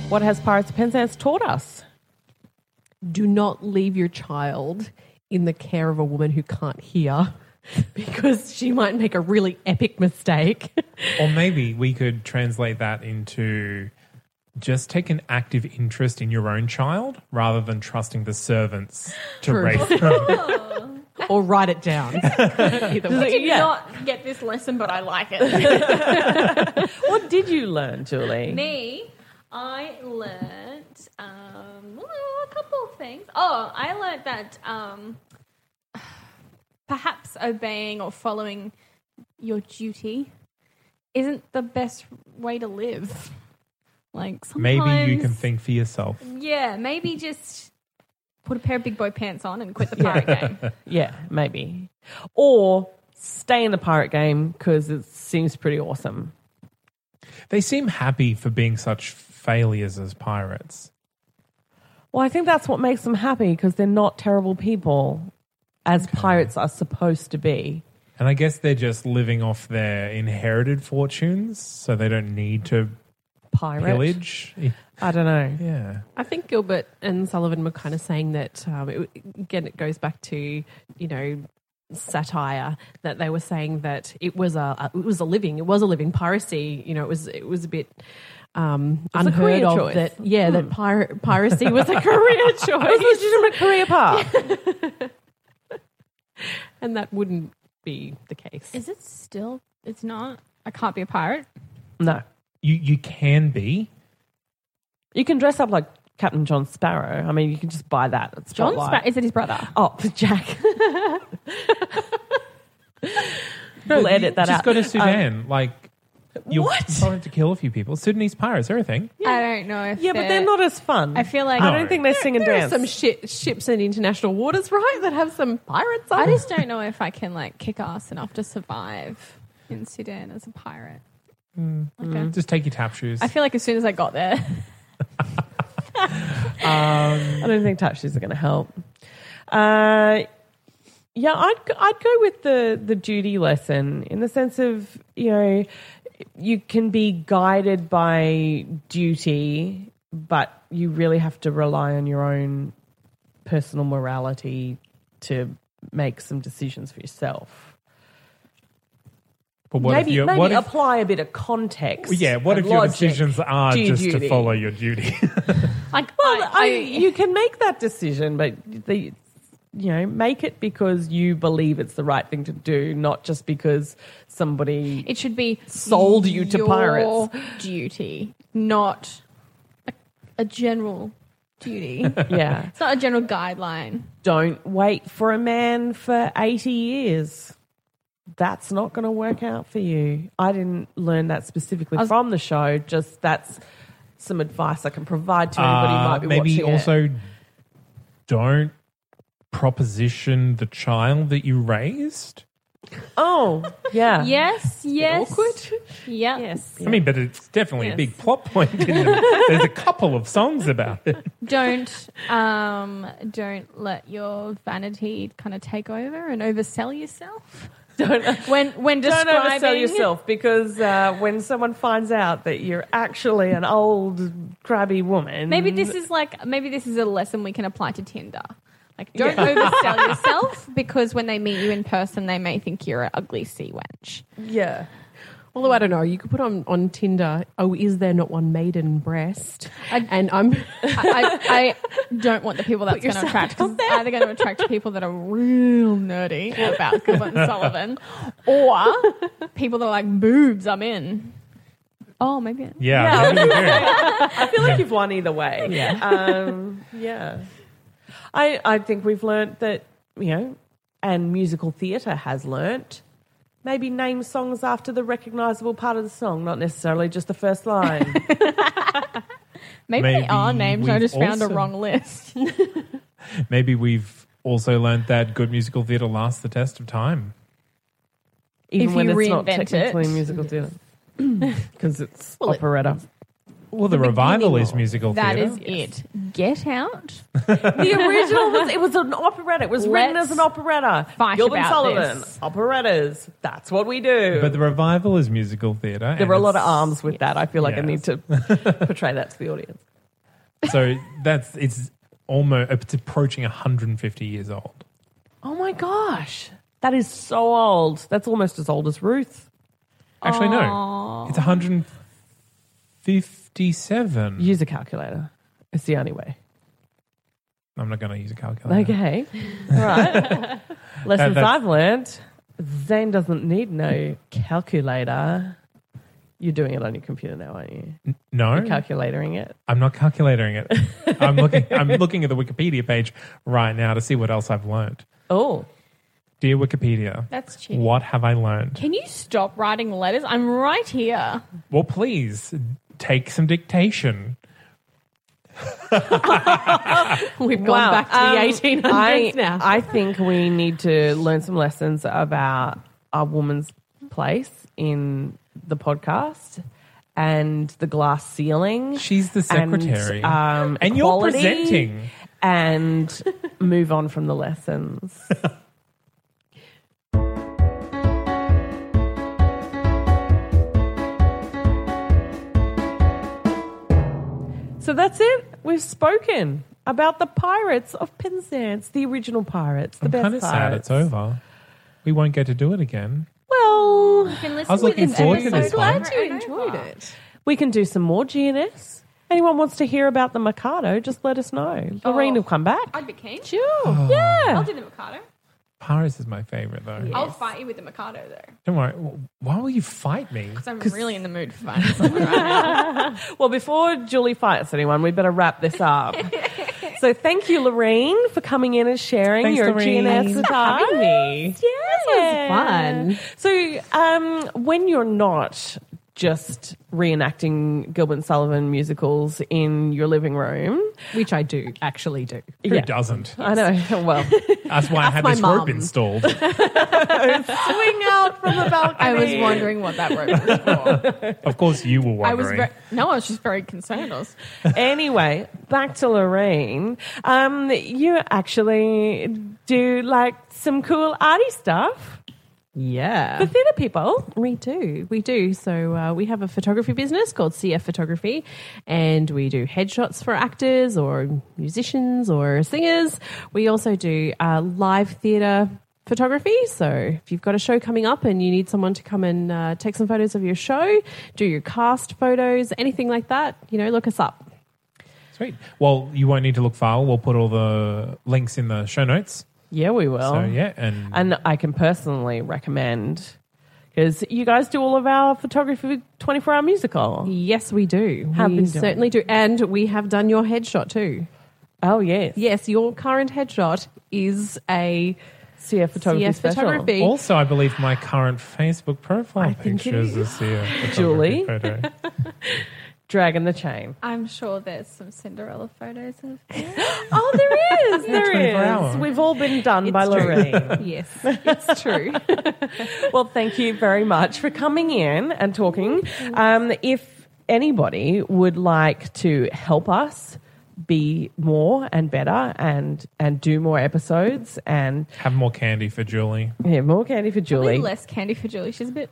Speaker 1: What has Pirates of Penzance taught us?
Speaker 3: Do not leave your child in the care of a woman who can't hear <laughs> because she might make a really epic mistake. <laughs>
Speaker 2: Or maybe we could translate that into just take an active interest in your own child rather than trusting the servants to
Speaker 3: True.
Speaker 2: raise them.
Speaker 3: <laughs> or write
Speaker 1: <laughs>
Speaker 3: it down. Either way.
Speaker 4: Did not get this lesson, but I like it.
Speaker 1: What did you learn,
Speaker 3: <laughs>
Speaker 1: Julie?
Speaker 4: Me, I learned um, well, a couple of things. Oh, I learned that um, <sighs> perhaps obeying or following your duty isn't the best way to live. Like sometimes,
Speaker 2: maybe you can think for yourself.
Speaker 4: Yeah, maybe just put a pair of big boy pants on and quit the pirate game.
Speaker 1: Yeah, maybe. Or stay in the pirate game because it seems pretty awesome.
Speaker 2: They seem happy for being such failures as pirates.
Speaker 1: Well, I think that's what makes them happy because they're not terrible people as pirates are supposed to be.
Speaker 2: And I guess they're just living off their inherited fortunes, so they don't need to
Speaker 1: Pirate.
Speaker 2: pillage.
Speaker 1: I don't know.
Speaker 2: Yeah.
Speaker 3: I think Gilbert and Sullivan were kind of saying that um, it, again. It goes back to you know satire that they were saying that it was a, a- it was a living it was a living piracy. You know, it was it was a bit. Um,
Speaker 1: a
Speaker 3: unheard
Speaker 1: career
Speaker 3: of
Speaker 1: choice.
Speaker 3: that, yeah. That pir- piracy was <laughs> a career choice,
Speaker 1: legitimate career
Speaker 2: <laughs>
Speaker 1: path.
Speaker 3: and that wouldn't be the case.
Speaker 4: Is it still? It's not. I can't be a pirate.
Speaker 1: No.
Speaker 2: You you can be.
Speaker 1: You can dress up like Captain John Sparrow. I mean, you can just buy that. It's
Speaker 4: John Sparrow is it his brother?
Speaker 1: Oh,
Speaker 2: <laughs>
Speaker 1: Jack. we'll edit that
Speaker 2: just
Speaker 1: out. Um,
Speaker 2: go to Sudan. like you're
Speaker 1: What?
Speaker 2: tolerant to kill a few people. Sudanese pirates, everything.
Speaker 4: I don't know. If
Speaker 1: yeah, but they're not as fun.
Speaker 4: I feel like
Speaker 2: No.
Speaker 1: I don't think they sing and
Speaker 3: there
Speaker 1: dance.
Speaker 3: are some shi ships in international waters, right, that have some pirates on.
Speaker 4: I
Speaker 1: Oh.
Speaker 3: them.
Speaker 4: just don't know if I can like kick ass enough to survive in Sudan as a pirate. Like, I-
Speaker 2: Just take your tap shoes.
Speaker 4: I feel like as soon as I got
Speaker 1: <laughs>
Speaker 4: there,
Speaker 2: Um,
Speaker 1: I don't think tap shoes are going to help. Uh, Yeah, I'd go- I'd go with the the duty lesson in the sense of you know you can be guided by duty, but you really have to rely on your own personal morality to make some decisions for yourself.
Speaker 2: But what
Speaker 1: maybe
Speaker 2: if you
Speaker 1: maybe
Speaker 2: what if,
Speaker 1: apply a bit of context.
Speaker 2: yeah, what
Speaker 1: and
Speaker 2: if your
Speaker 1: logic
Speaker 2: decisions are
Speaker 1: to your
Speaker 2: just to
Speaker 1: duty.
Speaker 2: follow your duty?
Speaker 4: Like,
Speaker 1: Well,
Speaker 4: I,
Speaker 1: I, you can make that decision, but the, you know, make it because you believe it's the right thing to do, not just because
Speaker 4: <laughs>
Speaker 1: somebody.
Speaker 4: it should be
Speaker 1: Sold you to
Speaker 4: your
Speaker 1: pirates.
Speaker 4: Duty, not a, a general
Speaker 1: <laughs>
Speaker 4: duty. it's
Speaker 1: yeah,
Speaker 4: not a general
Speaker 1: Uh,
Speaker 4: guideline.
Speaker 1: don't wait for a man for eighty years. That's not going to work out for you. I didn't learn that specifically from the show. Just that's some advice I can provide to <laughs> anybody who might
Speaker 2: Uh,
Speaker 1: be
Speaker 2: maybe
Speaker 1: watching it.
Speaker 2: also don't proposition the child that you raised.
Speaker 1: Oh, yeah,
Speaker 4: <laughs> Yes, yes.
Speaker 1: awkward.
Speaker 4: Yep.
Speaker 1: Yes.
Speaker 2: I mean, but it's definitely a
Speaker 4: Yes.
Speaker 2: big plot point. In the, there's a couple of songs about it.
Speaker 1: <laughs>
Speaker 4: Don't um don't let your vanity kind of take over and oversell yourself.
Speaker 1: <laughs> Don't
Speaker 4: When
Speaker 1: <laughs>
Speaker 4: when
Speaker 1: Don't
Speaker 4: describing
Speaker 1: oversell yourself because uh, when someone finds out that you're actually an old crabby woman,
Speaker 4: Maybe this is like maybe this is a lesson we can apply to Tinder. Like don't <laughs> oversell yourself because when they meet you in person they may think you're an ugly sea wench.
Speaker 1: yeah.
Speaker 3: Although I don't know, you could put on on Tinder. Oh, is there not one maiden breast?
Speaker 4: I-
Speaker 3: and I'm. <laughs>
Speaker 4: I, I, I don't want the people that's going to attract. 'cause It's either going to attract people that are real nerdy about Gilbert and Sullivan, or people that are like boobs. I'm in. Oh, maybe.
Speaker 2: Yeah. that'd be good.
Speaker 1: I feel like you've won either way. <laughs> Yeah, um, yeah. I I think we've learnt that you know, and musical theatre has learnt. Maybe name songs after the recognisable part of the song, not necessarily just the first line.
Speaker 4: Maybe, they
Speaker 2: Maybe
Speaker 4: are names. I
Speaker 2: we've
Speaker 4: just found a
Speaker 2: also-
Speaker 4: wrong <laughs> list.
Speaker 2: Maybe we've also learned that good musical theatre lasts the test of time.
Speaker 1: Even
Speaker 4: If
Speaker 1: when
Speaker 4: you
Speaker 1: it's not
Speaker 4: reinvent it.
Speaker 1: technically musical theatre, <clears throat> because it's
Speaker 4: Well, it-
Speaker 1: operetta.
Speaker 2: Well, the revival is
Speaker 1: of-
Speaker 2: musical
Speaker 4: That
Speaker 2: theatre.
Speaker 4: is it. Get out.
Speaker 1: The original was it was an operetta. It was written
Speaker 4: Let's
Speaker 1: as an operetta.
Speaker 4: fight
Speaker 1: Gilbert
Speaker 4: about
Speaker 1: Sullivan,
Speaker 4: this.
Speaker 1: operettas. That's what we do.
Speaker 2: But the revival is musical theatre.
Speaker 1: there were a lot of arms with that. I feel like
Speaker 2: Yes. <laughs>
Speaker 1: I need to portray that to the audience.
Speaker 2: So that's it's almost it's approaching 150 years old.
Speaker 1: Oh my gosh, that is so old. That's almost as old as Ruth.
Speaker 2: Actually, no, it's 157.
Speaker 1: Use a calculator. It's the only way.
Speaker 2: I'm not going to use a calculator. <laughs>
Speaker 1: Okay, all right. Lessons
Speaker 2: that's-
Speaker 1: I've learned: Zane doesn't need no calculator. You're doing it on your computer now, aren't you?
Speaker 2: No,
Speaker 1: Calculating it.
Speaker 2: I'm not calculating it. I'm looking.
Speaker 1: <laughs>
Speaker 2: I'm looking at the Wikipedia page right now to see what else I've learned.
Speaker 1: Oh,
Speaker 2: Dear Wikipedia,
Speaker 4: That's cheating.
Speaker 2: what have I learned?
Speaker 4: Can you stop writing letters? I'm right here.
Speaker 2: Well, please take some dictation.
Speaker 3: We've gone back to
Speaker 1: um,
Speaker 3: the 1800s
Speaker 1: I,
Speaker 3: now.
Speaker 1: I think we need to learn some lessons about our woman's place in the podcast and the glass ceiling.
Speaker 2: She's the secretary.
Speaker 1: And, um,
Speaker 2: And you're
Speaker 1: equality
Speaker 2: presenting.
Speaker 1: And move on from the lessons. So that's it. We've spoken about the pirates of Penzance, the original pirates, the
Speaker 2: I'm
Speaker 1: best
Speaker 2: kind of sad
Speaker 1: pirates.
Speaker 2: it's over. We won't get to do it again.
Speaker 1: Well,
Speaker 2: I was looking forward to this one.
Speaker 4: you enjoyed it.
Speaker 1: we can do some more GNS. Anyone wants to hear about the Mikado, just let us know. Lorraine will come back.
Speaker 4: I'd be keen.
Speaker 1: Sure. Yeah.
Speaker 4: I'll do the Mikado.
Speaker 2: Paris is my favorite though.
Speaker 4: I'll fight you with the Mikado though.
Speaker 2: Don't worry. W- Why will you fight me?
Speaker 4: So I'm really in the mood <laughs> for fun.
Speaker 1: Well, before Julie fights anyone, we better wrap this up. so thank you, Lorraine, for coming in and sharing
Speaker 2: Thanks,
Speaker 1: your
Speaker 2: Lorraine.
Speaker 1: GNS with
Speaker 2: Thanks for
Speaker 1: us.
Speaker 2: having
Speaker 1: me. Yeah.
Speaker 3: This was fun.
Speaker 1: So um, when you're not just reenacting Gilbert and Sullivan musicals in your living room.
Speaker 3: which I do actually do.
Speaker 2: Who doesn't?
Speaker 1: I know. <laughs> Well,
Speaker 2: That's why I had
Speaker 3: my
Speaker 2: this
Speaker 3: mum.
Speaker 2: rope
Speaker 1: <laughs>
Speaker 2: installed.
Speaker 4: Swing out from the balcony. I was wondering what that rope <laughs> was for.
Speaker 2: of course, you were wondering.
Speaker 4: I was very, no, I was just very concerned. I was,
Speaker 1: anyway, back to Lorraine. Um, you actually do like some cool arty stuff.
Speaker 3: Yeah.
Speaker 1: The theatre people.
Speaker 3: We do. We do. So uh, we have a photography business called CF Photography, and we do headshots for actors or musicians or singers. We also do uh, live theatre photography. So if you've got a show coming up and you need someone to come and uh, take some photos of your show, do your cast photos, anything like that, you know, look us up.
Speaker 2: Sweet. Well, you won't need to look far. We'll put all the links in the show notes.
Speaker 1: Yeah, we will.
Speaker 2: So, yeah. And
Speaker 1: And Oh. I can personally recommend because you guys do all of our photography 24 hour musical.
Speaker 3: Yes, we do.
Speaker 1: Have
Speaker 3: we
Speaker 1: been doing.
Speaker 3: certainly do, and we have done your headshot too.
Speaker 1: Oh, yes.
Speaker 3: Yes, your current headshot is a
Speaker 1: CF photography.
Speaker 3: CF
Speaker 1: special.
Speaker 3: photography.
Speaker 2: also, I believe my current Facebook profile
Speaker 3: think
Speaker 2: picture
Speaker 3: it
Speaker 2: is a
Speaker 1: <laughs>
Speaker 2: Sia
Speaker 1: Julie?
Speaker 2: photography photo.
Speaker 1: Dragon the Chain.
Speaker 4: I'm sure there's some Cinderella photos <laughs> of
Speaker 1: Oh, there is. there
Speaker 2: 24
Speaker 1: is.
Speaker 2: hour.
Speaker 1: We've all been done by
Speaker 4: <laughs>
Speaker 1: Lorraine.
Speaker 3: yes.
Speaker 1: <laughs>
Speaker 3: It's true.
Speaker 1: well, thank you very much for coming in and talking. Um, if anybody would like to help us be more and better and and do more episodes and
Speaker 2: Have more candy
Speaker 1: <laughs>
Speaker 2: for Julie.
Speaker 1: yeah, more candy for Julie.
Speaker 4: less candy for Julie. She's a bit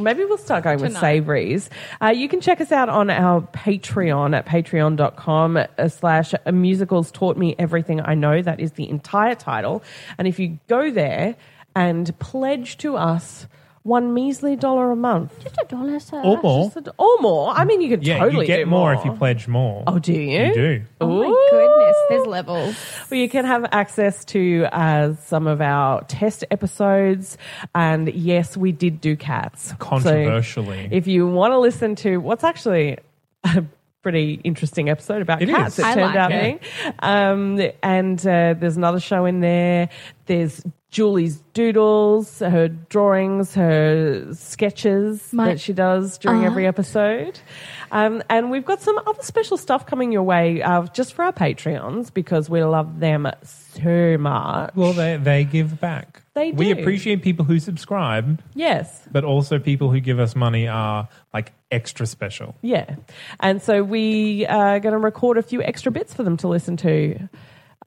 Speaker 1: Maybe we'll start going with
Speaker 4: Tonight.
Speaker 1: savories. Uh, you can check us out on our Patreon at patreon.com uh, slash musicals taught me everything I know. That is the entire title. And if you go there and pledge to us one measly dollar a month
Speaker 6: Just a dollar, sir.
Speaker 2: Or more.
Speaker 1: just a d- or more, I mean, you could
Speaker 2: Yeah,
Speaker 1: totally
Speaker 2: you get
Speaker 1: do
Speaker 2: more, if you pledge more.
Speaker 1: Oh, do you?
Speaker 2: You do.
Speaker 4: Oh my goodness, there's levels.
Speaker 1: Well, you can have access to uh, some of our test episodes. And yes, we did do cats. So
Speaker 2: Controversially.
Speaker 1: if you want to listen to what's actually a pretty interesting episode about
Speaker 2: It
Speaker 1: cats,
Speaker 2: is.
Speaker 1: it
Speaker 4: I
Speaker 1: turned
Speaker 4: like
Speaker 1: out
Speaker 4: it.
Speaker 1: being. Um, and uh, there's another show in there. There's Julie's doodles, her drawings, her sketches
Speaker 4: My-
Speaker 1: that she does during every episode. Um, and we've got some other special stuff coming your way uh, just for our Patreons because we love them so much.
Speaker 2: Well, they, they give back.
Speaker 1: They
Speaker 2: We
Speaker 1: do.
Speaker 2: appreciate people who subscribe,
Speaker 1: yes.
Speaker 2: but also people who give us money are like extra special.
Speaker 1: Yeah. And so we are going to record a few extra bits for them to listen to.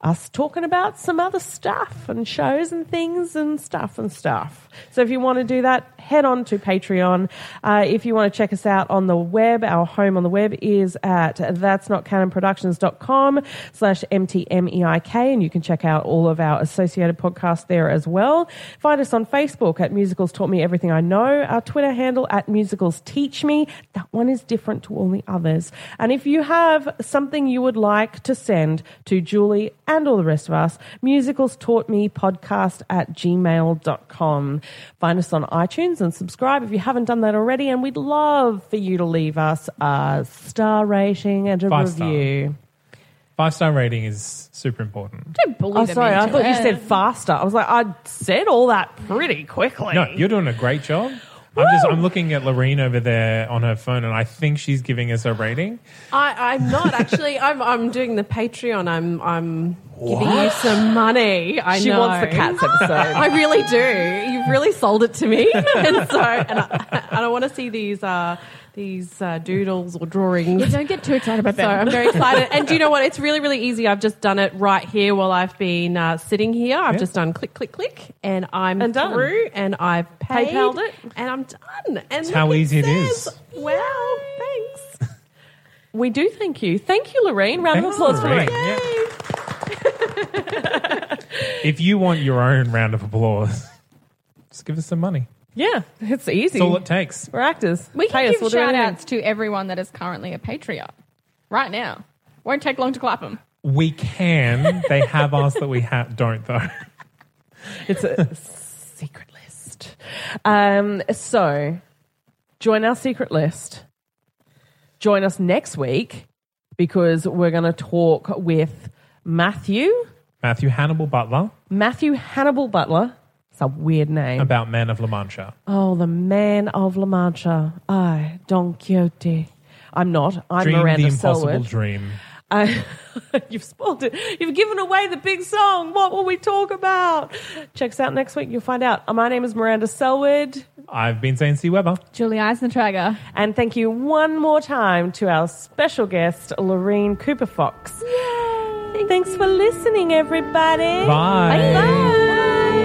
Speaker 1: Us talking about some other stuff and shows and things and stuff and stuff. So if you want to do that, head on to Patreon. Uh, if you want to check us out on the web, our home on the web is at that's not canon productions.com slash MTMEIK E and you can check out all of our associated podcasts there as well. Find us on Facebook at Musicals Taught Me Everything I Know, our Twitter handle at Musicals Teach Me. That one is different to all the others. And if you have something you would like to send to Julie and all the rest of us, Musicals Taught Me podcast at gmail.com. Find us on iTunes and subscribe if you haven't done that already. And we'd love for you to leave us a star rating and a
Speaker 2: Five star.
Speaker 1: review.
Speaker 2: Five star rating is super important.
Speaker 4: Bully
Speaker 1: Oh,
Speaker 4: them
Speaker 1: sorry. I
Speaker 4: into
Speaker 1: thought you
Speaker 4: it.
Speaker 1: said faster. I was like, I said all that pretty quickly.
Speaker 2: No, you're doing a great job. I'm just I'm looking at Lorene over there on her phone, and I think she's giving us a rating.
Speaker 3: I, I'm not actually. I'm, I'm doing the Patreon. I'm I'm giving you some money. I
Speaker 1: she
Speaker 3: know.
Speaker 1: wants the cats episode.
Speaker 3: I really do. You've really sold it to me, <laughs> and so and I, and I want to see these uh, these uh, doodles or drawings.
Speaker 4: Yeah, don't get too excited about
Speaker 3: So
Speaker 4: that.
Speaker 3: I'm very excited. And do you know what? It's really, really easy. I've just done it right here while I've been uh, sitting here. I've just done click, click, click, and I'm
Speaker 1: And done.
Speaker 3: through, and I've paid,
Speaker 1: PayPal'd it.
Speaker 3: and I'm done. And
Speaker 2: It's how
Speaker 3: look,
Speaker 2: easy it
Speaker 3: says,
Speaker 2: is.
Speaker 3: Wow, thanks.
Speaker 1: <laughs> we do thank you. Thank you, Lorraine. Round of
Speaker 2: Thanks,
Speaker 1: applause for
Speaker 2: Lorraine.
Speaker 1: Lorraine.
Speaker 2: Yeah. If you want your own round of applause, just give us some money.
Speaker 1: Yeah, it's easy.
Speaker 2: That's all it takes.
Speaker 1: We're actors.
Speaker 4: we
Speaker 1: Pay
Speaker 4: can
Speaker 1: us,
Speaker 4: give
Speaker 1: we'll do
Speaker 4: shout
Speaker 1: anything.
Speaker 4: outs to everyone that is currently a Patreon right now. Won't take long to clap them.
Speaker 2: We can. They have us that we ha- don't though.
Speaker 1: It's a secret list. Um, so join our secret list. Join us next week because we're going to talk with Matthew.
Speaker 2: Matthew Hannibal Butler.
Speaker 1: Matthew Hannibal Butler, It's a weird name.
Speaker 2: about Man of La Mancha.
Speaker 1: Oh, the man of La Mancha. I, Don Quixote. I'm not. I'm
Speaker 2: Dream
Speaker 1: Miranda
Speaker 2: the impossible
Speaker 1: Selwood.
Speaker 2: dream.
Speaker 1: I, <laughs> you've spoiled it. You've given away the big song. What will we talk about? Check us out next week. You'll find out. Uh, My name is Miranda Selwood.
Speaker 2: I've been saying C Weber.
Speaker 4: Julie Eisentrager.
Speaker 1: And thank you one more time to our special guest, Lorene Cooper Fox. Thanks for listening, everybody.
Speaker 2: Bye.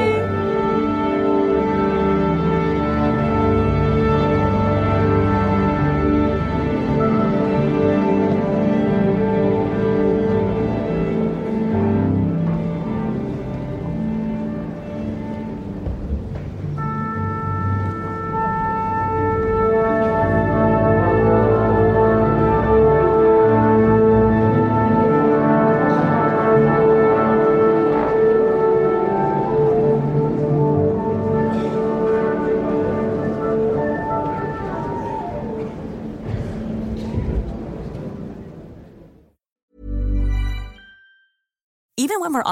Speaker 7: Even when we're